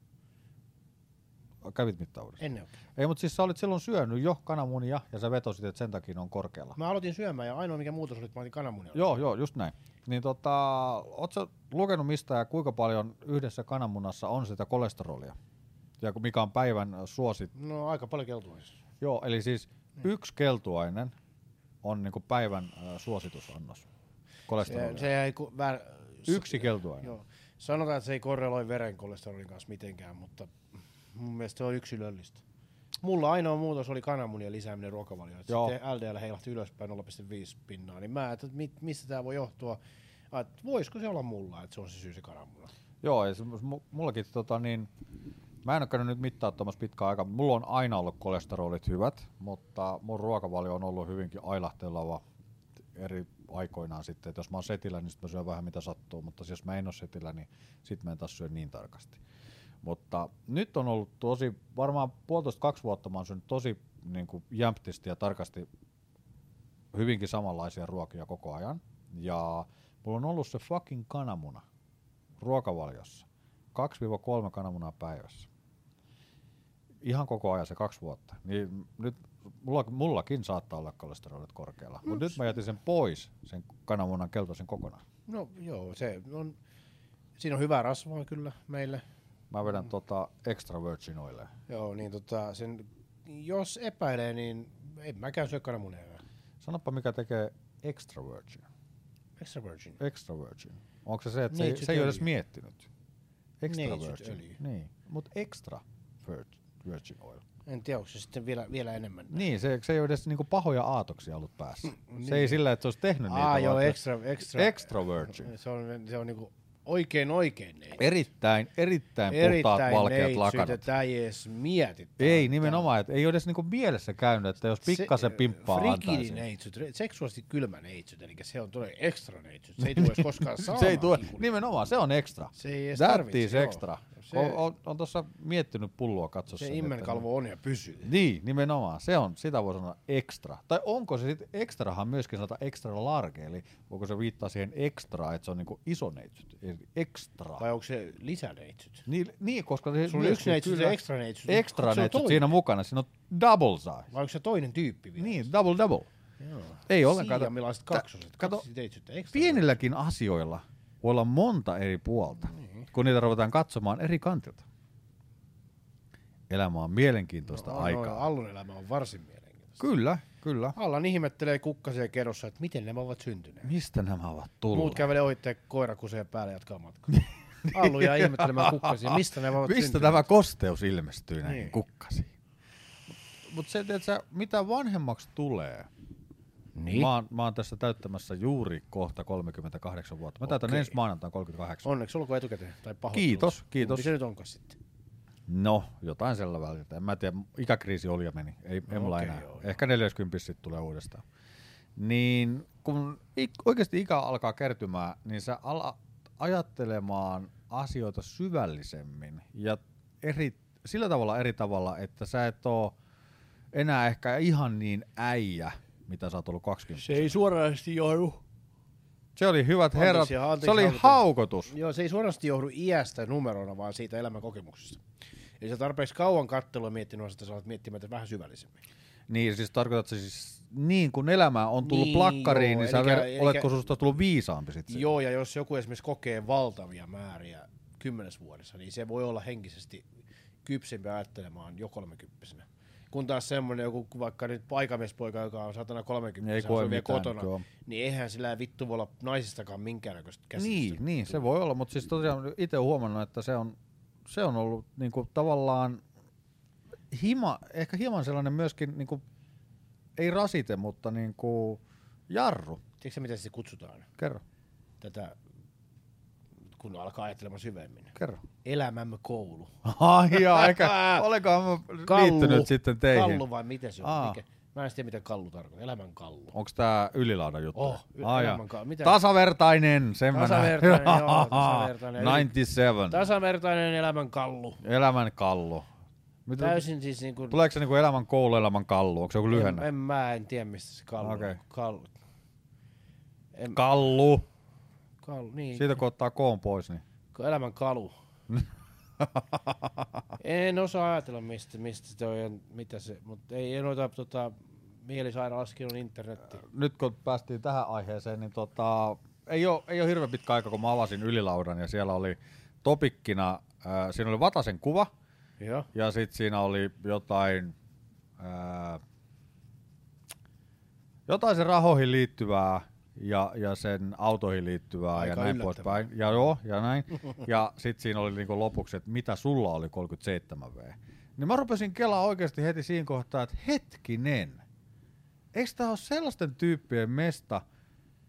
[SPEAKER 2] Kävit mittaa uudestaan.
[SPEAKER 1] Ennen oikein.
[SPEAKER 2] Ei, mutta siis sä olit silloin syönyt jo kananmunia, ja sä vetosit, että sen takia ne on korkealla.
[SPEAKER 1] Mä aloitin syömään ja ainoa mikä muutos oli, että mä otin kananmunia.
[SPEAKER 2] Ah. Joo, joo, just näin. Niin tota, oot sä lukenut mistä ja kuinka paljon yhdessä kananmunassa on sitä kolesterolia? Ja ku- mikä on päivän suosit?
[SPEAKER 1] No aika paljon keltuaisia.
[SPEAKER 2] Joo, eli siis
[SPEAKER 1] Mm.
[SPEAKER 2] yksi keltuainen on niinku päivän äh, suositusannos kolesterolia.
[SPEAKER 1] Se,
[SPEAKER 2] Se, se,
[SPEAKER 1] se ei ku, väär,
[SPEAKER 2] yksi keltuainen. Joo.
[SPEAKER 1] Joo. Sanotaan, että se ei korreloi veren kolesterolin kanssa mitenkään, mutta mun mielestä se on yksilöllistä. Mulla ainoa muutos oli kananmunien lisääminen ruokavalioon.
[SPEAKER 2] Joo.
[SPEAKER 1] Sitten LDL heilahti ylöspäin 0,5 pinnaa, niin mä ajattelin, että mit, mistä tämä voi johtua. Ai, Että voisiko se olla mulla, että se on se syy se kananmuna.
[SPEAKER 2] joo, ja se, mu- mullakin tota niin, mä en ole käynyt nyt mittaattomassa pitkään aikaa. Mulla on aina ollut kolesterolit hyvät, mutta mun ruokavalio on ollut hyvinkin ailahteleva eri aikoinaan sitten. Et jos mä oon setillä, niin sit mä syön vähän mitä sattuu, mutta siis jos mä en oo setillä, niin sit mä en taas syö niin tarkasti. Mutta nyt on ollut tosi, varmaan puolitoista kaksi vuotta mä oon syönyt tosi niin kuin jämptisti ja tarkasti hyvinkin samanlaisia ruokia koko ajan. Ja mulla on ollut se fucking kananmuna ruokavaliossa. 2-3 kananmunaa päivässä. Ihan koko ajan se kaksi vuotta. Niin nyt mulla, mullakin saattaa olla kolesterolit korkealla. Mutta nyt mä jätin sen pois, sen kananmunan keltaisen kokonaan.
[SPEAKER 1] No joo, se on, siinä on hyvää rasvaa kyllä meille.
[SPEAKER 2] Mä vedän tota extra virgin oilea.
[SPEAKER 1] Joo, niin tota, sen, jos epäilee, niin en mäkään syö kananmunia enää.
[SPEAKER 2] Sanoppa mikä tekee extra virgin.
[SPEAKER 1] Extra virgin.
[SPEAKER 2] Extra virgin. Onko se se, että se, ei-
[SPEAKER 1] Neitsyt
[SPEAKER 2] se ei ole edes
[SPEAKER 1] öljy.
[SPEAKER 2] miettinyt? Extra
[SPEAKER 1] Neitsyt öljy.
[SPEAKER 2] virgin. Niin. Mutta extra virg- virgin oil.
[SPEAKER 1] En tiedä, onko se sitten vielä, vielä enemmän.
[SPEAKER 2] Niin, se, se ei ole edes niinku pahoja aatoksia ollut päässä. Se ei sillä, että se olisi tehnyt niitä.
[SPEAKER 1] Aa, Mm, niin. joo,
[SPEAKER 2] vaan että-
[SPEAKER 1] extra, extra,
[SPEAKER 2] niin, Extra virgin.
[SPEAKER 1] Se on, se on niinku oikein oikein neiti.
[SPEAKER 2] Erittäin, erittäin, puhtaat valkeat lakanat.
[SPEAKER 1] Tätä ei edes mietitä.
[SPEAKER 2] Ei nimenomaan, että ei ole edes niinku mielessä käynyt, että jos
[SPEAKER 1] äh,
[SPEAKER 2] pikkasen pimppaa
[SPEAKER 1] Frigidi
[SPEAKER 2] antaisin.
[SPEAKER 1] neitsyt, re- seksuaalisesti kylmä neitsyt, eli se on todella ekstra neitsyt. Se ei tule
[SPEAKER 2] <laughs>
[SPEAKER 1] edes koskaan saamaan. niinku-
[SPEAKER 2] se ei tule, niin
[SPEAKER 1] kikulia.
[SPEAKER 2] nimenomaan, se on extra.
[SPEAKER 1] Se ei edes
[SPEAKER 2] That
[SPEAKER 1] tarvitse,
[SPEAKER 2] is
[SPEAKER 1] joo.
[SPEAKER 2] extra.
[SPEAKER 1] Se-
[SPEAKER 2] on, on, on tuossa miettinyt pulloa katsossa.
[SPEAKER 1] Se
[SPEAKER 2] että-
[SPEAKER 1] immenkalvo on ja pysyy.
[SPEAKER 2] Niin, nimenomaan. Se on, sitä voi sanoa extra. Tai onko se sitten, extrahan myöskin sanotaan extra large, eli voiko se viittaa siihen extra, että se on niinku iso neitsyt, eli extra.
[SPEAKER 1] Vai onko se lisäneitsyt?
[SPEAKER 2] Niin, niin koska se
[SPEAKER 1] Sulla on yksi
[SPEAKER 2] myöskin
[SPEAKER 1] neitsyt
[SPEAKER 2] kyllä-
[SPEAKER 1] ja extra neitsyt. mutta
[SPEAKER 2] Extra
[SPEAKER 1] onko se
[SPEAKER 2] neitsyt
[SPEAKER 1] toinen?
[SPEAKER 2] siinä mukana, siinä on double size.
[SPEAKER 1] Vai onko se toinen tyyppi vielä?
[SPEAKER 2] Niin, double double.
[SPEAKER 1] Joo.
[SPEAKER 2] Ei ollenkaan.
[SPEAKER 1] Siamilaiset kaksoset.
[SPEAKER 2] Kato,
[SPEAKER 1] Kaksi neitsyttä. Ekstra
[SPEAKER 2] pienilläkin asioilla voi olla monta eri puolta, niin. kun niitä ruvetaan katsomaan eri kantilta. Elämä on mielenkiintoista no,
[SPEAKER 1] on,
[SPEAKER 2] aikaa.
[SPEAKER 1] On, Allun elämä on varsin mielenkiintoista.
[SPEAKER 2] Kyllä, kyllä.
[SPEAKER 1] Allan ihmettelee kukkasia kerrossa, että miten nämä ovat syntyneet.
[SPEAKER 2] Mistä nämä ovat
[SPEAKER 1] Muut
[SPEAKER 2] tulleet?
[SPEAKER 1] kävelee oitteen koirakuseen päälle jatkaa matkaa. <laughs> Allu jää ihmettelemään kukkasia, mistä nämä ovat
[SPEAKER 2] Mistä
[SPEAKER 1] syntyneet.
[SPEAKER 2] tämä kosteus ilmestyy näihin niin.
[SPEAKER 1] Niin.
[SPEAKER 2] kukkasiin? Mutta se, että sä, mitä vanhemmaksi tulee,
[SPEAKER 1] Niin.
[SPEAKER 2] mä, oon, mä oon tässä täyttämässä juuri kohta 38 vuotta. Mä täytän
[SPEAKER 1] Okei.
[SPEAKER 2] ensi maanantaina 38.
[SPEAKER 1] Onneksi olkoon etukäteen. Tai pahoittelut.
[SPEAKER 2] Kiitos, kiitos.
[SPEAKER 1] Kumpi se nyt onkaan sitten?
[SPEAKER 2] No, jotain sillä välillä. En mä tiedä, ikäkriisi oli ja meni. Ei, ei
[SPEAKER 1] No
[SPEAKER 2] mulla
[SPEAKER 1] okei,
[SPEAKER 2] enää.
[SPEAKER 1] joo, joo.
[SPEAKER 2] Ehkä 40 sitten tulee uudestaan. Niin kun ik, oikeasti ikä alkaa kertymään, niin sä alat ajattelemaan asioita syvällisemmin ja eri, sillä tavalla eri tavalla, että sä et oo enää ehkä ihan niin äijä, mitä sä oot ollut 20.
[SPEAKER 1] ei suoranaisesti johdu.
[SPEAKER 2] Se oli hyvät
[SPEAKER 1] Anteeksi,
[SPEAKER 2] herrat,
[SPEAKER 1] ihan anteeksi,
[SPEAKER 2] se oli
[SPEAKER 1] haukotus.
[SPEAKER 2] haukotus.
[SPEAKER 1] Joo, se ei suorasti johdu iästä numerona, vaan siitä elämänkokemuksesta. Eli sä tarpeeksi kauan kattelua ja miettinyt, asioita, että sä alat miettimään tätä vähän syvällisemmin.
[SPEAKER 2] Niin, siis tarkoitatko siis niin kun elämä on tullut niin,
[SPEAKER 1] Niin,
[SPEAKER 2] plakkariin,
[SPEAKER 1] joo,
[SPEAKER 2] niin sä
[SPEAKER 1] elikkä-
[SPEAKER 2] ver- oletko
[SPEAKER 1] elikkä-
[SPEAKER 2] susta tullut viisaampi sitten?
[SPEAKER 1] Joo, ja jos joku esimerkiksi kokee valtavia määriä kymmenes vuodessa, niin se voi olla henkisesti kypsempi ajattelemaan jo kolmekymppisenä. Kun taas semmoinen joku vaikka nyt paikamiespoika, joka on satana
[SPEAKER 2] Ei
[SPEAKER 1] kolmekymppisenä,
[SPEAKER 2] koe
[SPEAKER 1] asuu vielä
[SPEAKER 2] mitään,
[SPEAKER 1] kotona,
[SPEAKER 2] joo.
[SPEAKER 1] niin eihän sillä vittu voi olla naisistakaan minkäännäköistä käsitystä.
[SPEAKER 2] Niin, niin, se voi olla, mutta siis tosiaan itse huomannut, että se on, se on ollut niinku tavallaan hima, ehkä hieman sellainen myöskin, niinku, ei rasite, mutta niinku jarru.
[SPEAKER 1] Tiedätkö sä, miten se kutsutaan?
[SPEAKER 2] Kerro.
[SPEAKER 1] Tätä kun alkaa ajattelemaan syvemmin.
[SPEAKER 2] Kerro. <laughs>
[SPEAKER 1] Elämämme koulu.
[SPEAKER 2] Ai
[SPEAKER 1] <laughs>
[SPEAKER 2] jaa, eikä, olekohan mä liittynyt sitten teihin.
[SPEAKER 1] Kallu vai mitä se on?
[SPEAKER 2] Aa.
[SPEAKER 1] Mikä? Mä en tiedä, mitä kallu tarkoittaa. Elämän kallu.
[SPEAKER 2] Onks tää ylilaudan juttu?
[SPEAKER 1] Oh, y-
[SPEAKER 2] Ai jaa.
[SPEAKER 1] elämän ka- mitä-
[SPEAKER 2] Tasavertainen, sen mä näin. <laughs>
[SPEAKER 1] Tasavertainen, joo, tasavertainen.
[SPEAKER 2] 97.
[SPEAKER 1] Tasavertainen elämän kallu.
[SPEAKER 2] Elämän kallu. Mitä,
[SPEAKER 1] Täysin siis niin kuin...
[SPEAKER 2] Tuleeko se niinku elämän koulu, elämän kallu? Onko se joku
[SPEAKER 1] en,
[SPEAKER 2] lyhenne?
[SPEAKER 1] en, mä en tiedä, mistä se kallu.
[SPEAKER 2] Okei.
[SPEAKER 1] Okay. Kallu. En,
[SPEAKER 2] Kallu.
[SPEAKER 1] kallu. Niin.
[SPEAKER 2] Siitä kun ottaa koon pois, niin...
[SPEAKER 1] Elämän
[SPEAKER 2] <laughs>
[SPEAKER 1] kalu. en osaa ajatella, mistä, mistä se on ja mitä se, mutta ei ei noita tota, mielisairaalaskin on internetti.
[SPEAKER 2] Nyt kun päästiin tähän aiheeseen, niin tota, ei, ole, ei ole hirveän pitkä aika, kun mä avasin ylilaudan ja siellä oli topikkina, äh, siinä oli Vatasen kuva
[SPEAKER 1] Joo.
[SPEAKER 2] ja sitten siinä oli jotain, äh, jotain sen rahoihin liittyvää ja, ja sen autoihin liittyvää
[SPEAKER 1] Aika
[SPEAKER 2] ja näin
[SPEAKER 1] yllättävää.
[SPEAKER 2] poispäin. Ja joo, ja näin. Ja sitten siinä oli niinku lopuksi, että mitä sulla oli 37V. Niin mä rupesin kelaa oikeasti heti siinä kohtaa, että hetkinen, eikö tää ole sellaisten tyyppien mesta,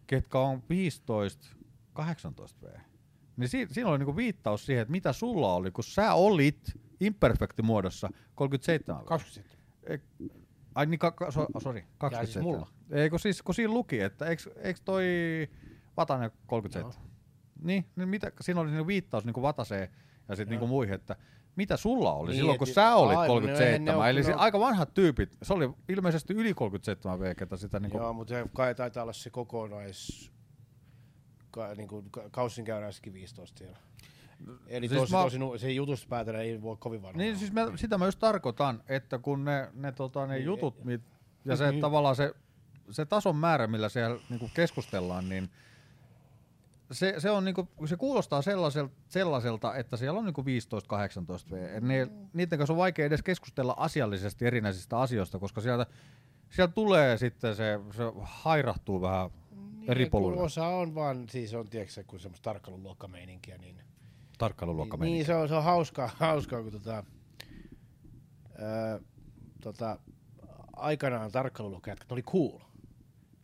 [SPEAKER 2] ketkä on 15-18V? Niin si- siinä oli niinku viittaus siihen, että mitä sulla oli, kun sä olit imperfektimuodossa 37
[SPEAKER 1] 27.
[SPEAKER 2] Ei- Ai niin, ka- ka- so, sori, 27.
[SPEAKER 1] Jaa, siis mulla.
[SPEAKER 2] Ei, kun, siis, kun siinä luki, että eikö, eikö toi Vatanen 37? Niin, niin mitä, siinä oli niinku viittaus niinku Vataseen ja sitten niinku muihin, että mitä sulla oli
[SPEAKER 1] Niin,
[SPEAKER 2] niin, silloin,
[SPEAKER 1] et-
[SPEAKER 2] kun sä olit
[SPEAKER 1] aivan, ne
[SPEAKER 2] 37,
[SPEAKER 1] on-
[SPEAKER 2] eli
[SPEAKER 1] ne
[SPEAKER 2] se,
[SPEAKER 1] on-
[SPEAKER 2] aika vanhat tyypit, se oli ilmeisesti yli 37 V, ketä sitä niinku,
[SPEAKER 1] Joo, mutta se kai taitaa olla se kokonais ka, niin kuin, ka, kausinkäyräiskin 15 siellä. Eli
[SPEAKER 2] Siis
[SPEAKER 1] siis tosi,
[SPEAKER 2] mä-
[SPEAKER 1] mä... tosi, nu- se jutusta päätellä ei voi kovin vanha.
[SPEAKER 2] niin siis mä, sitä mä just tarkoitan, että kun ne, ne, tota, ne
[SPEAKER 1] Niin,
[SPEAKER 2] jutut mit, ja Niin. se tavallaan se, se tason määrä, millä siellä niinku keskustellaan, niin se, se, on niinku, se kuulostaa sellaiselta, sellaiselta, että siellä on niinku 15-18 V. Et Ne, niiden kanssa on vaikea edes keskustella asiallisesti erinäisistä asioista, koska sieltä, sieltä tulee sitten se, se hairahtuu vähän niin, eri
[SPEAKER 1] ja kun
[SPEAKER 2] poluille.
[SPEAKER 1] Osa on vaan, siis on tiedätkö, kun semmoista tarkkailuluokkameininkiä, niin
[SPEAKER 2] Tarkkailuluokka
[SPEAKER 1] Niin, niin se on, se on hauskaa, <laughs> hauskaa kun tota, öö, tota, aikanaan tarkkailuluokkajätkät ne oli cool.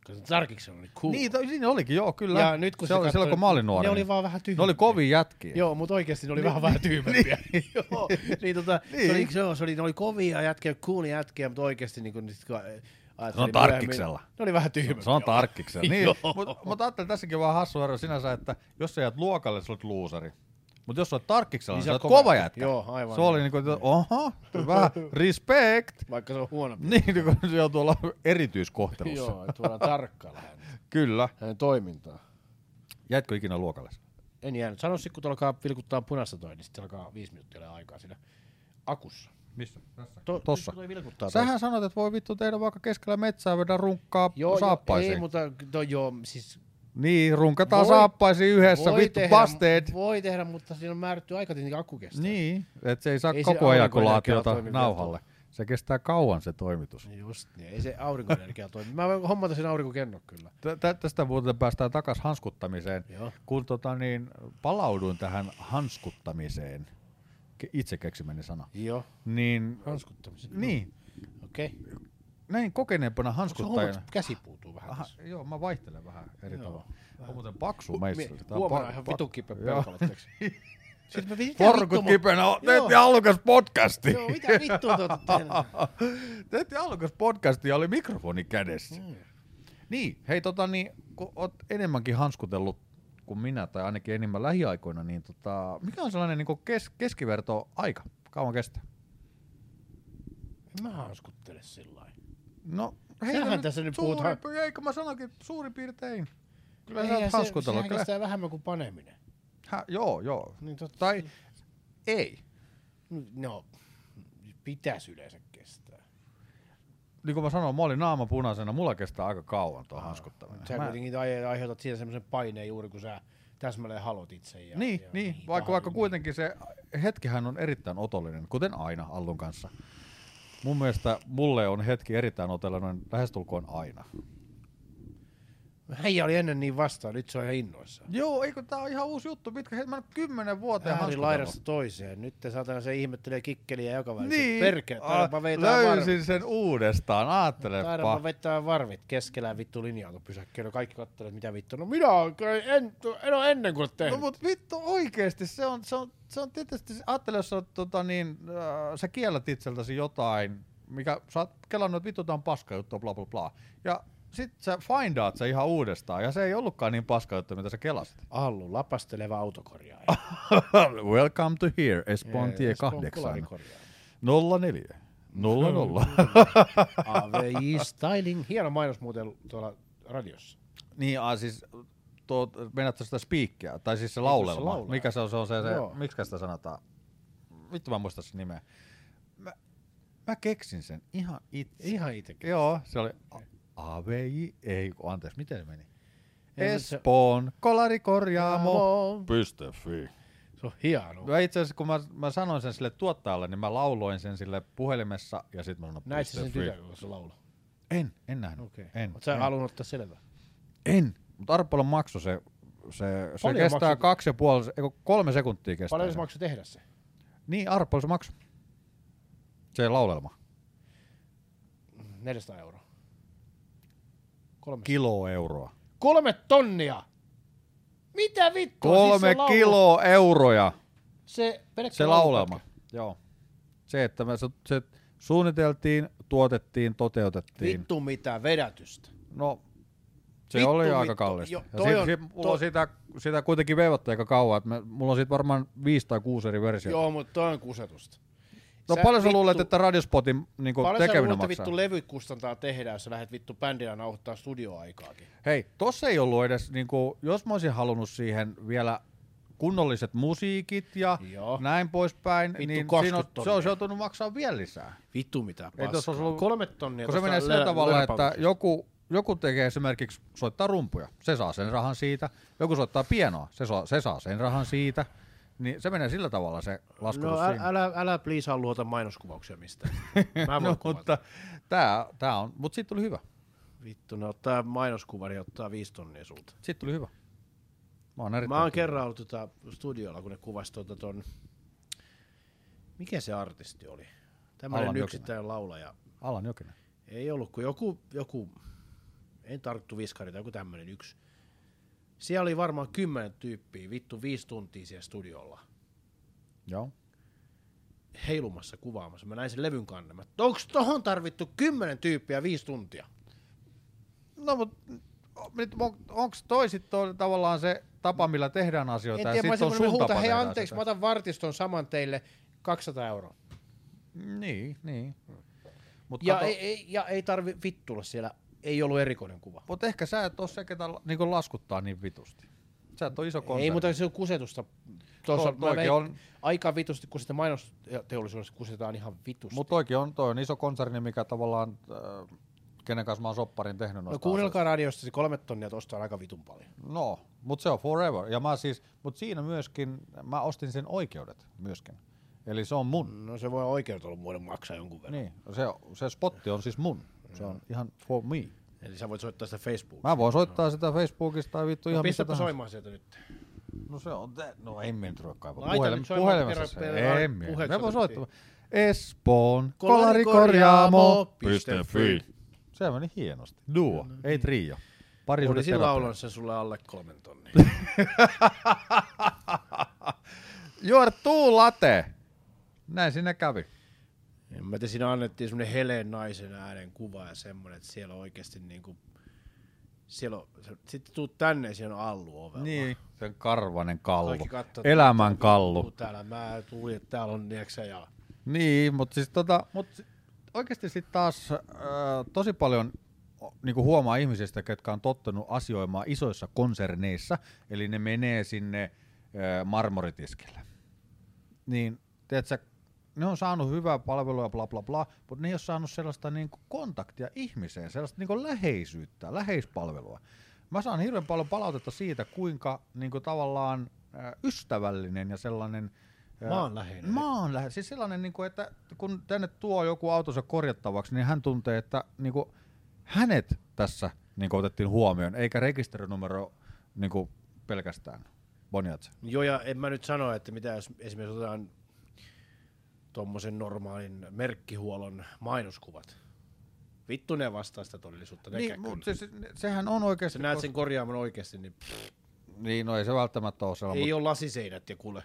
[SPEAKER 1] Koska tarkiksi oli cool.
[SPEAKER 2] Niin, to, siinä olikin, joo, kyllä.
[SPEAKER 1] Ja nyt kun
[SPEAKER 2] se
[SPEAKER 1] sä
[SPEAKER 2] oli,
[SPEAKER 1] katsoit,
[SPEAKER 2] silloin kun mä olin
[SPEAKER 1] ne
[SPEAKER 2] nuori.
[SPEAKER 1] oli
[SPEAKER 2] niin-
[SPEAKER 1] vaan vähän
[SPEAKER 2] Ne oli Niin,
[SPEAKER 1] tyhmempiä.
[SPEAKER 2] kovin jätkiä.
[SPEAKER 1] Joo, mutta oikeasti ne oli vähän vähän
[SPEAKER 2] <laughs>
[SPEAKER 1] tyhmempiä. Joo, <laughs> niin tota, se oli, se, oli- se oli, ne oli kovia jätkiä, coolia jätkiä, mutta oikeasti niin kun, niin, kun ajattelin
[SPEAKER 2] on tarkiksella.
[SPEAKER 1] myöhemmin- Ne oli vähän tyhmempiä.
[SPEAKER 2] Se on tarkkiksen. niin,
[SPEAKER 1] Joo.
[SPEAKER 2] mutta mut ajattelin tässäkin vaan hassu ero sinänsä, että jos sä jäät luokalle, sä olet luusari. Mutta jos sä oot tarkkiksella, niin sä oot kova jätkä.
[SPEAKER 1] Joo, aivan. Niin.
[SPEAKER 2] Se oli niinku, että oho,
[SPEAKER 1] <laughs>
[SPEAKER 2] vähän respect.
[SPEAKER 1] Vaikka se on huono.
[SPEAKER 2] Niin, kun se joutuu olla erityiskohtelussa.
[SPEAKER 1] Joo, että voidaan tarkkailla häntä,
[SPEAKER 2] Kyllä.
[SPEAKER 1] hänen toimintaa.
[SPEAKER 2] Jäitkö ikinä luokalle?
[SPEAKER 1] En jäänyt. Sano sitten, kun tuolla alkaa vilkuttaa punaista toi, niin sitten alkaa viisi minuuttia olla aikaa siinä akussa.
[SPEAKER 2] Missä? Tässä.
[SPEAKER 1] To,
[SPEAKER 2] Tossa.
[SPEAKER 1] nyt Toi vilkuttaa toi.
[SPEAKER 2] Sähän sanoit, että voi vittu tehdä vaikka keskellä metsää, vedä runkkaa
[SPEAKER 1] Joo, joo,
[SPEAKER 2] saappaisiin.
[SPEAKER 1] ei, mutta no, joo, siis
[SPEAKER 2] Niin, runkataan
[SPEAKER 1] Voi-
[SPEAKER 2] saappaisiin yhdessä, vittu pasteet.
[SPEAKER 1] Voi tehdä, mutta siinä on määrätty aika tietenkin akku kestää.
[SPEAKER 2] Niin, että se ei saa
[SPEAKER 1] Ei se
[SPEAKER 2] koko
[SPEAKER 1] aurinkoenergialla
[SPEAKER 2] ejakulaatiota
[SPEAKER 1] toimi
[SPEAKER 2] nauhalle. Se kestää kauan se toimitus.
[SPEAKER 1] Just niin, ei se aurinkoenergia toimi. Mä voin hommata sen aurinkokennon kyllä.
[SPEAKER 2] Tä- tä- Tästä muuten päästään takaisin hanskuttamiseen.
[SPEAKER 1] Joo.
[SPEAKER 2] Kun tota niin, palauduin tähän hanskuttamiseen, ke- itse keksimäni sana,
[SPEAKER 1] Joo,
[SPEAKER 2] niin,
[SPEAKER 1] hanskuttamisen.
[SPEAKER 2] niin
[SPEAKER 1] Okei. Okay.
[SPEAKER 2] näin kokeneempana
[SPEAKER 1] Se hommat,
[SPEAKER 2] hanskuttajana.
[SPEAKER 1] käsi puutuu vähän.
[SPEAKER 2] Aha,
[SPEAKER 1] tässä.
[SPEAKER 2] joo, mä vaihtelen vähän eri
[SPEAKER 1] Joo.
[SPEAKER 2] tavalla. On muuten paksu meistä.
[SPEAKER 1] Mie- Huomenna ihan vitun kipeä peukalo, tiiäks? <laughs> Sitten Siis mä vittu-
[SPEAKER 2] Porkut
[SPEAKER 1] vittu mun-
[SPEAKER 2] kipeänä, on-
[SPEAKER 1] Joo.
[SPEAKER 2] teet alukas podcasti.
[SPEAKER 1] Joo,
[SPEAKER 2] <laughs>
[SPEAKER 1] mitä vittua te ootte tehneet?
[SPEAKER 2] Tehtiin alukas podcast ja oli mikrofoni kädessä. Mm. Niin, hei tota niin, kun oot enemmänkin hanskutellut kuin minä, tai ainakin enemmän lähiaikoina, niin tota, mikä on sellainen niin kes- keskiverto aika? Kauan kestää?
[SPEAKER 1] En Mä hanskuttele sillä lailla.
[SPEAKER 2] No,
[SPEAKER 1] Sähän
[SPEAKER 2] nyt
[SPEAKER 1] tässä nyt
[SPEAKER 2] suurin
[SPEAKER 1] puhutaan.
[SPEAKER 2] piir- Eikö mä sanokin suurin piirtein? Kyllä sä
[SPEAKER 1] Eihän
[SPEAKER 2] oot
[SPEAKER 1] se-
[SPEAKER 2] hanskutellut.
[SPEAKER 1] Sehän
[SPEAKER 2] Kyllä.
[SPEAKER 1] kestää vähemmän kuin paneminen.
[SPEAKER 2] Hä, joo, joo.
[SPEAKER 1] Niin totta.
[SPEAKER 2] Tai ei.
[SPEAKER 1] No, pitäisi yleensä kestää.
[SPEAKER 2] Niin kuin mä sanoin, mä olin naama punaisena, mulla kestää aika kauan tuo hanskuttaminen.
[SPEAKER 1] Sä
[SPEAKER 2] Mä-
[SPEAKER 1] kuitenkin ai- aiheutat siihen semmoisen paineen juuri kun sä täsmälleen halot itse. Ja,
[SPEAKER 2] niin,
[SPEAKER 1] ja
[SPEAKER 2] niin, vaikka,
[SPEAKER 1] paha-
[SPEAKER 2] vaikka kuitenkin se hetkihän on erittäin otollinen, kuten aina Allun kanssa. Mun mielestä mulle on hetki erittäin otollinen lähestulkoon aina.
[SPEAKER 1] Häijä oli ennen niin vastaan, nyt se on ihan innoissaan.
[SPEAKER 2] Joo, eikö tää on ihan uusi juttu, mitkä hetki, mä en oo kymmenen vuoteen
[SPEAKER 1] Ääri
[SPEAKER 2] haastatellut.
[SPEAKER 1] laidasta toiseen. Nyt te saatana se ihmettelee kikkeliä joka välissä.
[SPEAKER 2] Niin,
[SPEAKER 1] Perkele,
[SPEAKER 2] a-
[SPEAKER 1] taidaanpa vetää varvit.
[SPEAKER 2] löysin sen uudestaan,
[SPEAKER 1] Taidaanpa
[SPEAKER 2] ajattelepa.
[SPEAKER 1] vetää varvit keskellä vittu linja pysäkkeellä. No Kaikki kattelee, että mitä vittu. No minä oon kyllä- en, en ole ennen kuin
[SPEAKER 2] No
[SPEAKER 1] tehnyt.
[SPEAKER 2] mut vittu oikeesti, se on, se on, se on tietysti, ajattele jos sä, oot, tota, niin, äh, sä kiellät itseltäsi jotain, mikä sä oot kelannut, että vittu tää on paska juttu, bla bla bla. Ja sit sä findaat se ihan uudestaan, ja se ei ollutkaan niin paska juttu, mitä sä kelasit.
[SPEAKER 1] Allu, lapasteleva autokorjaaja.
[SPEAKER 2] <laughs> Ah, Welcome to here, Espontie
[SPEAKER 1] Jee, Espoon
[SPEAKER 2] 8,
[SPEAKER 1] kolarikorjaaja.
[SPEAKER 2] 04,
[SPEAKER 1] No,
[SPEAKER 2] 00.
[SPEAKER 1] AVI Styling. Hieno mainos muuten tuolla radiossa.
[SPEAKER 2] Niin, aa, siis tuo, meinaatko sitä spiikkiä, tai siis se laulelma,
[SPEAKER 1] se laulaja.
[SPEAKER 2] mikä se on, se on se, se
[SPEAKER 1] Joo.
[SPEAKER 2] miksikä sitä sanotaan? Vittu mä en muista sen nimeä. Mä, mä keksin sen ihan itse.
[SPEAKER 1] Ihan itsekin.
[SPEAKER 2] Joo, se oli A- AVI, ei, kun anteeksi, miten se meni?
[SPEAKER 1] Ei, mutta se-
[SPEAKER 2] Espoon kolarikorjaamo. fi.
[SPEAKER 1] Se on hieno.
[SPEAKER 2] Mä No, itse asiassa, kun mä, mä sanoin sen sille tuottajalle, niin mä lauloin sen sille puhelimessa ja sit mä sanoin
[SPEAKER 1] Näit sä sen
[SPEAKER 2] piste fi.
[SPEAKER 1] tytön, kun se laulaa.
[SPEAKER 2] En, en nähnyt. En,
[SPEAKER 1] Oot sä
[SPEAKER 2] en.
[SPEAKER 1] halunnut ottaa selvää?
[SPEAKER 2] En. Mutta arpa paljon maksu se, se, se
[SPEAKER 1] Paljon
[SPEAKER 2] kestää
[SPEAKER 1] maksoi?
[SPEAKER 2] kaksi ja puoli, se- eiku, kolme sekuntia kestää.
[SPEAKER 1] Paljon
[SPEAKER 2] se.
[SPEAKER 1] se maksoi tehdä se?
[SPEAKER 2] Niin, arpa paljon se maksu. Se laulelma.
[SPEAKER 1] 400 euroa. Kolme,
[SPEAKER 2] Kilo euroa.
[SPEAKER 1] kolme tonnia! Mitä vittua? Siis
[SPEAKER 2] Kolme
[SPEAKER 1] Siis se laulu-
[SPEAKER 2] kilo euroja
[SPEAKER 1] Se, pelkkä
[SPEAKER 2] se
[SPEAKER 1] laulupätkä.
[SPEAKER 2] laulelma. Joo. Se, että me, se, se suunniteltiin, tuotettiin, toteutettiin.
[SPEAKER 1] Vittu mitä vedätystä.
[SPEAKER 2] No, se
[SPEAKER 1] Vittu,
[SPEAKER 2] oli aika
[SPEAKER 1] vittu.
[SPEAKER 2] kallista.
[SPEAKER 1] Jo,
[SPEAKER 2] ja
[SPEAKER 1] toi
[SPEAKER 2] sit,
[SPEAKER 1] on-
[SPEAKER 2] sit, mulla
[SPEAKER 1] toi-
[SPEAKER 2] on sitä, sitä kuitenkin veivattu aika kauan. Että me, mulla on siitä varmaan viisi tai kuusi eri versiota.
[SPEAKER 1] Joo, mutta toi on kusetusta.
[SPEAKER 2] no
[SPEAKER 1] Sä
[SPEAKER 2] paljon sä
[SPEAKER 1] vittu-
[SPEAKER 2] luulet, että radiospotin niin
[SPEAKER 1] Paljon sä
[SPEAKER 2] tekeminen
[SPEAKER 1] luulet, että
[SPEAKER 2] maksaa?
[SPEAKER 1] vittu levyt kustantaa tehdä, jos sä lähdet vittu bändinä nauhoittaa studioaikaakin.
[SPEAKER 2] Hei, tossa ei ollut edes, niin kuin, jos mä olisin halunnut siihen vielä kunnolliset musiikit ja Joo.
[SPEAKER 1] Joo.
[SPEAKER 2] näin poispäin,
[SPEAKER 1] Vittu Niin,
[SPEAKER 2] niin
[SPEAKER 1] 20
[SPEAKER 2] siinä on, se
[SPEAKER 1] tonnia.
[SPEAKER 2] olisi joutunut maksaa vielä lisää.
[SPEAKER 1] Vittu mitä
[SPEAKER 2] Ei tossa
[SPEAKER 1] paskaa.
[SPEAKER 2] olisi ollut-
[SPEAKER 1] Kolme tonnia.
[SPEAKER 2] Kun se menee sillä tavalla, että joku, joku tekee esimerkiksi soittaa rumpuja, se saa sen rahan siitä. Joku soittaa pienoa, se saa, se saa sen rahan siitä. Niin se menee sillä tavalla se laskutus
[SPEAKER 1] No älä,
[SPEAKER 2] siinä.
[SPEAKER 1] älä, älä please luota mainoskuvauksia
[SPEAKER 2] <laughs>
[SPEAKER 1] mistään. Mä voin
[SPEAKER 2] no,
[SPEAKER 1] no,
[SPEAKER 2] mutta tää, tää on, mutta siitä tuli hyvä.
[SPEAKER 1] Vittu, ne ottaa mainoskuvan ja ottaa viisi tonnia sulta.
[SPEAKER 2] Siitä tuli hyvä. Mä oon erittäin
[SPEAKER 1] Mä oon kerran ollut tota studiolla, kun ne kuvasi tota ton... Mikä se artisti oli?
[SPEAKER 2] Allan
[SPEAKER 1] Tämmöinen
[SPEAKER 2] Jokinen.
[SPEAKER 1] yksittäinen laulaja.
[SPEAKER 2] Alan Jokinen.
[SPEAKER 1] Ei ollut kuin joku, joku en tarttu viskari tai joku tämmöinen yksi. Siellä oli varmaan kymmenen tyyppiä, vittu viisi tuntia siellä studiolla
[SPEAKER 2] Joo.
[SPEAKER 1] heilumassa kuvaamassa. Mä näin sen levyn kannen. Mä, onks tohon tarvittu kymmenen tyyppiä viisi tuntia?
[SPEAKER 2] No mutta nyt on, onks toi sit toi, tavallaan se tapa, millä tehdään
[SPEAKER 1] En
[SPEAKER 2] asioita ja
[SPEAKER 1] tiedä, mä
[SPEAKER 2] sit on
[SPEAKER 1] semmoinen
[SPEAKER 2] sun
[SPEAKER 1] huuta,
[SPEAKER 2] tapa
[SPEAKER 1] hei
[SPEAKER 2] tehdä
[SPEAKER 1] anteeksi, mä
[SPEAKER 2] asioita.
[SPEAKER 1] otan vartiston saman teille 200 euroa.
[SPEAKER 2] Niin, niin. Mut,
[SPEAKER 1] Ja
[SPEAKER 2] kato,
[SPEAKER 1] ei, ei, ja ei tarvi vittuilla siellä, ei ollut erikoinen kuva.
[SPEAKER 2] mut ehkä sä et oo se, ketä la- niinku laskuttaa niin vitusti. Sä et oo iso konserni.
[SPEAKER 1] Ei, mutta se on kusetusta. Tuossa,
[SPEAKER 2] To-
[SPEAKER 1] mä
[SPEAKER 2] toikin
[SPEAKER 1] veik-
[SPEAKER 2] on-
[SPEAKER 1] Aika vitusti, kun sitä mainosteollisuudessa kusetaan ihan vitusti.
[SPEAKER 2] Mut toikin on, toi on iso konserni, mikä tavallaan, äh, kenen kanssa mä oon sopparin tehnyt
[SPEAKER 1] no
[SPEAKER 2] noista
[SPEAKER 1] kuunnelkaa radiosta, se kolme tonnia tuosta on aika vitun paljon.
[SPEAKER 2] asioista. No, mut se on forever. Ja mä siis, mut siinä myöskin, mä ostin sen oikeudet myöskin. Eli se on mun.
[SPEAKER 1] No se voi oikeudet olla muiden maksaa jonkun verran.
[SPEAKER 2] Niin, se, se spotti on siis mun. Se
[SPEAKER 1] Mm.
[SPEAKER 2] on ihan for me.
[SPEAKER 1] Eli sä voit soittaa sitä Facebookia.
[SPEAKER 2] Mä voin soittaa sitä Facebookista tai vittu
[SPEAKER 1] No,
[SPEAKER 2] ihan mistä
[SPEAKER 1] pistäpä
[SPEAKER 2] tahansa.
[SPEAKER 1] soimaan sieltä nyt.
[SPEAKER 2] No se on te... No ei me nyt ruveta kaivaa.
[SPEAKER 1] Laita
[SPEAKER 2] Puhelim...
[SPEAKER 1] nyt soimaan
[SPEAKER 2] Puhelimessa
[SPEAKER 1] per- per-
[SPEAKER 2] se. Ei me.
[SPEAKER 1] puheeksi
[SPEAKER 2] Me voin
[SPEAKER 1] otettiin.
[SPEAKER 2] soittaa. Espoon
[SPEAKER 1] Kolarikorjaamo.
[SPEAKER 2] kolarikorjaamo.
[SPEAKER 1] Piste fi.
[SPEAKER 2] Se meni hienosti. Duo, ei trio. Pari
[SPEAKER 1] No, Oli sillä
[SPEAKER 2] terapia.
[SPEAKER 1] laulan se sulle alle kolmen
[SPEAKER 2] <laughs>
[SPEAKER 1] tonnin.
[SPEAKER 2] Juor tuu late. Näin sinne kävi.
[SPEAKER 1] en mä tiedä, siinä annettiin semmoinen heleen naisen äänen kuva ja semmoinen, että siellä on oikeasti niinku... Siellä on, sä- sitten tuut tänne ja siellä on allu ovella.
[SPEAKER 2] Niin. Sen karvanen kallu.
[SPEAKER 1] Kaikki katsoo, että
[SPEAKER 2] Elämän
[SPEAKER 1] Tuu
[SPEAKER 2] kallu.
[SPEAKER 1] täällä, mä tulin, että täällä on nieksä ja...
[SPEAKER 2] Niin, mutta siis tota, mut oikeasti sitten taas äh, tosi paljon o- niinku huomaa ihmisistä, ketkä on tottunut asioimaan isoissa konserneissa, eli ne menee sinne äh, marmoritiskille. Niin, tiedätkö, ne on saanut hyvää palvelua, bla bla bla, mutta ne ei ole saanut sellaista niinku kontaktia ihmiseen, sellaista niinku läheisyyttä, läheispalvelua. Mä saan hirveän paljon palautetta siitä, kuinka niinku tavallaan äh, ystävällinen ja sellainen äh,
[SPEAKER 1] Maanläheinen.
[SPEAKER 2] Maanlähe, siis sellainen, niin kuin, että kun tänne tuo joku autonsa korjattavaksi, niin hän tuntee, että niin kuin, niinku, hänet tässä niin otettiin huomioon, eikä rekisterinumero niin kuin pelkästään. Bonjatse.
[SPEAKER 1] Joo, ja en mä nyt sano, että mitä jos esimerkiksi otetaan tuommoisen normaalin merkkihuollon mainoskuvat. Vittu ne vastaa sitä todellisuutta.
[SPEAKER 2] Niin,
[SPEAKER 1] Niin,
[SPEAKER 2] mutta se, se, sehän on oikeasti...
[SPEAKER 1] Sä näet sen korjaaman oikeasti, niin pff,
[SPEAKER 2] Niin, no ei se välttämättä ole sellainen,
[SPEAKER 1] ei
[SPEAKER 2] mutta
[SPEAKER 1] ole lasiseinät ja kuule.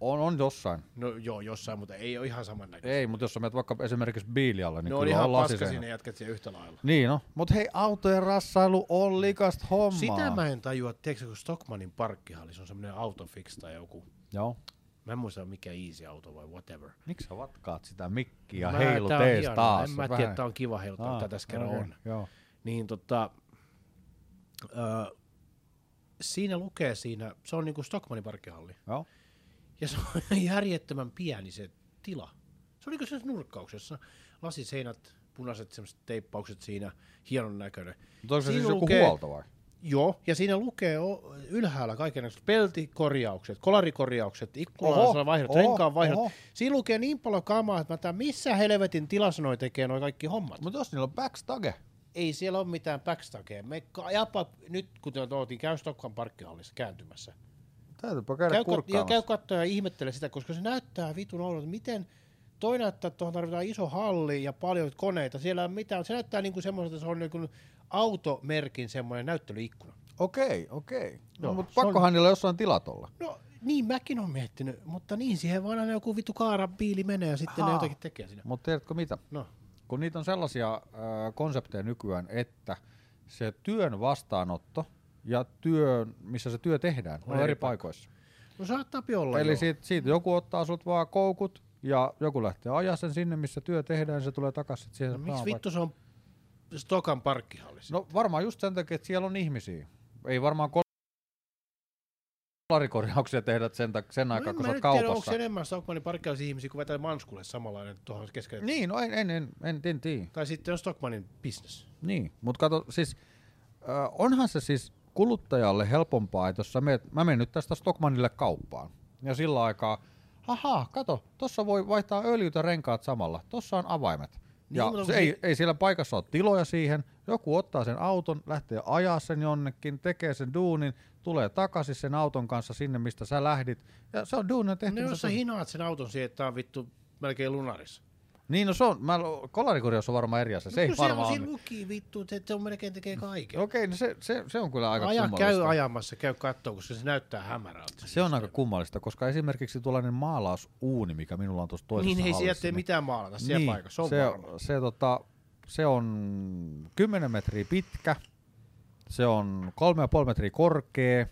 [SPEAKER 2] on, on jossain.
[SPEAKER 1] No joo, jossain, mutta ei ole ihan saman näköistä.
[SPEAKER 2] Ei, mutta jos sä menet vaikka esimerkiksi biilialle, niin
[SPEAKER 1] ne on
[SPEAKER 2] kyllä
[SPEAKER 1] ihan
[SPEAKER 2] on
[SPEAKER 1] paska
[SPEAKER 2] lasiseinä.
[SPEAKER 1] sinne jatkat siellä yhtä lailla.
[SPEAKER 2] Niin no, mutta hei, autojen rassailu on likasta hommaa.
[SPEAKER 1] Sitä mä en tajua, tiedätkö, kun Stockmanin parkkihallis on semmoinen autofix tai joku.
[SPEAKER 2] Joo.
[SPEAKER 1] Mä en muista mikä easy auto vai whatever.
[SPEAKER 2] Miksi sä vatkaat sitä mikkiä
[SPEAKER 1] Mä-
[SPEAKER 2] ja heilut
[SPEAKER 1] tää on
[SPEAKER 2] ees
[SPEAKER 1] hieno.
[SPEAKER 2] taas? Ah,
[SPEAKER 1] En mä tiedä, tää on kiva heiluttaa, mitä tässä kerran
[SPEAKER 2] okei,
[SPEAKER 1] on.
[SPEAKER 2] Joo.
[SPEAKER 1] Niin tota, ö, siinä lukee siinä, se on niinku Stockmanin parkkihalli.
[SPEAKER 2] Joo.
[SPEAKER 1] Ja se on <laughs> järjettömän pieni se tila. Se on niinku sen nurkkauksessa. Lasiseinät, punaiset semmoset teippaukset siinä, hienon näköinen.
[SPEAKER 2] Mutta onko se
[SPEAKER 1] Siinä
[SPEAKER 2] siis joku
[SPEAKER 1] lukee-
[SPEAKER 2] huolto vai?
[SPEAKER 1] Joo, ja siinä lukee o- ylhäällä kaikenlaiset peltikorjaukset, kolarikorjaukset, ikkunan
[SPEAKER 2] Oho,
[SPEAKER 1] vaihdot,
[SPEAKER 2] oho,
[SPEAKER 1] renkaan vaihdot.
[SPEAKER 2] oho.
[SPEAKER 1] Siinä lukee niin paljon kamaa, että mä tämän, missä helvetin tilassa noi tekee noi kaikki hommat.
[SPEAKER 2] Mutta jos niillä on backstage.
[SPEAKER 1] Ei siellä ole mitään backstagea. Me ka- ajapa nyt, kun te oltiin käy Stokkan parkkihallissa kääntymässä.
[SPEAKER 2] Täytyypä käydä
[SPEAKER 1] Käy, kat- ja
[SPEAKER 2] kurkkaamassa.
[SPEAKER 1] käy katsoa ja ihmettele sitä, koska se näyttää vitun oudolta, miten toi näyttää, että tuohon tarvitaan iso halli ja paljon koneita. Siellä ei ole mitään, se näyttää niin kuin semmoiselta, se on niin kuin automerkin semmoinen näyttelyikkuna.
[SPEAKER 2] Okei, okei.
[SPEAKER 1] Joo,
[SPEAKER 2] No, mutta
[SPEAKER 1] se on-
[SPEAKER 2] pakkohan niillä jossain tilat olla.
[SPEAKER 1] No niin mäkin on miettinyt, mutta niin siihen vaan aina joku vitu kaaran piili menee ja sitten Haa. ne
[SPEAKER 2] Haa.
[SPEAKER 1] jotakin tekee siinä.
[SPEAKER 2] Mutta tiedätkö mitä?
[SPEAKER 1] No,
[SPEAKER 2] Kun niitä on sellaisia äh, konsepteja nykyään, että se työn vastaanotto ja työ, missä se työ tehdään, on,
[SPEAKER 1] eri
[SPEAKER 2] eri, paikoissa.
[SPEAKER 1] no saattaa olla
[SPEAKER 2] Eli
[SPEAKER 1] joo.
[SPEAKER 2] siitä, siitä joku ottaa sut vaan koukut ja joku lähtee ajaa sen sinne, missä työ tehdään, se tulee takaisin siihen.
[SPEAKER 1] no, miksi
[SPEAKER 2] samaan
[SPEAKER 1] vittu se on Stokan parkkihallissa?
[SPEAKER 2] No varmaan just sen takia, että siellä on ihmisiä. Ei varmaan kol- kolarikorjauksia tehdä sen, tak- sen aikaa,
[SPEAKER 1] No, en
[SPEAKER 2] kun
[SPEAKER 1] mä
[SPEAKER 2] sä oot
[SPEAKER 1] nyt tiedä, onko
[SPEAKER 2] kaupassa.
[SPEAKER 1] se enemmän Stockmanin parkkihallissa ihmisiä kuin vetää Manskulle samanlainen tuohon keskelle. Niin.
[SPEAKER 2] Niin, no en, en, en, en, en tiedä.
[SPEAKER 1] Tai sitten on Stockmanin
[SPEAKER 2] <laughs>
[SPEAKER 1] business.
[SPEAKER 2] Niin, mutta kato, siis ö, onhan se siis kuluttajalle helpompaa, että jos sä meet, mä menen nyt tästä Stockmanille kauppaan ja sillä aikaa, haha, kato, tossa voi vaihtaa öljyt ja renkaat samalla, tossa on avaimet.
[SPEAKER 1] Niin,
[SPEAKER 2] Ja
[SPEAKER 1] mutta
[SPEAKER 2] se
[SPEAKER 1] kun
[SPEAKER 2] ei, ei siellä paikassa ole tiloja siihen, joku ottaa sen auton, lähtee ajaa sen jonnekin, tekee sen duunin, tulee takaisin sen auton kanssa sinne, mistä sä lähdit, ja se on duuni on tehty.
[SPEAKER 1] No
[SPEAKER 2] kun
[SPEAKER 1] jos
[SPEAKER 2] sä
[SPEAKER 1] sä hinaat sen auton siihen, että tää on vittu melkein lunaris.
[SPEAKER 2] Niin, no se on, mä, kolarikorjaus on varmaan eri asia, se ei
[SPEAKER 1] no, kun se on
[SPEAKER 2] varmaan
[SPEAKER 1] siinä
[SPEAKER 2] ole.
[SPEAKER 1] luki vittu, että se on melkein tekee kaiken.
[SPEAKER 2] Okei, no se, se, se on kyllä aika
[SPEAKER 1] Aja,
[SPEAKER 2] kummallista.
[SPEAKER 1] käy ajamassa, käy kattoo, koska se näyttää hämärältä.
[SPEAKER 2] Se on aika kummallista, koska esimerkiksi tuollainen maalausuuni, mikä minulla on tuossa toisessa
[SPEAKER 1] Niin ei
[SPEAKER 2] hallissa,
[SPEAKER 1] sieltä ei mitään maalata siellä
[SPEAKER 2] niin,
[SPEAKER 1] paikassa, se on
[SPEAKER 2] se,
[SPEAKER 1] varma.
[SPEAKER 2] se, tota, se on 10 metriä pitkä, se on 3,5 metriä korkea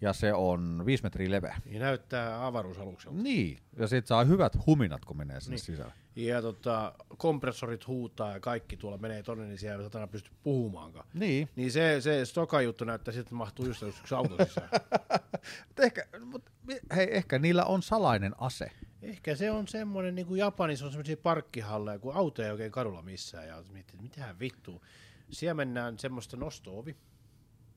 [SPEAKER 2] ja se on 5 metriä leveä.
[SPEAKER 1] Niin näyttää avaruusalukselta.
[SPEAKER 2] Niin, ja sit saa hyvät huminat, kun menee sinne niin. sisälle.
[SPEAKER 1] Ja tota, kompressorit huutaa ja kaikki tuolla menee tonne, niin siellä ei satana pysty puhumaankaan.
[SPEAKER 2] Niin,
[SPEAKER 1] Niin se, se stoka juttu näyttää siltä, että mahtuu just yksi auto sisään.
[SPEAKER 2] mutta ehkä, mut, hei, ehkä niillä on salainen ase.
[SPEAKER 1] Ehkä se on semmoinen, niin kuin Japanissa on semmoisia parkkihalleja, kun auto ei oikein kadulla missään. Ja miettii, että mitähän vittu. Siellä mennään semmoista nostoovi.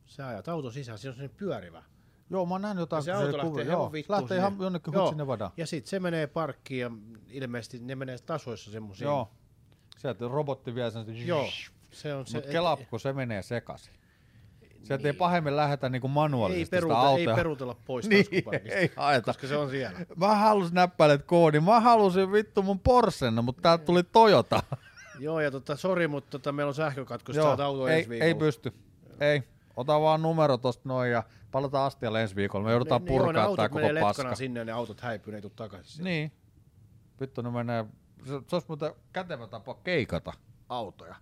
[SPEAKER 1] Sä ajat auto sisään, siinä on semmoinen pyörivä.
[SPEAKER 2] Joo, mä oon nähnyt
[SPEAKER 1] Ja
[SPEAKER 2] jotain.
[SPEAKER 1] se
[SPEAKER 2] kun
[SPEAKER 1] auto lähtee
[SPEAKER 2] kuvi-
[SPEAKER 1] ihan
[SPEAKER 2] joo,
[SPEAKER 1] vittuun
[SPEAKER 2] lähtee
[SPEAKER 1] sinne.
[SPEAKER 2] ihan jonnekin
[SPEAKER 1] Joo.
[SPEAKER 2] hutsinne vadaan.
[SPEAKER 1] Ja sit se menee parkkiin ja ilmeisesti ne menee tasoissa semmoisiin.
[SPEAKER 2] Joo. Sieltä robotti vie sen.
[SPEAKER 1] Joo. Se on se. Niin.
[SPEAKER 2] Mutta kelaa, kun se menee sekaisin. Sieltä ei pahemmin lähetä niinku
[SPEAKER 1] ei,
[SPEAKER 2] manuaalisesti sitä
[SPEAKER 1] peruuta, ei
[SPEAKER 2] autoa.
[SPEAKER 1] peruutella pois
[SPEAKER 2] <laughs> Niin,
[SPEAKER 1] taskuparkista,
[SPEAKER 2] ei haeta.
[SPEAKER 1] Koska se on siellä.
[SPEAKER 2] Mä halusin näppäilet koodin. Mä halusin vittu mun Porschen, mutta täältä tuli Toyota.
[SPEAKER 1] Joo, ja tota, sori, mutta tota, meillä on sähkökatkos,
[SPEAKER 2] Joo,
[SPEAKER 1] saat auto
[SPEAKER 2] ei,
[SPEAKER 1] ensi viikolla.
[SPEAKER 2] ei pysty. Ei. Ota vaan numero tosta noin ja palataan astialle ensi viikolla. Me joudutaan
[SPEAKER 1] Niin, joo,
[SPEAKER 2] purkaa
[SPEAKER 1] autot
[SPEAKER 2] tää koko
[SPEAKER 1] menee letkana
[SPEAKER 2] paska.
[SPEAKER 1] sinne ja ne autot häipyy, ne ei tule takaisin. sinne.
[SPEAKER 2] Niin. Vittu, ne menee... Se, se olisi muuten kätevä tapa keikata autoja.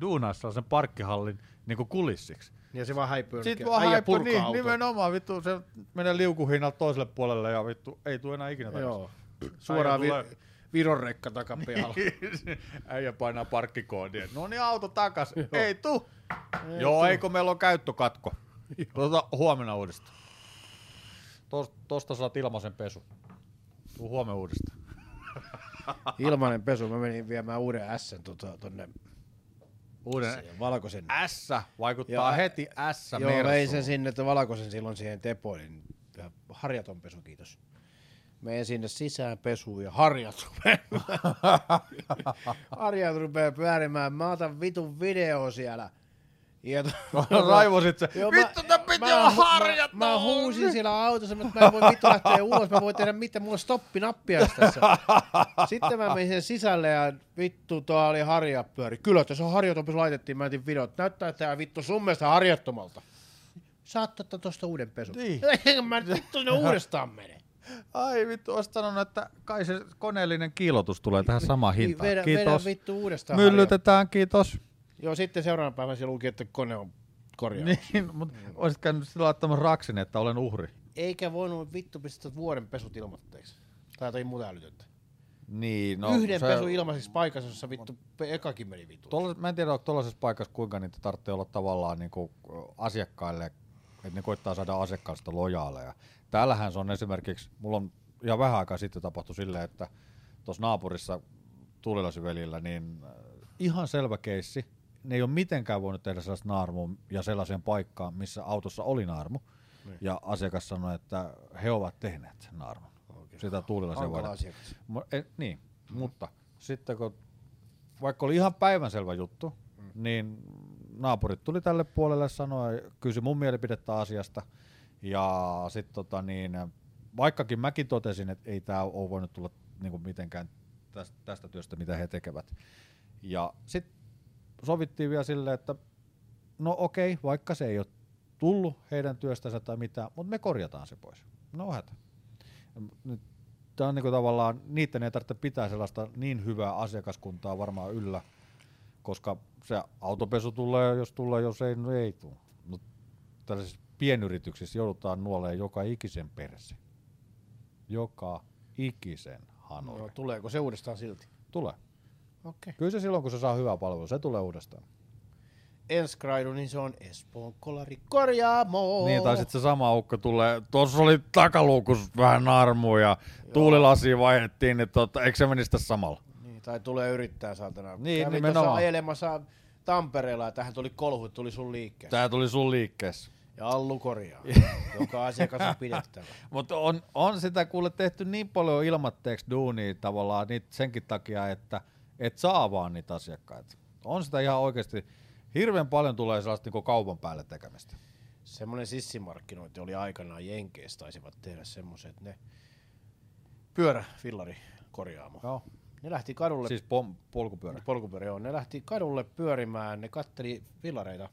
[SPEAKER 2] Duunaissa on sen parkkihallin niinku kulissiksi.
[SPEAKER 1] Ja se vaan häipyy.
[SPEAKER 2] Sitten
[SPEAKER 1] jonnekin.
[SPEAKER 2] vaan
[SPEAKER 1] Äijä
[SPEAKER 2] haippu,
[SPEAKER 1] purkaa
[SPEAKER 2] niin,
[SPEAKER 1] auton.
[SPEAKER 2] nimenomaan vittu, se menee liukuhinnalta toiselle puolelle ja vittu, ei tule enää ikinä takaisin.
[SPEAKER 1] Joo. Suoraan vi-
[SPEAKER 2] tulee.
[SPEAKER 1] Viron rekka <laughs> takapihalla.
[SPEAKER 2] <laughs> Äijä painaa parkkikoodia. No niin, auto
[SPEAKER 1] <laughs>
[SPEAKER 2] takas. ei tu. Joo, eikö meillä on käyttökatko. Tota, huomenna uudestaan. Tos, tosta saat ilmaisen pesu. Tuu huomenna uudestaan.
[SPEAKER 1] Ilmainen pesu. Mä menin viemään uuden S tota, tonne
[SPEAKER 2] Uuden
[SPEAKER 1] valkoisen.
[SPEAKER 2] S vaikuttaa
[SPEAKER 1] Ja-
[SPEAKER 2] heti S
[SPEAKER 1] Joo, vein sen
[SPEAKER 2] <laughs> mersuun.
[SPEAKER 1] sinne, että valkoisen silloin siihen depoon, niin harjaton pesu, kiitos. Meen sinne sisään pesuun ja harjat rupeaa, <laughs> harjat rupeaa pyörimään. Mä otan vitun video siellä. Ja to... <laughs>
[SPEAKER 2] Raivosit se.
[SPEAKER 1] Joo,
[SPEAKER 2] Vittu,
[SPEAKER 1] mä-
[SPEAKER 2] tää piti
[SPEAKER 1] mä-
[SPEAKER 2] olla
[SPEAKER 1] mä-
[SPEAKER 2] harjattu!
[SPEAKER 1] Mä, mä huusin siellä autossa, mutta mä en voi vittu lähteä ulos, mä voin tehdä mitä, mulla on stoppinappia olisi tässä. Sitten mä menin sen sisälle ja vittu, tuo oli harjapyöri. Kyllä, tässä on harjoitus, laitettiin, mä etin videot. Näyttää tää vittu sun mielestä harjattomalta. Saat ottaa tosta uuden pesun.
[SPEAKER 2] Niin.
[SPEAKER 1] <laughs> Eikä mä nyt vittu sinne uudestaan mene.
[SPEAKER 2] Ai vittu, olisit sanonut, että kai se koneellinen kiilotus tulee tähän samaan
[SPEAKER 1] Niin,
[SPEAKER 2] hintaan.
[SPEAKER 1] Vedä, vedä
[SPEAKER 2] kiitos.
[SPEAKER 1] vittu uudestaan harja.
[SPEAKER 2] Myllytetään, kiitos.
[SPEAKER 1] Joo, sitten seuraavana päivänä se luki, että kone on korjaa.
[SPEAKER 2] <laughs> Niin, mutta olisit käynyt sillä laittamassa raksin, että olen uhri.
[SPEAKER 1] Eikä voinut vittu pistää tuota vuoden pesut ilmoitteeksi. Tai jotain muuta älytöntä.
[SPEAKER 2] Niin,
[SPEAKER 1] No, Yhden se... pesun ilmaiseksi paikassa, jossa vittu pe- ekakin meni vittu.
[SPEAKER 2] Tuollais, mä en tiedä, onko tuollaisessa paikassa kuinka niitä tarvitsee olla tavallaan niin kuin asiakkaille, että ne koittaa saada asiakkaasta lojaaleja. Täällähän se on esimerkiksi, mulla on ihan vähän aikaa sitten tapahtui silleen, että tuossa naapurissa tuulilasivelillä, niin äh, ihan selvä keissi. Ne ei ole mitenkään voinut tehdä sellaista naarmua ja sellaiseen paikkaan, missä autossa oli naarmu. Niin. Ja asiakas sanoi, että he ovat tehneet sen naarmun. Okay. Sitä tuulilasia
[SPEAKER 1] Hankala
[SPEAKER 2] vaadetta.
[SPEAKER 1] asiakas.
[SPEAKER 2] Mu- e, niin, mm. mutta sitten kun, vaikka oli ihan päivänselvä juttu, mm. niin naapurit tuli tälle puolelle sanoa, kysy mun mielipidettä asiasta. Ja sitten tota niin, vaikkakin mäkin totesin, että ei tämä ole voinut tulla niinku mitenkään tästä, tästä työstä, mitä he tekevät. Ja sitten sovittiin vielä silleen, että no okei, vaikka se ei ole tullut heidän työstänsä tai mitään, mutta me korjataan se pois. No hätä. Nyt Tämä on niinku tavallaan, niiden ei tarvitse pitää sellaista niin hyvää asiakaskuntaa varmaan yllä, koska se autopesu tulee, jos tulee, jos ei, no ei tule. Mutta tällaisissa pienyrityksissä joudutaan nuoleen joka ikisen perse. Joka ikisen
[SPEAKER 1] No,
[SPEAKER 2] hanore.
[SPEAKER 1] tuleeko se uudestaan silti?
[SPEAKER 2] Tulee.
[SPEAKER 1] Okei. Okay.
[SPEAKER 2] Kyllä se silloin, kun se saa hyvää palvelua, se tulee uudestaan.
[SPEAKER 1] Ensi gradu, niin se on Espoon kolari korjaamo.
[SPEAKER 2] Niin, tai sitten se sama ukko tulee, tuossa oli takaluukus vähän narmua ja tuulilasi vaihdettiin, että tota, eikö se menisi tässä samalla?
[SPEAKER 1] Niin, tai tulee yrittää saatana.
[SPEAKER 2] Niin,
[SPEAKER 1] Kävin
[SPEAKER 2] nimenomaan.
[SPEAKER 1] tuossa ajelemassa Tampereella ja tähän tuli kolhu, tuli sun liikkeelle.
[SPEAKER 2] Tää tuli sun liikkeessä.
[SPEAKER 1] Ja Allu
[SPEAKER 2] <laughs>
[SPEAKER 1] korjaa, joka asiakas on pidettävä.
[SPEAKER 2] Mutta on, on sitä kuule tehty niin paljon ilmatteeksi duunia tavallaan niit senkin takia, että et saa vaan niitä asiakkaita. On sitä ihan oikeasti, hirveän paljon tulee sellaista niinku kaupan päälle tekemistä.
[SPEAKER 1] Semmoinen sissimarkkinointi oli aikanaan Jenkeissä, taisivat tehdä semmoisen, että ne pyörä, fillari, korjaamo.
[SPEAKER 2] Joo.
[SPEAKER 1] Ne lähti kadulle
[SPEAKER 2] Siis pom, polkupyörä.
[SPEAKER 1] polkupyörä, joo. Ne lähti kadulle pyörimään, ne katteli fillareita,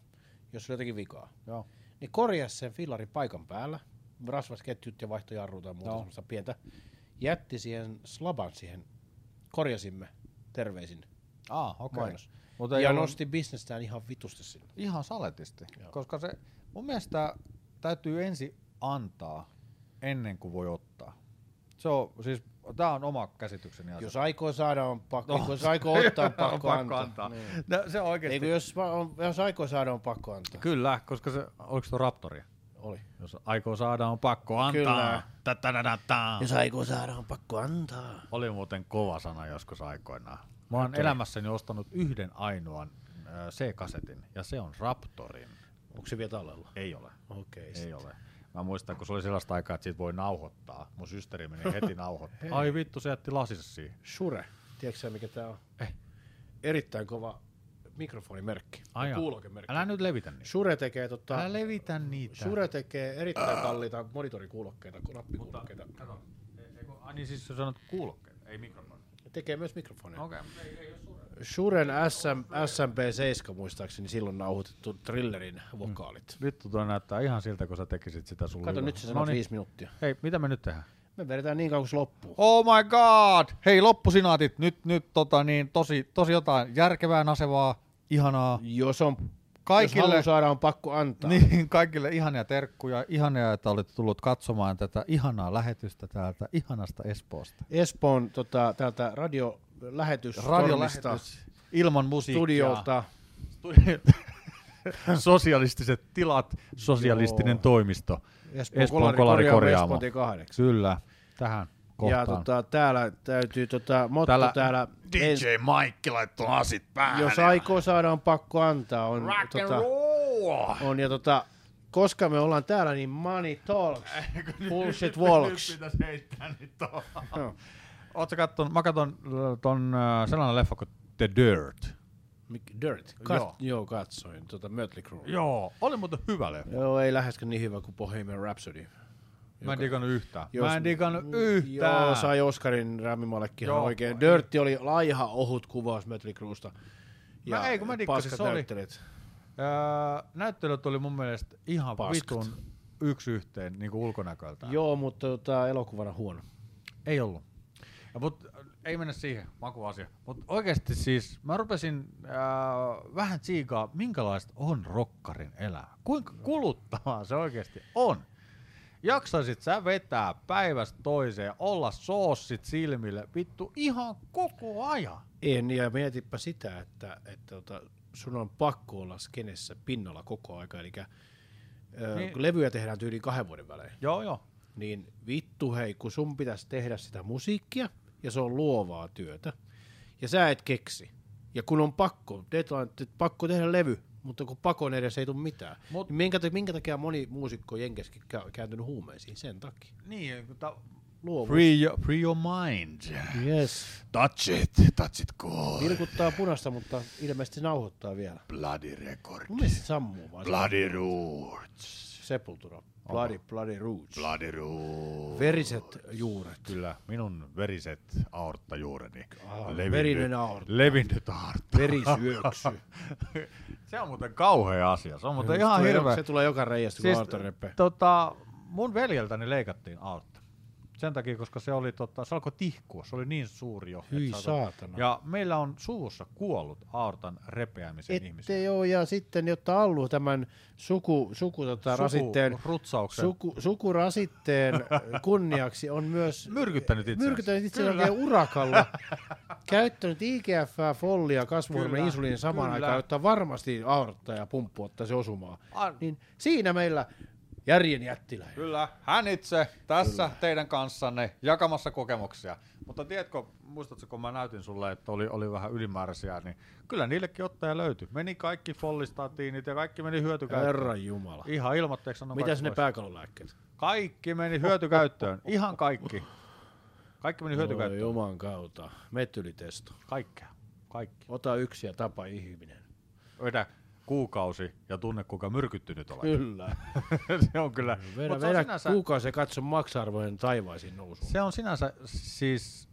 [SPEAKER 1] jos oli jotakin vikaa.
[SPEAKER 2] Joo.
[SPEAKER 1] Ne korjasi sen fillarin paikan päällä, rasvas ketjut ja vaihtojarrut ja muuta
[SPEAKER 2] Joo.
[SPEAKER 1] semmoista pientä. Jätti siihen slaban siihen, korjasimme terveisin
[SPEAKER 2] Ah, okei. Okay.
[SPEAKER 1] mainos. ja nosti bisnestään ihan vitusti sinne.
[SPEAKER 2] Ihan saletisti,
[SPEAKER 1] Joo.
[SPEAKER 2] Joo. koska se mun mielestä täytyy ensin antaa ennen kuin voi ottaa. Se on, siis, tää on oma käsitykseni asia.
[SPEAKER 1] Jos aikoo saada, on pakko. No. Jos aikoo ottaa,
[SPEAKER 2] <laughs>
[SPEAKER 1] on pakko,
[SPEAKER 2] On pakko antaa.
[SPEAKER 1] Niin.
[SPEAKER 2] No, se on
[SPEAKER 1] Eikö,
[SPEAKER 2] oikeesti.
[SPEAKER 1] jos, va- on, jos aikoo saada, on pakko antaa.
[SPEAKER 2] Kyllä, koska se, oliko se Raptoria?
[SPEAKER 1] Oli.
[SPEAKER 2] Jos aikoo saada, on pakko antaa.
[SPEAKER 1] Kyllä.
[SPEAKER 2] Tätädädätää.
[SPEAKER 1] Jos aikoo saada, on pakko antaa.
[SPEAKER 2] Oli muuten kova sana joskus aikoinaan. Mä oon elämässäni ostanut yhden ainoan äh, C-kasetin, ja se on Raptorin.
[SPEAKER 1] Onko se vielä tallella?
[SPEAKER 2] Ei ole.
[SPEAKER 1] Okei.
[SPEAKER 2] Ei ole. Mä muistan, kun se oli sellaista aikaa, että siitä voi nauhoittaa. Mun systeri meni
[SPEAKER 1] <laughs>
[SPEAKER 2] heti nauhoittaa. Ai vittu, se jätti lasinsa siihen.
[SPEAKER 1] Shure. Tiedätkö sä, mikä tää on?
[SPEAKER 2] Eh.
[SPEAKER 1] Erittäin kova mikrofonimerkki.
[SPEAKER 2] Ai jaa.
[SPEAKER 1] Kuulokemerkki.
[SPEAKER 2] Älä nyt levitä niitä.
[SPEAKER 1] Shure tekee, tota,
[SPEAKER 2] Älä levitä niitä.
[SPEAKER 1] Shure tekee erittäin kalliita monitorikuulokkeita, kun nappikuulokkeita.
[SPEAKER 2] Kato. Eiku, ai niin siis sä sanot kuulokkeet, ei mikrofoni.
[SPEAKER 1] Ne tekee myös mikrofoneja.
[SPEAKER 2] Okei. Okay.
[SPEAKER 1] Suren SM, SMP7 muistaakseni niin silloin nauhoitettu thrillerin vokaalit.
[SPEAKER 2] Vittu, toi näyttää ihan siltä, kun sä tekisit sitä sulle.
[SPEAKER 1] Kato,
[SPEAKER 2] hyvää.
[SPEAKER 1] nyt se
[SPEAKER 2] No
[SPEAKER 1] sanoo
[SPEAKER 2] niin.
[SPEAKER 1] viisi minuuttia.
[SPEAKER 2] Hei, mitä me nyt tehdään?
[SPEAKER 1] Me vedetään niin kauan kuin se loppuu.
[SPEAKER 2] Oh my god! Hei, loppusinaatit. Nyt, nyt tota, niin, tosi, tosi jotain järkevää, nasevaa, ihanaa.
[SPEAKER 1] Jos on
[SPEAKER 2] Kaikille-
[SPEAKER 1] jos halu saada, on pakko antaa.
[SPEAKER 2] Niin, kaikille ihania terkkuja. Ihania, että olette tullut katsomaan tätä ihanaa lähetystä täältä ihanasta Espoosta.
[SPEAKER 1] Espoon tota, täältä radiolähetystornista
[SPEAKER 2] Radiolähetys ilman musiikkia.
[SPEAKER 1] studiolta.
[SPEAKER 2] <laughs> Sosialistiset tilat, sosialistinen
[SPEAKER 1] Joo.
[SPEAKER 2] toimisto.
[SPEAKER 1] Espoon, Espoon kolari korjaamo. Espoon tie kahdeksan.
[SPEAKER 2] Kyllä, tähän kohtaan.
[SPEAKER 1] Ja tota, täällä täytyy tota, motto täällä,
[SPEAKER 2] Täällä
[SPEAKER 1] täällä
[SPEAKER 4] DJ Mike laittoi asit päähän.
[SPEAKER 1] jos aikoo saada on pakko antaa on,
[SPEAKER 4] Rock and
[SPEAKER 1] tota,
[SPEAKER 2] <laughs>
[SPEAKER 4] roll!
[SPEAKER 1] on ja tota, koska me ollaan täällä niin money talks, bullshit
[SPEAKER 4] Nyt
[SPEAKER 1] walks.
[SPEAKER 4] pitäisi heittää nyt tuohon.
[SPEAKER 2] Ootko katton, mä katon äh, ton äh, sellainen leffa kuin The Dirt.
[SPEAKER 1] Mick Dirt. Kat- joo.
[SPEAKER 2] Joo.
[SPEAKER 1] katsoin. Tota Mötley Crue.
[SPEAKER 2] Joo, oli muuten hyvä leffa.
[SPEAKER 1] Joo, ei läheskään niin hyvä kuin Bohemian Rhapsody.
[SPEAKER 2] Mä en digannut yhtään.
[SPEAKER 1] Jos- Mm,
[SPEAKER 2] Mä en digannut yhtään.
[SPEAKER 1] Joo, sai Oscarin Rämmimallekin ihan
[SPEAKER 2] Joo.
[SPEAKER 1] oikein. Dirtti oli laiha ohut kuvaus Mötley Cruesta.
[SPEAKER 2] Mä- ei, kun mä dikkasin,
[SPEAKER 1] paskat
[SPEAKER 2] se oli-
[SPEAKER 1] näyttelijät.
[SPEAKER 2] Öö, näyttelyt oli mun mielestä ihan
[SPEAKER 1] Paskat.
[SPEAKER 2] Paskat. vitun yksi yhteen niin kuin ulkonäköltään.
[SPEAKER 1] Joo, mutta tota, elokuvana huono.
[SPEAKER 2] Ei ollut. Ja, mut, äh, ei mennä siihen, makuasia. Mutta oikeasti siis mä rupesin äh, vähän siikaa, minkälaista on rokkarin elää. Kuinka kuluttavaa se oikeasti on. Jaksaisit sä vetää päivästä toiseen, olla soossit silmille, vittu ihan koko ajan.
[SPEAKER 1] En, ja mietipä sitä, että, että tota, sun on pakko olla skenessä pinnalla koko aika. Eli niin.
[SPEAKER 2] Niin.
[SPEAKER 1] kun levyjä tehdään tyyliin kahden vuoden välein,
[SPEAKER 2] Joo, joo.
[SPEAKER 1] niin vittu hei, kun sun pitäisi tehdä sitä musiikkia, ja se on luovaa työtä, ja sä et keksi. Ja kun on pakko, deadline, että pakko tehdä levy, mutta kun pakon edessä ei tule mitään. Mut,
[SPEAKER 2] Mut-
[SPEAKER 1] niin minkä, ta- minkä takia moni muusikko on Jenkessäkin kä- kääntynyt huumeisiin? Sen takia.
[SPEAKER 2] Niin, kun ta-
[SPEAKER 1] Luovuus.
[SPEAKER 2] free, your, free your mind.
[SPEAKER 1] Yes.
[SPEAKER 4] Touch it, touch it good.
[SPEAKER 1] Vilkuttaa punasta, mutta ilmeisesti nauhoittaa vielä.
[SPEAKER 4] Bloody record.
[SPEAKER 1] Mun mielestä se sammuu vaan.
[SPEAKER 4] Bloody roots.
[SPEAKER 1] Sepultura. Bloody, bloody roots.
[SPEAKER 4] Bloody roots.
[SPEAKER 1] Veriset juuret.
[SPEAKER 2] Kyllä, minun veriset aorttajuureni.
[SPEAKER 1] Ah, verinen aortta.
[SPEAKER 2] Levinnyt aortta.
[SPEAKER 1] <laughs> Verisyöksy.
[SPEAKER 2] <laughs> Se on muuten kauhea asia. Se on muuten
[SPEAKER 1] Se
[SPEAKER 2] ihan
[SPEAKER 1] tulee-
[SPEAKER 2] hirveä.
[SPEAKER 1] Se tulee joka reiästä, kun
[SPEAKER 2] Siis,
[SPEAKER 1] Arto repee.
[SPEAKER 2] tota, mun veljeltäni leikattiin aortta. Sen takia, koska se, oli, tota, se alkoi tihkua. Se oli niin suuri jo.
[SPEAKER 1] Hyi
[SPEAKER 2] että saatot-
[SPEAKER 1] saatana.
[SPEAKER 2] Ja meillä on suvussa kuollut aortan repeämisen ihmisiä.
[SPEAKER 1] Ette joo, ja sitten jotta Allu tämän suku, suku, tota,
[SPEAKER 2] Suku-
[SPEAKER 1] rasitteen,
[SPEAKER 2] rutsauksen.
[SPEAKER 1] suku, <laughs> sukurasitteen kunniaksi on myös
[SPEAKER 2] Myrkyttänyt itseänsä.
[SPEAKER 1] myrkyttänyt itseään oikein <laughs> urakalla, käyttänyt IGF, follia, kasvuhormonin
[SPEAKER 2] Kyllä,
[SPEAKER 1] insuliinin samaan
[SPEAKER 2] kyllä.
[SPEAKER 1] aikaan, jotta varmasti aortta ja pumppu ottaisi osumaan.
[SPEAKER 2] Ar-
[SPEAKER 1] Niin siinä meillä järjen jättiläinen.
[SPEAKER 2] Kyllä, hän itse tässä Kyllä. teidän kanssanne jakamassa kokemuksia. Mutta tiedätkö, muistatko kun mä näytin sulle, että oli, oli vähän ylimääräisiä, niin kyllä niillekin ottaja löytyi. Meni kaikki follistatiinit ja kaikki meni hyötykäyttöön.
[SPEAKER 1] Herran Jumala.
[SPEAKER 2] Ihan ilmoitteeksi annan
[SPEAKER 1] Mitäs
[SPEAKER 2] kaikki
[SPEAKER 1] ne
[SPEAKER 2] pois.
[SPEAKER 1] pääkalolääkkeet?
[SPEAKER 2] Kaikki meni hyötykäyttöön. Ihan kaikki. Kaikki meni
[SPEAKER 1] Oi
[SPEAKER 2] hyötykäyttöön.
[SPEAKER 1] Juman kautta. Metylitesto.
[SPEAKER 2] Kaikkea. Kaikki.
[SPEAKER 1] Ota yksi ja tapa ihminen.
[SPEAKER 2] Vedä kuukausi ja tunne, kuinka myrkyttynyt olet.
[SPEAKER 1] Kyllä.
[SPEAKER 2] <laughs> se on kyllä.
[SPEAKER 1] Vedä,
[SPEAKER 2] Mut se on
[SPEAKER 1] vedä
[SPEAKER 2] sinänsä-
[SPEAKER 1] kuukausi ja katso maksa-arvojen taivaisiin nousuun.
[SPEAKER 2] Se on sinänsä siis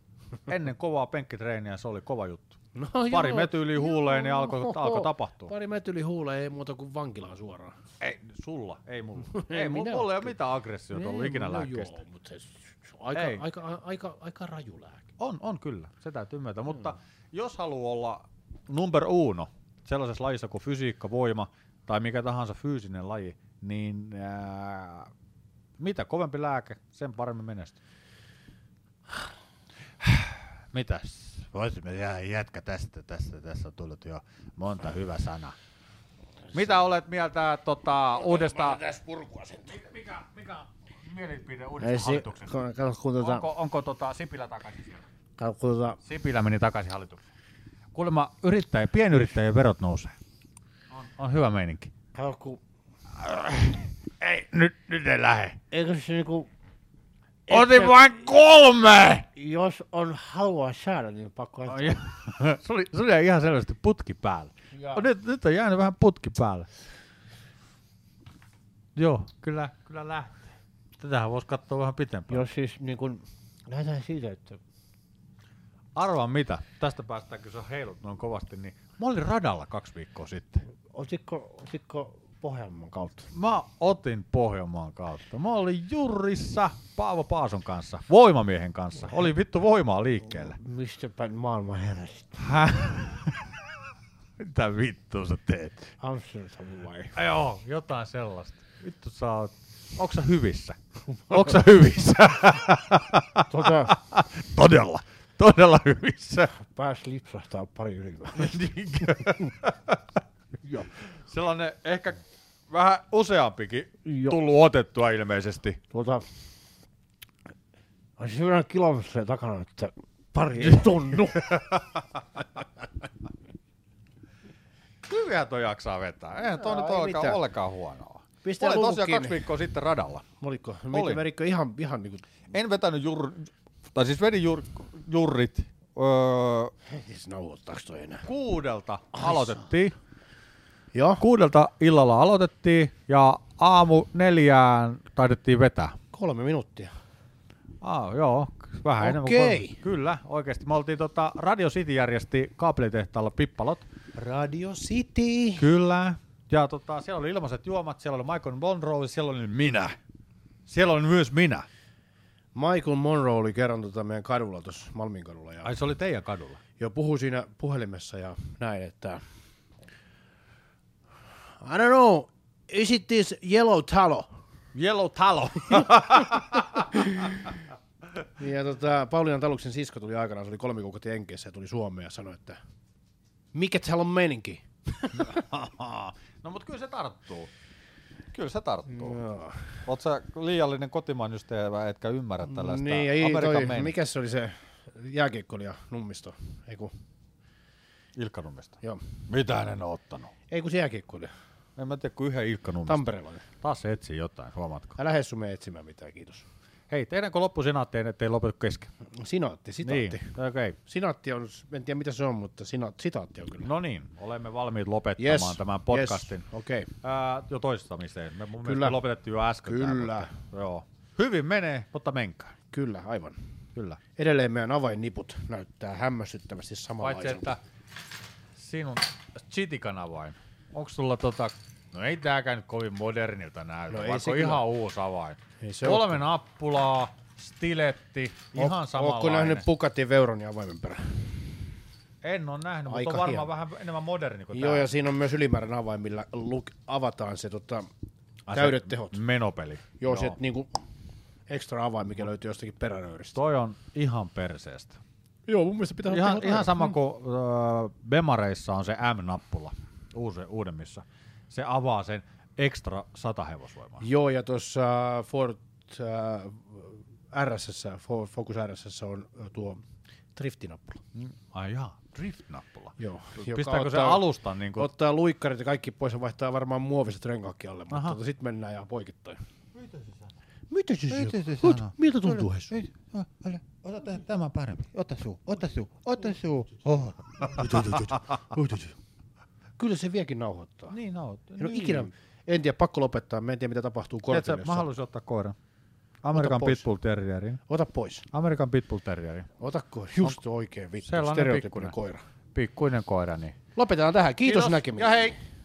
[SPEAKER 2] ennen kovaa penkkitreeniä se oli kova juttu.
[SPEAKER 1] No,
[SPEAKER 2] Pari
[SPEAKER 1] joo.
[SPEAKER 2] metyyliä huuleen niin alkoi alko tapahtua.
[SPEAKER 1] Pari metyli huuleen ei muuta kuin vankilaan suoraan.
[SPEAKER 2] Ei, sulla,
[SPEAKER 1] <laughs>
[SPEAKER 2] ei mulla.
[SPEAKER 1] minä
[SPEAKER 2] ei mulla, mulla ei ole mitään aggressiota ollut
[SPEAKER 1] Ei,
[SPEAKER 2] ikinä
[SPEAKER 1] no
[SPEAKER 2] lääkkeestä.
[SPEAKER 1] Joo, mutta se, se on aika,
[SPEAKER 2] Ei.
[SPEAKER 1] aika, aika, aika, aika raju lääke.
[SPEAKER 2] On, on kyllä, se täytyy myöntää.
[SPEAKER 4] Mm.
[SPEAKER 2] Mutta jos haluaa olla number uno sellaisessa lajissa kuin fysiikka, voima tai mikä tahansa fyysinen laji, niin ää, mitä kovempi lääke, sen
[SPEAKER 4] <sighs>
[SPEAKER 2] paremmin menestyy. Mitäs?
[SPEAKER 4] Voisimme jää jätkä tästä, tästä, tässä on tullut jo monta hyvää sanaa.
[SPEAKER 2] Mitä olet mieltä tota, uudesta...
[SPEAKER 1] Tässä purkua sen.
[SPEAKER 2] Mikä, mikä on mielipide
[SPEAKER 1] Ei
[SPEAKER 2] uudesta
[SPEAKER 1] se,
[SPEAKER 2] hallituksesta?
[SPEAKER 1] kun, kun, kun, tota,
[SPEAKER 2] Onko, onko tota Sipilä takaisin siellä?
[SPEAKER 1] kun, tota,
[SPEAKER 2] Sipilä meni takaisin hallitukseen. Kuulemma yrittäjä, pienyrittäjien verot nousee. On, on hyvä meininki.
[SPEAKER 1] kun,
[SPEAKER 4] Ei, nyt, nyt ei lähe.
[SPEAKER 1] eikö se niinku,
[SPEAKER 4] Otin vain kolme!
[SPEAKER 1] jos on halua saada, niin pakko ottaa.
[SPEAKER 2] <laughs> se, oli, se oli ihan selvästi putki päällä.
[SPEAKER 1] Jaa.
[SPEAKER 2] Nyt, nyt on jäänyt vähän putki päällä. Joo, kyllä, kyllä lähtee. Tätähän voisi katsoa vähän pitempään.
[SPEAKER 1] Jos siis niin kun, lähdetään siitä, että
[SPEAKER 2] Arvaa mitä, tästä päästään, kun se on heilut noin kovasti, niin mä olin radalla kaksi viikkoa sitten.
[SPEAKER 1] otitko, otitko Pohjanmaan kautta?
[SPEAKER 2] Mä otin Pohjanmaan kautta. Mä olin jurissa Paavo Paason kanssa, voimamiehen kanssa. Oli vittu voimaa liikkeellä.
[SPEAKER 1] Mistä päin maailman heräsit?
[SPEAKER 2] Häh? Mitä vittua sä teet?
[SPEAKER 1] Amsterdam <laughs> vai?
[SPEAKER 2] Joo, jotain sellaista. Vittu sä oot... Onks sä
[SPEAKER 1] <laughs>
[SPEAKER 2] hyvissä? Onks sä hyvissä?
[SPEAKER 1] Tota,
[SPEAKER 4] Todella.
[SPEAKER 2] Todella hyvissä.
[SPEAKER 1] pääs lipsahtaa pari ylimää. <laughs> Joo.
[SPEAKER 2] Sellainen ehkä vähän useampikin
[SPEAKER 1] Joo.
[SPEAKER 2] tullut otettua ilmeisesti.
[SPEAKER 1] Tuota, on siinä kilometriä takana, että pari ei <laughs> tunnu.
[SPEAKER 2] Hyviä toi jaksaa vetää. Eihän toi
[SPEAKER 1] Joo,
[SPEAKER 2] nyt
[SPEAKER 1] ei
[SPEAKER 2] olekaan,
[SPEAKER 1] mitään.
[SPEAKER 2] olekaan huonoa.
[SPEAKER 1] Pistä
[SPEAKER 2] Olin
[SPEAKER 1] luukku
[SPEAKER 2] tosiaan
[SPEAKER 1] kiinni.
[SPEAKER 2] kaksi viikkoa sitten radalla.
[SPEAKER 1] Oliko?
[SPEAKER 2] Oli.
[SPEAKER 1] Miten verikko ihan, ihan niinku...
[SPEAKER 2] En vetänyt jur... Tai siis vedin jur... jurrit öö,
[SPEAKER 1] Siis nauhoittaako toi enää?
[SPEAKER 2] kuudelta aloitettiin.
[SPEAKER 1] Joo,
[SPEAKER 2] Kuudelta illalla aloitettiin ja aamu neljään taidettiin vetää.
[SPEAKER 1] kolme minuuttia.
[SPEAKER 2] Ah, joo, vähän enemmän
[SPEAKER 1] Okei.
[SPEAKER 2] kuin Kyllä, oikeasti. Me oltiin tota, Radio City järjesti kaapelitehtaalla pippalot.
[SPEAKER 1] Radio City.
[SPEAKER 2] Kyllä. Ja tota, siellä oli ilmaiset juomat, siellä oli Michael Monroe, siellä oli minä. Siellä oli myös minä.
[SPEAKER 1] Michael Monroe oli kerran tota meidän kadulla tuossa Malmin kadulla ja,
[SPEAKER 2] se oli teidän kadulla.
[SPEAKER 1] ja puhui siinä puhelimessa ja näin, että I don't know, is it this yellow talo?
[SPEAKER 2] Yellow Talo.
[SPEAKER 1] Ja tota, Pauliina Taluksen sisko tuli aikanaan, se oli kolme kuukautta Jenkeissä ja tuli Suomeen ja sanoi, että mikä täällä on meininki?
[SPEAKER 2] <laughs> no mut kyllä se tarttuu. Kyllä se tarttuu. Mm.
[SPEAKER 1] Joo.
[SPEAKER 2] Oot sä liiallinen kotimaan ystävä, etkä ymmärrä tällaista
[SPEAKER 1] Niin, ja ei,
[SPEAKER 2] Amerikan
[SPEAKER 1] toi,
[SPEAKER 2] toi,
[SPEAKER 1] mikä se oli se jääkiekkoilija nummisto? Ei kun,
[SPEAKER 2] Ilkkanummista.
[SPEAKER 1] joo.
[SPEAKER 2] Mitä en ole ottanut?
[SPEAKER 1] Ei kun se jääkiekkoilija.
[SPEAKER 2] En mä tiedä kuin yhden Ilkkanummista.
[SPEAKER 1] Tampereella. oli.
[SPEAKER 2] Taas se etsii jotain, huomaatko?
[SPEAKER 1] Älä hessu mene etsimään mitään, kiitos.
[SPEAKER 2] Hei, tehdäänkö loppu senaatteen, ettei lopetu kesken?
[SPEAKER 1] Sinaatti, sitaatti. Niin.
[SPEAKER 2] Niin, okei. Okay.
[SPEAKER 1] Sinaatti on, en tiedä mitä se on, mutta sina, sitaatti on kyllä.
[SPEAKER 2] No niin, olemme valmiit lopettamaan yes. tämän podcastin.
[SPEAKER 1] Yes. Okei. Okay.
[SPEAKER 2] Ää, jo toistamiseen. Me mun
[SPEAKER 1] Kyllä.
[SPEAKER 2] mielestä me lopetettiin jo äsken. tää,
[SPEAKER 1] Kyllä.
[SPEAKER 2] mutta- joo. Hyvin menee, mutta menkää.
[SPEAKER 1] Kyllä, aivan.
[SPEAKER 2] Kyllä.
[SPEAKER 1] Edelleen meidän avainniput näyttää hämmästyttävästi
[SPEAKER 2] Paitsi,
[SPEAKER 1] samanlaiselta.
[SPEAKER 2] että sinun chitikan avain. Onko sulla tota... No ei tääkään nyt kovin modernilta näytä,
[SPEAKER 1] No
[SPEAKER 2] no
[SPEAKER 1] ei
[SPEAKER 2] vaikka
[SPEAKER 1] se
[SPEAKER 2] on
[SPEAKER 1] kyllä.
[SPEAKER 2] ihan uusi avain.
[SPEAKER 1] Ei se
[SPEAKER 2] Kolme nappulaa, stiletti, ihan
[SPEAKER 1] Oot- Ootko
[SPEAKER 2] samanlainen.
[SPEAKER 1] nähnyt Pukatin veuron ja avaimen perään?
[SPEAKER 2] en ole nähnyt,
[SPEAKER 1] Aika
[SPEAKER 2] mutta on varmaan
[SPEAKER 1] hieno.
[SPEAKER 2] vähän enemmän moderni kuin
[SPEAKER 1] Joo,
[SPEAKER 2] tää.
[SPEAKER 1] ja siinä on myös ylimääräinen avain, millä luk- avataan se tota,
[SPEAKER 2] Ai se
[SPEAKER 1] täydet tehot.
[SPEAKER 2] Menopeli.
[SPEAKER 1] Joo, se niinku ekstra avain, mikä löytyy jostakin peränöyristä.
[SPEAKER 2] Toi on ihan perseestä.
[SPEAKER 1] Joo, mun mielestä pitää
[SPEAKER 2] Ihan, ihan
[SPEAKER 1] Mm.
[SPEAKER 2] sama kuin öö, Bemareissa on se M-nappula uusi, uudemmissa. Se avaa sen ekstra sata hevosvoimaa.
[SPEAKER 1] Joo, ja tuossa Ford äh, RSS, Fo- Focus RSS on äh, tuo driftinappula.
[SPEAKER 2] Ai jaa, drift-nappula.
[SPEAKER 1] Joo.
[SPEAKER 2] Pistääkö se alustan niin kuin...
[SPEAKER 1] Ottaa luikkarit ja kaikki pois ja vaihtaa varmaan muoviset renkaatkin alle,
[SPEAKER 2] Aha.
[SPEAKER 1] mutta tota, sitten mennään ja poikittain. Mitä se sanoo?
[SPEAKER 4] Mitä se
[SPEAKER 1] Mitä se
[SPEAKER 4] sanoo?
[SPEAKER 1] sanoo? Miltä tuntuu Hessu?
[SPEAKER 4] Nyt, o- ota- Ota tä- tämä parempi. Ota suu, ota suu, ota suu. Oho.
[SPEAKER 1] Kyllä se vieläkin nauhoittaa.
[SPEAKER 2] Niin, no,
[SPEAKER 1] En ole ikinä, en tiedä, pakko lopettaa, mä en tiedä mitä tapahtuu kortille.
[SPEAKER 2] Tiedätkö,
[SPEAKER 1] jos
[SPEAKER 2] mä
[SPEAKER 1] sä-
[SPEAKER 2] haluaisin ottaa koiran. Amerikan
[SPEAKER 1] pois.
[SPEAKER 2] Pitbull Terrierin.
[SPEAKER 1] Ota pois.
[SPEAKER 2] Amerikan Pitbull Terrierin.
[SPEAKER 1] Ota koira. Just oikein vittu.
[SPEAKER 2] Sellainen
[SPEAKER 1] Stereotypinen
[SPEAKER 2] pikkunen.
[SPEAKER 1] koira.
[SPEAKER 2] Pikkuinen koira, niin.
[SPEAKER 1] Lopetetaan tähän. Kiitos, Kiitos. näkemiin.
[SPEAKER 2] Ja hei!